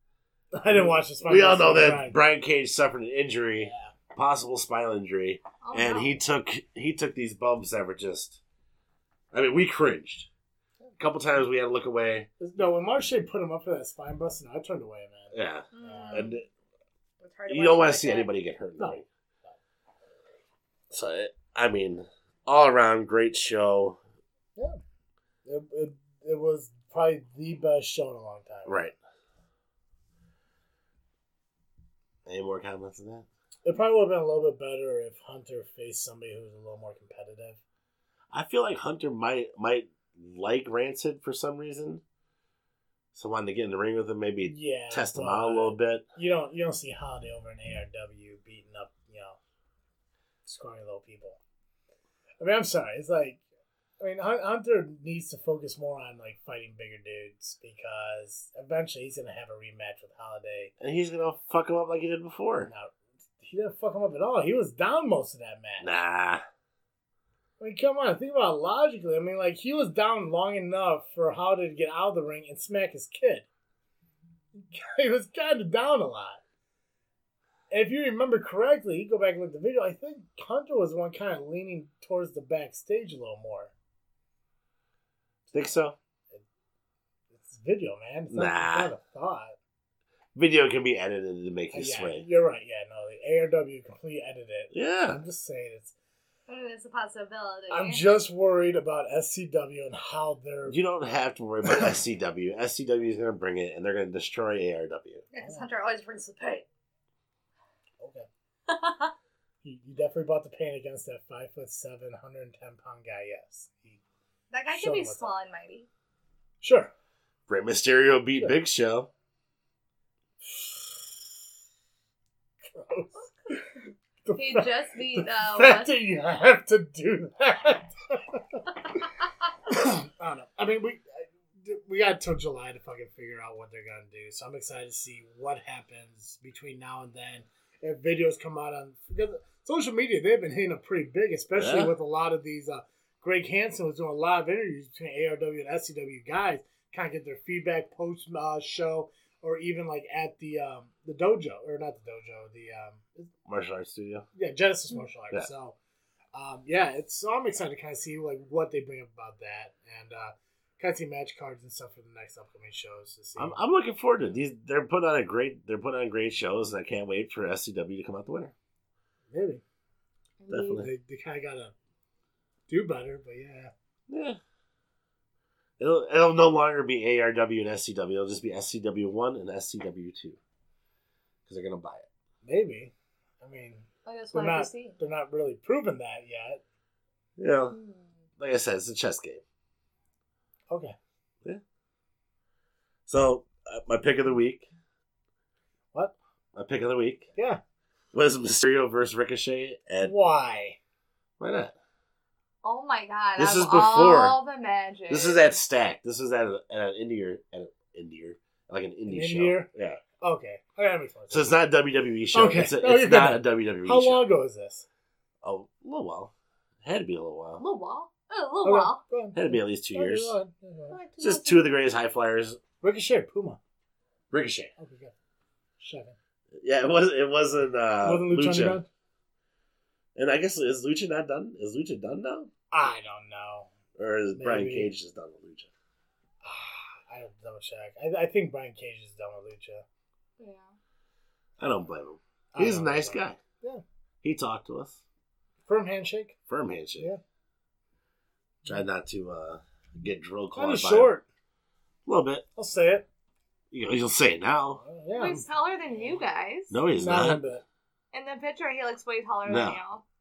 Speaker 1: I didn't watch this.
Speaker 2: we all know that
Speaker 1: Brian.
Speaker 2: Brian Cage suffered an injury,
Speaker 1: Yeah.
Speaker 2: possible spinal injury,
Speaker 4: Oh,
Speaker 2: and
Speaker 4: no.
Speaker 2: he took he took these bumps that were just. I mean, we cringed. A couple times we had to look away.
Speaker 1: No, when Marche put him up for that spine busting, I turned away, man.
Speaker 2: Yeah,
Speaker 4: Mm.
Speaker 2: and
Speaker 3: It's hard
Speaker 2: you don't want
Speaker 3: watch like
Speaker 2: to see
Speaker 3: that.
Speaker 2: anybody get hurt. in the
Speaker 1: No.
Speaker 2: ring. So it- I mean, all around great show.
Speaker 1: It, it, it was probably the best show in a long time.
Speaker 2: Right. Any more comments on that?
Speaker 1: It probably would have been a little bit better if Hunter faced somebody who was a little more competitive.
Speaker 2: I feel like Hunter might might like Rancid for some reason. So wanted to get in the ring with him, maybe
Speaker 1: Yeah,
Speaker 2: test him
Speaker 1: but
Speaker 2: out a little bit.
Speaker 1: You don't you don't see Holiday over in ARW beating up you know scrawny little people. I mean, I'm sorry. It's like I mean, Hun- Hunter needs to focus more on like fighting bigger dudes because eventually he's gonna have a rematch with Holiday.
Speaker 2: And he's gonna fuck him up like he did before.
Speaker 1: No, he didn't fuck him up at all. He was down most of that match.
Speaker 2: Nah.
Speaker 1: I mean, come on, think about it logically. I mean, like he was down long enough for Howdy to get out of the ring and smack his kid. He was kind of down a lot. And if you remember correctly, you go back and look at the video. I think Hunter was the one kind of leaning towards the backstage a little more.
Speaker 2: Think so?
Speaker 1: It's video, man. It's not,
Speaker 2: Nah.
Speaker 1: it's not a thought. Uh,
Speaker 2: Video can be edited to make you
Speaker 1: yeah,
Speaker 2: sway.
Speaker 1: you're right. Yeah, no, the ARW completely edited it.
Speaker 2: Yeah.
Speaker 1: I'm just saying it's.
Speaker 4: Oh, it's a possibility.
Speaker 1: I'm just worried about SCW and how they're
Speaker 2: You don't have to worry about SCW. SCW is gonna bring it and they're gonna destroy ARW.
Speaker 4: Because Hunter always brings the pain.
Speaker 1: Okay. He, he definitely bought the paint against that five foot seven, 110 pound guy. Yes. He,
Speaker 4: That guy
Speaker 1: Show
Speaker 4: can be
Speaker 1: him what's
Speaker 4: small and mighty.
Speaker 1: sure.
Speaker 2: Rey Mysterio beat
Speaker 1: Sure.
Speaker 2: Big Show.
Speaker 1: Gross.
Speaker 4: He
Speaker 1: the
Speaker 4: just beat uh,
Speaker 1: fact
Speaker 4: West.
Speaker 1: that you have to do that. I don't know. I mean, we I- we got till July to fucking figure out what they're gonna do. So I'm excited to see what happens between now and then. If videos come out on because social media, they've been hitting up pretty big, especially
Speaker 2: Yeah.
Speaker 1: with a lot of these. Uh, Greg Hansen was doing a lot of interviews between ARW and SCW guys, kind of get their feedback post uh, show or even like at the um, the dojo or not the dojo, the um,
Speaker 2: Martial Arts Studio.
Speaker 1: yeah, Genesis martial arts.
Speaker 2: Yeah.
Speaker 1: So, um, yeah, it's so I'm excited to kind of see like what they bring up about that and uh, kind of see match cards and stuff for the next upcoming shows to see.
Speaker 2: I'm, I'm looking forward to it. these. They're putting on a great. They're putting on great shows, and I can't wait for SCW to come out the winner.
Speaker 1: Maybe
Speaker 2: Definitely.
Speaker 1: they, they kind of gotta do better, but yeah,
Speaker 2: Yeah. It'll it'll no longer be ARW and SCW. It'll just be SCW one and SCW two. Because they're gonna buy it.
Speaker 1: maybe. I mean,
Speaker 4: I just
Speaker 1: We're
Speaker 4: wanted to
Speaker 1: not-
Speaker 4: see.
Speaker 1: they're not really proving that yet.
Speaker 2: Yeah.
Speaker 4: Hmm.
Speaker 2: Like I said, it's a chess game.
Speaker 1: Okay,
Speaker 2: So uh, my pick of the week.
Speaker 1: What?
Speaker 2: My pick of the week
Speaker 1: yeah.
Speaker 2: was Mysterio versus Ricochet, and
Speaker 1: Why?
Speaker 2: why not?
Speaker 4: Oh my god.
Speaker 2: This
Speaker 4: This
Speaker 2: is
Speaker 4: is
Speaker 2: before.
Speaker 4: All the magic.
Speaker 2: This is at Stack. This is at, a, at an indie at an indie like an indie
Speaker 1: An
Speaker 2: show.
Speaker 1: indie?
Speaker 2: Yeah.
Speaker 1: Okay, okay that makes more
Speaker 2: So it's
Speaker 1: sense.
Speaker 2: not a WWE show.
Speaker 1: Okay.
Speaker 2: It's, a,
Speaker 1: No,
Speaker 2: it's
Speaker 1: you're good
Speaker 2: not a WWE
Speaker 1: How
Speaker 2: show.
Speaker 1: long ago is this?
Speaker 2: Oh, a little while. Had to be a little
Speaker 4: A
Speaker 2: while.
Speaker 4: little while. A little
Speaker 1: Okay,
Speaker 4: while.
Speaker 1: go on.
Speaker 2: Oh, Had to be at least two
Speaker 1: Okay,
Speaker 2: years.
Speaker 1: go on, go on.
Speaker 2: It's Just two of the greatest high flyers.
Speaker 1: Ricochet, or Puma.
Speaker 2: Ricochet.
Speaker 1: Okay, good. Seven.
Speaker 2: Yeah, it was. It wasn't. Uh,
Speaker 1: Wasn't Lucha
Speaker 2: Lucha.
Speaker 1: Underground?
Speaker 2: And I guess is Lucha not done? Is Lucha done now?
Speaker 1: I don't know.
Speaker 2: Or is Brian
Speaker 1: Maybe.
Speaker 2: Cage just done with Lucha?
Speaker 1: I have to double check. I, I think Brian Cage is done with Lucha.
Speaker 4: Yeah.
Speaker 2: I don't blame him.
Speaker 1: I
Speaker 2: He's a
Speaker 1: don't know.
Speaker 2: nice guy.
Speaker 1: Yeah.
Speaker 2: He talked to us.
Speaker 1: Firm handshake.
Speaker 2: Firm handshake.
Speaker 1: Yeah.
Speaker 2: Tried not to uh, get drill clawed.
Speaker 1: Kind of
Speaker 2: by
Speaker 1: short.
Speaker 2: him. A little bit.
Speaker 1: I'll say it.
Speaker 2: You know, you'll say it now.
Speaker 1: Uh, yeah.
Speaker 4: He's taller than you guys.
Speaker 2: No, he's
Speaker 1: Not
Speaker 2: not.
Speaker 1: a bit.
Speaker 4: In the picture, he looks way taller
Speaker 2: No.
Speaker 4: than you.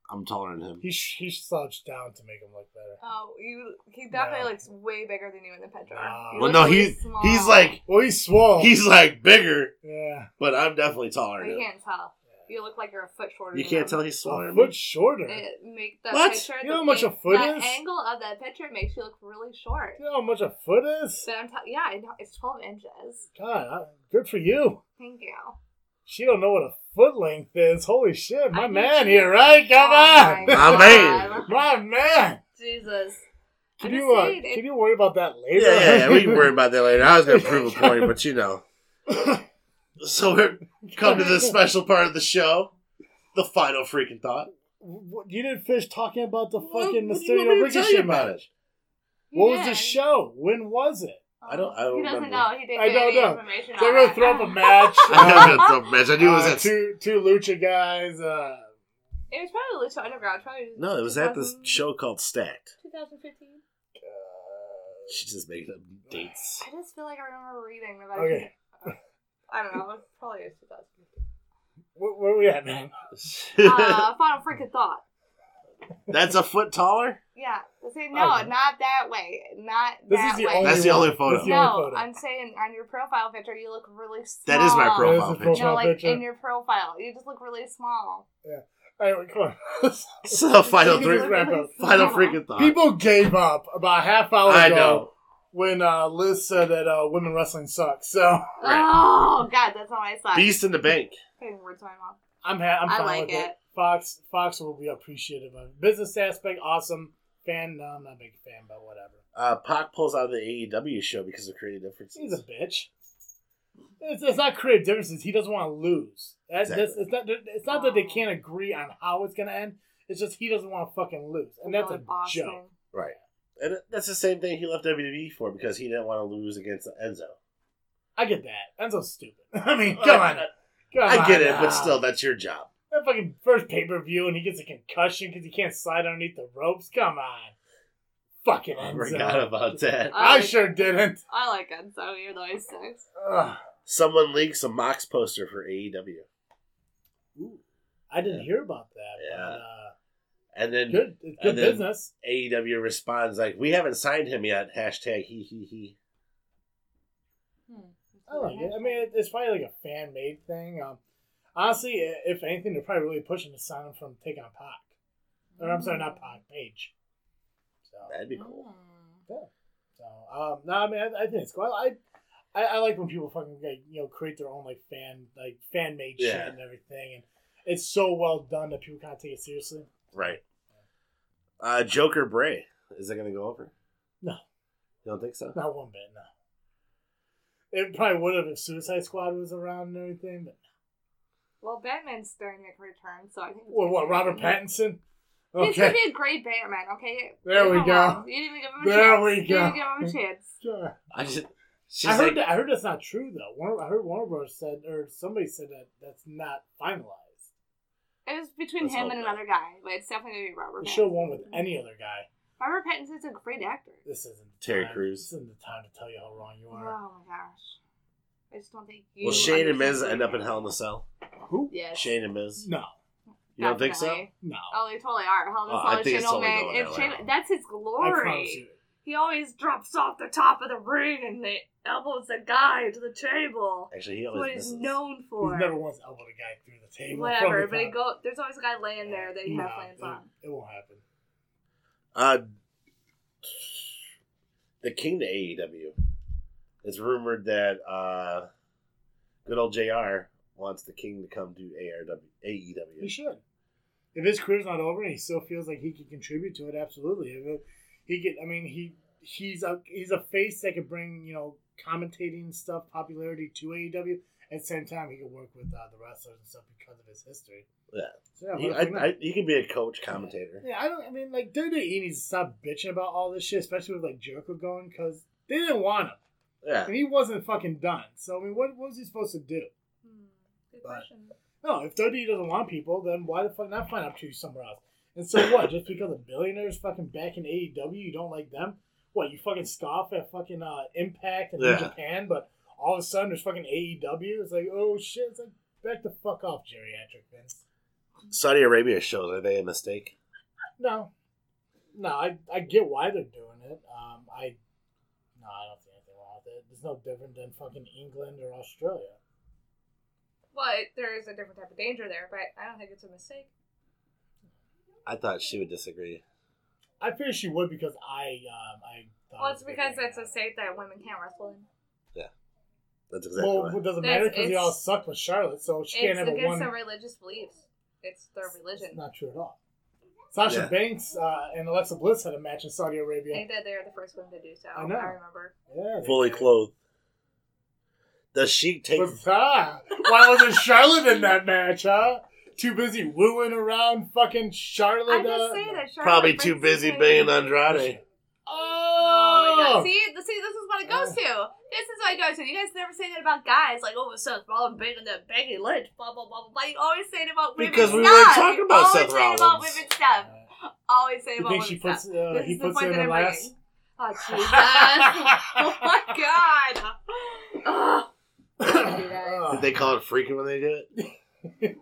Speaker 2: I'm taller than him.
Speaker 1: He sh- he slouched down to make him look better.
Speaker 4: Oh, you. He definitely
Speaker 1: No.
Speaker 4: looks way bigger than you in the picture.
Speaker 1: No.
Speaker 4: You
Speaker 2: Well,
Speaker 4: look
Speaker 2: no,
Speaker 4: really
Speaker 2: he's
Speaker 4: small.
Speaker 2: he's like
Speaker 1: Well, he's swole.
Speaker 2: he's like bigger,
Speaker 1: yeah.
Speaker 2: but I'm definitely taller.
Speaker 4: But
Speaker 2: Than
Speaker 4: You
Speaker 2: him.
Speaker 4: can't tell. You look like you're a foot shorter.
Speaker 2: You
Speaker 4: than
Speaker 2: can't
Speaker 4: him.
Speaker 2: tell he's smaller.
Speaker 1: A
Speaker 2: than
Speaker 1: foot
Speaker 2: me?
Speaker 1: shorter. You
Speaker 4: It make that
Speaker 2: What?
Speaker 4: picture.
Speaker 1: You
Speaker 4: the
Speaker 1: know how much a
Speaker 4: ang-
Speaker 1: foot
Speaker 4: the
Speaker 1: is?
Speaker 4: angle of that picture makes you look really short.
Speaker 1: know how much a foot is?
Speaker 4: So I'm tell- yeah, I know, it's 12 inches.
Speaker 1: God, I, good for you.
Speaker 4: Thank you.
Speaker 1: She don't know what a foot length is. Holy shit, my
Speaker 4: I
Speaker 1: man
Speaker 3: Oh
Speaker 4: need you.
Speaker 1: here, right? Come
Speaker 4: Oh
Speaker 1: on,
Speaker 2: My man.
Speaker 4: God.
Speaker 1: my man.
Speaker 4: Jesus.
Speaker 1: Can
Speaker 3: I
Speaker 1: you uh,
Speaker 3: just said it.
Speaker 1: can you worry about that later?
Speaker 2: Yeah, yeah, yeah. We can worry about that later. I was going to prove a point, but you know. So we're come to this special part of the show, the final freaking thought.
Speaker 1: What- You didn't finish talking about the
Speaker 2: What-
Speaker 1: fucking
Speaker 2: what do you
Speaker 1: Mysterio
Speaker 2: want me to tell you
Speaker 1: Ricochet
Speaker 2: about
Speaker 1: match.
Speaker 3: You
Speaker 1: What was
Speaker 3: did.
Speaker 1: the show? When was it?
Speaker 2: I don't- I don't
Speaker 3: He doesn't
Speaker 2: remember.
Speaker 3: know. He didn't
Speaker 1: I
Speaker 3: get
Speaker 1: don't
Speaker 3: any
Speaker 1: know.
Speaker 3: information
Speaker 1: They're
Speaker 3: on
Speaker 1: gonna
Speaker 3: it.
Speaker 1: throw up a match.
Speaker 2: I
Speaker 1: uh,
Speaker 2: know that's a match. I knew it was
Speaker 1: uh,
Speaker 2: at
Speaker 1: two two lucha guys. Uh,
Speaker 3: It was probably Lucha Underground. Probably
Speaker 2: No, it was at this
Speaker 3: 2000
Speaker 2: show called Stacked.
Speaker 3: 2015.
Speaker 2: She just made up dates.
Speaker 3: I just feel like I remember reading about it.
Speaker 1: Okay.
Speaker 3: I don't know. It probably is 2015.
Speaker 1: where, where we at, man?
Speaker 3: Uh, final freaking thought.
Speaker 2: That's a foot taller.
Speaker 3: Yeah. Say no,
Speaker 1: Okay.
Speaker 3: not that way. Not
Speaker 1: This
Speaker 3: that
Speaker 1: is the
Speaker 3: way.
Speaker 1: only.
Speaker 2: That's the
Speaker 1: one.
Speaker 2: only photo.
Speaker 1: That's the only
Speaker 3: no,
Speaker 1: photo.
Speaker 3: I'm saying on your profile picture, you look really small.
Speaker 2: That is my
Speaker 1: That is
Speaker 2: Profile
Speaker 1: the
Speaker 2: picture.
Speaker 1: profile
Speaker 3: No, like
Speaker 1: picture.
Speaker 3: in your profile, you just look really small.
Speaker 1: Anyway, come on.
Speaker 2: So final
Speaker 1: Let's
Speaker 2: three,
Speaker 1: just wrap up.
Speaker 2: final freaking thought.
Speaker 1: People gave up about a half hour
Speaker 2: I
Speaker 1: ago
Speaker 2: know.
Speaker 1: when uh, Liz said that uh, women wrestling sucks. So
Speaker 2: Right.
Speaker 3: Oh God, that's not my size.
Speaker 2: Beast in the bank.
Speaker 3: Putting words in my mouth.
Speaker 1: I'm ha- I'm
Speaker 3: I
Speaker 1: fine
Speaker 3: like
Speaker 1: with it.
Speaker 3: it.
Speaker 1: Fox Fox will be appreciative of it. Business aspect, awesome. Fan, no, I'm not a big fan, but whatever.
Speaker 2: Uh, Pac pulls out of the AEW show because of creative
Speaker 1: He's a
Speaker 2: differences.
Speaker 1: bitch. It's, it's not creative differences. He doesn't want to lose. That's, that's, it's not. It's not that they can't agree on how it's gonna end. It's just he doesn't want to fucking lose, and that's a
Speaker 3: Going Boston.
Speaker 1: joke.
Speaker 2: Right. And that's the same thing he left WWE for because he didn't want to lose against Enzo.
Speaker 1: I get that. Enzo's stupid. I mean, come on, come
Speaker 2: I get
Speaker 1: on
Speaker 2: it, but
Speaker 1: now.
Speaker 2: still, that's your job.
Speaker 1: that fucking first pay per view, and he gets a concussion because he can't slide underneath the ropes. Come on, fucking
Speaker 2: I
Speaker 1: Enzo.
Speaker 2: forgot about that.
Speaker 1: I
Speaker 3: like-
Speaker 1: sure didn't.
Speaker 3: I like Enzo. You're the ice six.
Speaker 1: Ugh.
Speaker 2: Someone leaks a Mox poster for E AEW,
Speaker 1: I didn't hear about that.
Speaker 2: Yeah.
Speaker 1: But,
Speaker 2: and then
Speaker 1: uh, good, it's good
Speaker 2: And then-
Speaker 1: business.
Speaker 2: AEW E responds like, "We haven't signed him yet." Hashtag he he he.
Speaker 3: Hmm,
Speaker 1: I like it. I mean, it- it's probably like a fan made thing. Um, honestly, i- if anything, they're probably really pushing to sign him from Take on Pac. Or I'm sorry, not Pac, Page. So,
Speaker 2: That'd be
Speaker 1: Oh.
Speaker 2: cool.
Speaker 3: Hmm.
Speaker 1: so um, no, I mean, I, I think it's cool. I, I, I like when people fucking like you know create their own like fan like fan made
Speaker 2: Yeah.
Speaker 1: shit and everything, and it's so well done that people kind of take it seriously.
Speaker 2: Right. Uh, Joker Bray is that going to go over?
Speaker 1: No.
Speaker 2: You don't think so?
Speaker 1: Not one bit. No. It probably would have if Suicide Squad was around and everything, but
Speaker 3: Well, Batman's starting to return, so I think.
Speaker 1: Well, what, Robert Pattinson?
Speaker 3: He's gonna
Speaker 1: Okay.
Speaker 3: be a great Batman. Okay.
Speaker 1: There we
Speaker 3: Come
Speaker 1: go.
Speaker 3: on. You didn't even give him a
Speaker 1: There
Speaker 3: chance.
Speaker 1: we
Speaker 3: You didn't
Speaker 1: go.
Speaker 3: give him a chance.
Speaker 1: Sure.
Speaker 2: I just. She's
Speaker 1: I heard
Speaker 2: like,
Speaker 1: that. I heard that's not true though. Warner, I heard Warner Bros. said, or somebody said that that's not finalized.
Speaker 3: It was between
Speaker 2: Let's
Speaker 3: him
Speaker 2: hope
Speaker 3: and
Speaker 2: not.
Speaker 3: another guy, but it's definitely gonna be Robert.
Speaker 1: They should have
Speaker 3: Pattinson.
Speaker 1: won with any other guy.
Speaker 3: Robert Pattinson's a great actor.
Speaker 1: This isn't the
Speaker 2: Terry
Speaker 1: time-
Speaker 2: Crews.
Speaker 1: This isn't the time to tell you how wrong you
Speaker 3: Oh
Speaker 1: are.
Speaker 3: my gosh. I just don't think you.
Speaker 2: "Will Shane and Miz
Speaker 3: understand
Speaker 2: end up in
Speaker 3: Batman.
Speaker 2: Hell in a Cell?"
Speaker 1: Who?
Speaker 3: Yes.
Speaker 2: Shane and Miz.
Speaker 1: No,
Speaker 2: You don't think so?
Speaker 3: Definitely.
Speaker 1: no.
Speaker 3: Oh, they totally are. Hell in a
Speaker 2: Oh,
Speaker 3: Cell
Speaker 2: I
Speaker 3: is
Speaker 2: think it's
Speaker 3: Shane
Speaker 2: totally
Speaker 3: O'Mac-
Speaker 2: going
Speaker 3: if
Speaker 2: that
Speaker 3: Shane-
Speaker 2: way.
Speaker 3: That's his
Speaker 1: I
Speaker 3: glory.
Speaker 1: promise you.
Speaker 3: He always drops off the top of the ring and they elbows the guy to the table.
Speaker 2: Actually, he
Speaker 3: That's what
Speaker 2: always
Speaker 3: he's
Speaker 2: misses.
Speaker 3: known for.
Speaker 1: He's never once elbowed a guy through the table.
Speaker 3: Whatever,
Speaker 1: from the
Speaker 3: but it
Speaker 1: top.
Speaker 3: go. There's always a guy laying there that he
Speaker 1: No,
Speaker 3: half lands
Speaker 1: it-
Speaker 3: on.
Speaker 1: It won't happen.
Speaker 2: Uh, the king to AEW. It's rumored that uh, good old Jr. wants the king to come do ARW,
Speaker 1: He
Speaker 2: AEW.
Speaker 1: should. If his career's not over and he still feels like he can contribute to it, absolutely. If it, he could, I mean, he he's a he's a face that could bring you know commentating stuff popularity to AEW. At the same time, he could work with uh, the wrestlers and stuff because of his history.
Speaker 2: Yeah.
Speaker 1: So, yeah,
Speaker 2: He,
Speaker 1: why
Speaker 2: I,
Speaker 1: the fuck not?
Speaker 2: I, he can be a coach commentator.
Speaker 1: yeah, I don't. I mean, like WWE needs to stop bitching about all this shit, especially with like Jericho going, because they didn't want him
Speaker 2: Yeah.
Speaker 1: and he wasn't fucking done. So I mean, what, what was he supposed to do?
Speaker 3: Hmm, Good
Speaker 1: But-
Speaker 3: question.
Speaker 1: No, if WWE doesn't want people, then why the fuck not find opportunities somewhere else? And so what? Just because a billionaire's fucking back in AEW, you don't like them? What you fucking scoff at fucking uh, Impact and New
Speaker 2: Yeah.
Speaker 1: Japan, but all of a sudden there's fucking AEW. It's like oh shit, it's like back the fuck off, geriatric Vince.
Speaker 2: Saudi Arabia shows are they a mistake?
Speaker 1: No, no, I, I get why they're doing it. Um, I no, I don't see anything wrong with it. It's no different than fucking England or Australia.
Speaker 3: But there is a different type of danger there. But I don't think it's a mistake.
Speaker 2: I thought she would disagree.
Speaker 1: I figured she would because I um I. thought
Speaker 3: Well,
Speaker 1: it
Speaker 3: it's
Speaker 1: was a
Speaker 3: because
Speaker 1: good
Speaker 3: it's a
Speaker 1: idea.
Speaker 3: state that women can't wrestle in.
Speaker 2: That's exactly
Speaker 1: well,
Speaker 2: why.
Speaker 1: it doesn't
Speaker 3: That's-
Speaker 1: matter because they
Speaker 3: it's-
Speaker 1: all suck with Charlotte, so she can't
Speaker 3: It's
Speaker 1: have a
Speaker 3: against
Speaker 1: one.
Speaker 3: their religious beliefs. It's their
Speaker 1: It's
Speaker 3: religion.
Speaker 1: not true at all. Sasha
Speaker 2: Yeah.
Speaker 1: Banks uh, and Alexa Bliss had a match in Saudi
Speaker 3: They
Speaker 1: Arabia.
Speaker 3: did. They were the first women to do so.
Speaker 1: I
Speaker 3: I,
Speaker 1: know.
Speaker 3: remember.
Speaker 1: Yeah, they
Speaker 2: fully
Speaker 1: did.
Speaker 2: clothed. Does she take?
Speaker 1: Was- ah, why wasn't Charlotte in that match, huh? Too busy wooing around fucking Charlotte.
Speaker 3: I
Speaker 1: uh,
Speaker 3: just say that. Charlotte
Speaker 2: Probably too
Speaker 3: Banks is
Speaker 2: busy
Speaker 3: like-
Speaker 2: banging Andrade.
Speaker 3: Oh my
Speaker 1: Oh,
Speaker 3: god! See, th- see, this is what it goes to. This is what it goes to. You guys never say that about guys, like, oh, Seth Rollins bigger than Becky Lynch, blah blah blah blah. blah. You always say it about women
Speaker 2: Because we
Speaker 3: stuff.
Speaker 2: weren't talking
Speaker 3: You
Speaker 2: about
Speaker 3: always
Speaker 2: Seth
Speaker 3: say it about
Speaker 2: Rollins.
Speaker 3: women stuff. Always say it
Speaker 1: Oh! you
Speaker 3: about
Speaker 1: think
Speaker 3: women
Speaker 1: she
Speaker 3: stuff.
Speaker 1: puts uh,
Speaker 3: This
Speaker 1: he
Speaker 3: is the
Speaker 1: puts
Speaker 3: point
Speaker 1: her in
Speaker 3: that
Speaker 1: the
Speaker 3: I'm
Speaker 1: last?
Speaker 3: Oh Jesus! oh my god! Ugh. do that.
Speaker 1: Ugh.
Speaker 2: Did they call it freaking when they did it?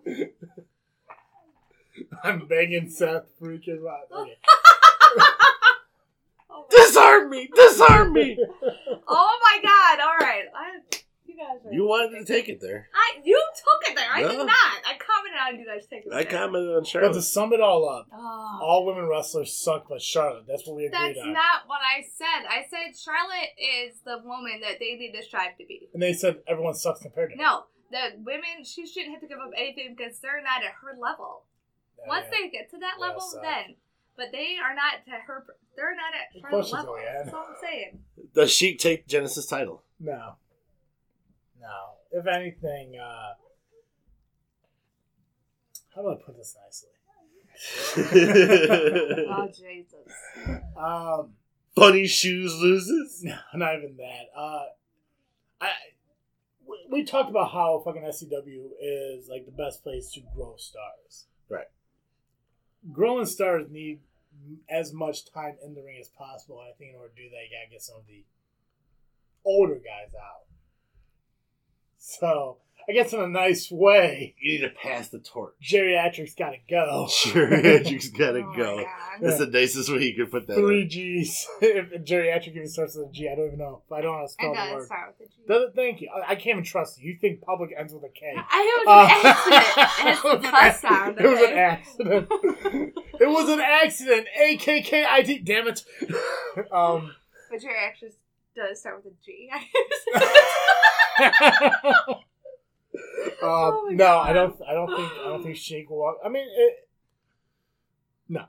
Speaker 1: I'm banging Seth freaking right. Okay.
Speaker 3: Oh my-
Speaker 2: Disarm me! Disarm me!
Speaker 3: Oh my god! All right, I, you guys are.
Speaker 2: You wanted to take it there.
Speaker 3: I you took it there. I did
Speaker 2: No.
Speaker 3: not. I commented on you guys taking it.
Speaker 2: I
Speaker 3: there.
Speaker 2: commented on
Speaker 1: Well,
Speaker 2: Charlotte.
Speaker 1: to sum it all up,
Speaker 3: Oh.
Speaker 1: all women wrestlers suck but Charlotte. That's what we agreed
Speaker 3: That's
Speaker 1: on.
Speaker 3: not what I said. I said Charlotte is the woman that they need to strive to be.
Speaker 1: and they said everyone sucks compared to her.
Speaker 3: No, the women, she shouldn't have to give up anything because they're not at her level.
Speaker 1: Yeah,
Speaker 3: Once
Speaker 1: yeah.
Speaker 3: they get to that
Speaker 1: Yeah,
Speaker 3: level,
Speaker 1: so-
Speaker 3: then. But they are not to her. They're not at
Speaker 1: Of
Speaker 3: her
Speaker 1: course she's
Speaker 3: level.
Speaker 1: going in.
Speaker 3: That's all I'm saying.
Speaker 2: Does she take Genesis title?
Speaker 1: No. No. If anything, uh how do I put this nicely?
Speaker 3: Oh Jesus!
Speaker 1: Um
Speaker 2: Bunny shoes loses.
Speaker 1: no, not even that. Uh I we- we talked about how fucking SCW is like the best place to grow stars.
Speaker 2: Right.
Speaker 1: Growing stars need as much time in the ring as possible. And I think in order to do that, you gotta get some of the older guys out. So I guess in a nice way,
Speaker 2: You need to pass the torch.
Speaker 1: geriatrics gotta go.
Speaker 2: Sure, Andrew's gotta
Speaker 3: oh
Speaker 2: go.
Speaker 3: My God.
Speaker 2: That's the nicest way you could put that.
Speaker 1: Three
Speaker 2: in.
Speaker 1: G's. if geriatric even starts with a G, I don't even know. I don't know how to spell
Speaker 3: It
Speaker 1: the
Speaker 3: does
Speaker 1: word.
Speaker 3: start with a G.
Speaker 1: Does it? Thank you. I, I can't even trust you. You think public ends with a K.
Speaker 3: I
Speaker 1: Uh,
Speaker 3: have an accident. It has a sound.
Speaker 1: It was an accident. it was an
Speaker 3: okay?
Speaker 1: accident. A K K I D. Damn it. um,
Speaker 3: But your actress does start with a G.
Speaker 1: um,
Speaker 3: Oh
Speaker 1: uh,
Speaker 3: my
Speaker 1: no,
Speaker 3: God.
Speaker 1: I don't. I don't think. I don't think Sheik will. Walk. I mean, it, no.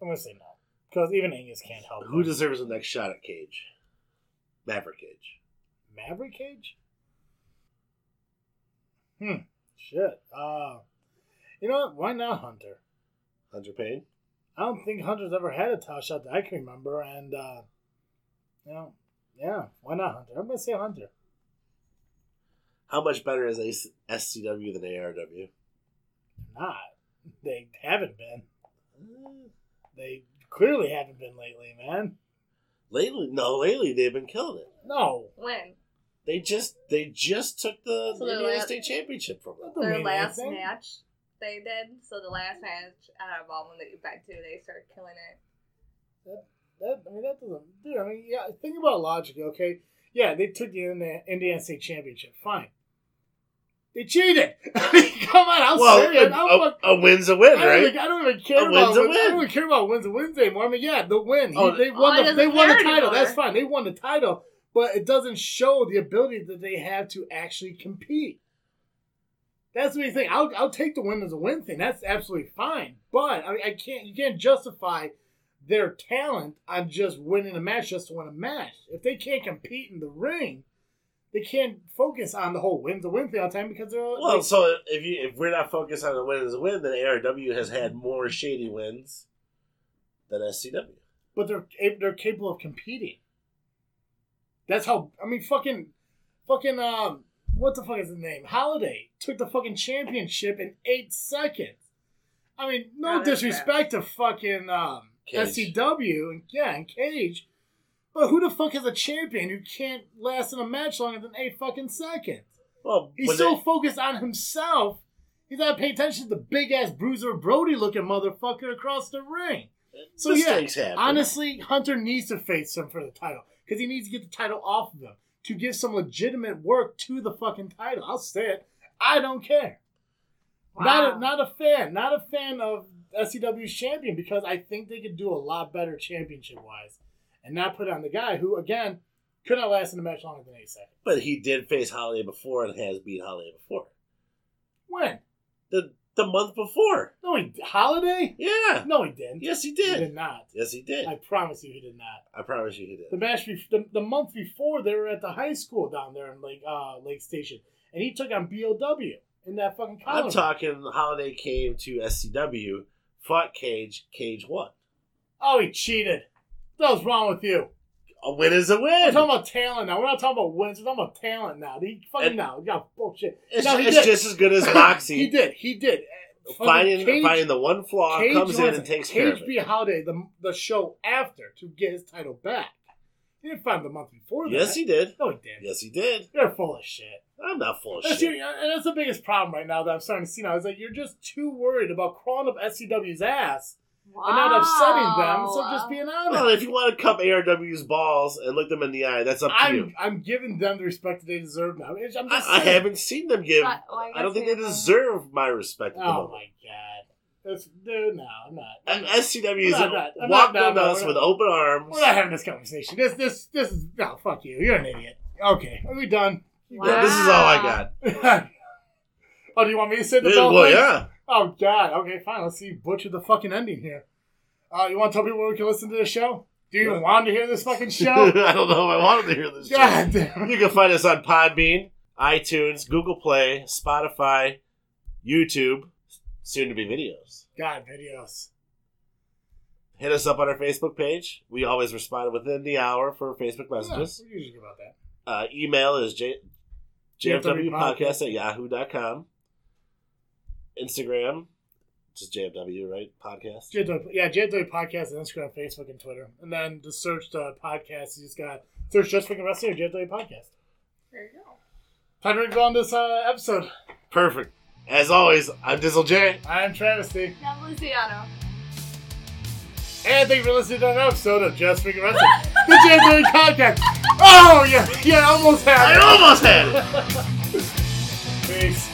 Speaker 1: I'm gonna say no because even Angus can't help.
Speaker 2: Who
Speaker 1: him.
Speaker 2: deserves the next shot at Cage? Maverick Cage.
Speaker 1: Maverick Cage? Hmm. Shit. Uh, you know what? Why not Hunter?
Speaker 2: Hunter Payne.
Speaker 1: I don't think Hunter's ever had a title shot that I can remember, and uh, you know, yeah, why not Hunter? I'm gonna say Hunter.
Speaker 2: How much better is AC SCW than ARW?
Speaker 1: Not. They haven't been.
Speaker 2: Uh,
Speaker 1: They clearly haven't been lately, man.
Speaker 2: Lately, no, lately they've been killing it.
Speaker 1: No.
Speaker 3: when
Speaker 2: They just they just took the
Speaker 3: So they're
Speaker 2: Indiana
Speaker 3: la-
Speaker 2: State Championship from them.
Speaker 1: That don't
Speaker 3: their
Speaker 1: mean
Speaker 3: last
Speaker 1: anything.
Speaker 3: match they did. So the last match out of all of them that you bet to, they started killing it.
Speaker 1: That, I mean, that doesn't. Dude, I mean, yeah. Think about logic, okay? Yeah, they took the Indiana, Indiana State Championship. Fine. They cheated. I mean, come on, I'm
Speaker 2: Well, oh,
Speaker 1: serious. I'm
Speaker 2: a,
Speaker 1: fuck-
Speaker 2: a, a win's a win,
Speaker 1: I don't, even,
Speaker 2: right?
Speaker 1: I don't even care about
Speaker 2: A win's
Speaker 1: wins- I
Speaker 2: a win.
Speaker 1: don't even care about wins and wins anymore. I mean, yeah, the win. He-
Speaker 2: Oh,
Speaker 1: they won
Speaker 3: oh, it
Speaker 1: the they
Speaker 3: doesn't
Speaker 1: won the
Speaker 3: care
Speaker 1: title. That's
Speaker 3: anymore.
Speaker 1: fine. They won the title, but it doesn't show the ability that they have to actually compete. That's the thing. I'll I'll take the win as a win thing. That's absolutely fine. But I, mean, I can't you can't justify their talent on just winning a match just to win a match. If they can't compete in the ring, they can't focus on the whole wins a win thing all the time because they're
Speaker 2: Well, so if you if we're not focused on the win as a win, then ARW has had more shady wins than SCW.
Speaker 1: but they're cap- they're capable of competing. That's how I mean fucking fucking um what the fuck is his name? Holiday took the fucking championship in eight seconds. I mean, no
Speaker 3: Not as
Speaker 1: disrespect to fucking um
Speaker 2: Cage.
Speaker 1: SCW and yeah, and Cage. But who the fuck is a champion who can't last in a match longer than eight fucking seconds?
Speaker 2: Well,
Speaker 1: He's
Speaker 2: when
Speaker 1: so
Speaker 2: they-
Speaker 1: focused on himself, he's not paying attention to the big ass bruiser Brody looking motherfucker across the ring. So yeah,
Speaker 2: mistakes happen.
Speaker 1: honestly, Hunter needs to face him for the title because he needs to get the title off of him to give some legitimate work to the fucking title. I'll say it. I don't care. Not a, not a fan. Not a fan of SCW's champion because I think they could do a lot better championship wise, and not put on the guy who again could not last in the match longer than eight seconds.
Speaker 2: but he did face Holiday before and has beat Holiday before.
Speaker 1: When?
Speaker 2: The the month before.
Speaker 1: No, he holiday.
Speaker 2: Yeah.
Speaker 1: No, he didn't.
Speaker 2: Yes, he
Speaker 1: He
Speaker 2: did.
Speaker 1: did not.
Speaker 2: Yes, he did.
Speaker 1: I promise you, he did not.
Speaker 2: I promise you, he did.
Speaker 1: The match, bef- the, the month before, they were at the high school down there in Lake uh, Lake Station, and he took on BOW in that fucking column.
Speaker 2: I'm talking Holiday came to SCW, fought Cage, Cage won.
Speaker 1: Oh, he cheated. What's wrong with you?
Speaker 2: A win is a
Speaker 1: We're
Speaker 2: win.
Speaker 1: talking about talent now. We're not talking about wins. We're talking about talent now. He fucking
Speaker 2: And-
Speaker 1: now. Yeah, bullshit.
Speaker 2: It's,
Speaker 1: No, he
Speaker 2: it's
Speaker 1: did.
Speaker 2: just as good as
Speaker 1: he
Speaker 2: Moxie.
Speaker 1: did. He did. Uh, fucking
Speaker 2: finding
Speaker 1: Cage-
Speaker 2: finding the one flaw,
Speaker 1: Cage
Speaker 2: comes in
Speaker 1: wants
Speaker 2: and takes
Speaker 1: Cage
Speaker 2: care of it.
Speaker 1: B. Holiday the the show after to get his title back. He didn't find him the month before.
Speaker 2: Yes,
Speaker 1: that.
Speaker 2: he did.
Speaker 1: No, he didn't.
Speaker 2: Yes, he did.
Speaker 1: You're full of shit.
Speaker 2: I'm not full of
Speaker 1: That's,
Speaker 2: shit.
Speaker 1: your, and that's the biggest problem right now that I'm starting to see now. Is that you're just too worried about crawling up SCW's ass
Speaker 4: Wow.
Speaker 1: and not upsetting them. So just being
Speaker 2: Well,
Speaker 1: honest.
Speaker 2: if you want to cup ARW's balls and look them in the eye, that's up to you.
Speaker 1: I'm I'm giving them the respect that they deserve now. I'm just
Speaker 2: I, I
Speaker 1: saying.
Speaker 2: haven't seen them give.
Speaker 4: But, well,
Speaker 2: I don't
Speaker 4: guess
Speaker 2: think they
Speaker 4: have, uh,
Speaker 2: deserve my respect. At the
Speaker 1: Oh
Speaker 2: moment.
Speaker 1: my god. That's dude, no, I'm not. I'm
Speaker 2: And
Speaker 1: not.
Speaker 2: SCW
Speaker 1: I'm not-
Speaker 2: is
Speaker 1: I'm
Speaker 2: walking
Speaker 1: not-
Speaker 2: on
Speaker 1: no, no,
Speaker 2: us
Speaker 1: we're
Speaker 2: with
Speaker 1: not.
Speaker 2: open arms.
Speaker 1: We're not having this conversation. This this this is no fuck you. You're an idiot. Okay. Are we done?
Speaker 2: Yeah, this is all I got.
Speaker 1: oh, do you want me to say the
Speaker 2: Yeah,
Speaker 1: bell?
Speaker 2: well,
Speaker 1: thing?
Speaker 2: yeah.
Speaker 1: Oh god. Okay, fine. Let's see you butcher the fucking ending here. Uh, you want to tell people where we can listen to the show? Do you even want to hear this fucking show?
Speaker 2: I don't know if I wanted to hear this.
Speaker 1: god
Speaker 2: shit.
Speaker 1: damn.
Speaker 2: You can find us on Podbean, iTunes, Google Play, Spotify, YouTube, soon to be videos.
Speaker 1: God videos.
Speaker 2: Hit us up on our Facebook page. We always respond within the hour for Facebook messages.
Speaker 1: Yeah, we're usually about that.
Speaker 2: Uh, email is j- jfwpodcast at yahoo.com. Instagram, just jfw, right? Podcast.
Speaker 1: JW, yeah, JW Podcast on Instagram, Facebook, and Twitter. And then to search the uh, podcast, you just got search Just Fucking Wrestling or JW Podcast.
Speaker 3: There you go.
Speaker 1: Time to go on this uh, episode.
Speaker 2: Perfect. As always, I'm Dizzle J.
Speaker 1: I'm Travesty.
Speaker 4: Now, Luciano.
Speaker 1: And thank you for listening to another episode of Just Freaking Wrestling, the JW Podcast. Oh, yeah, yeah, I almost had
Speaker 2: I
Speaker 1: it.
Speaker 2: almost had it!
Speaker 1: Peace.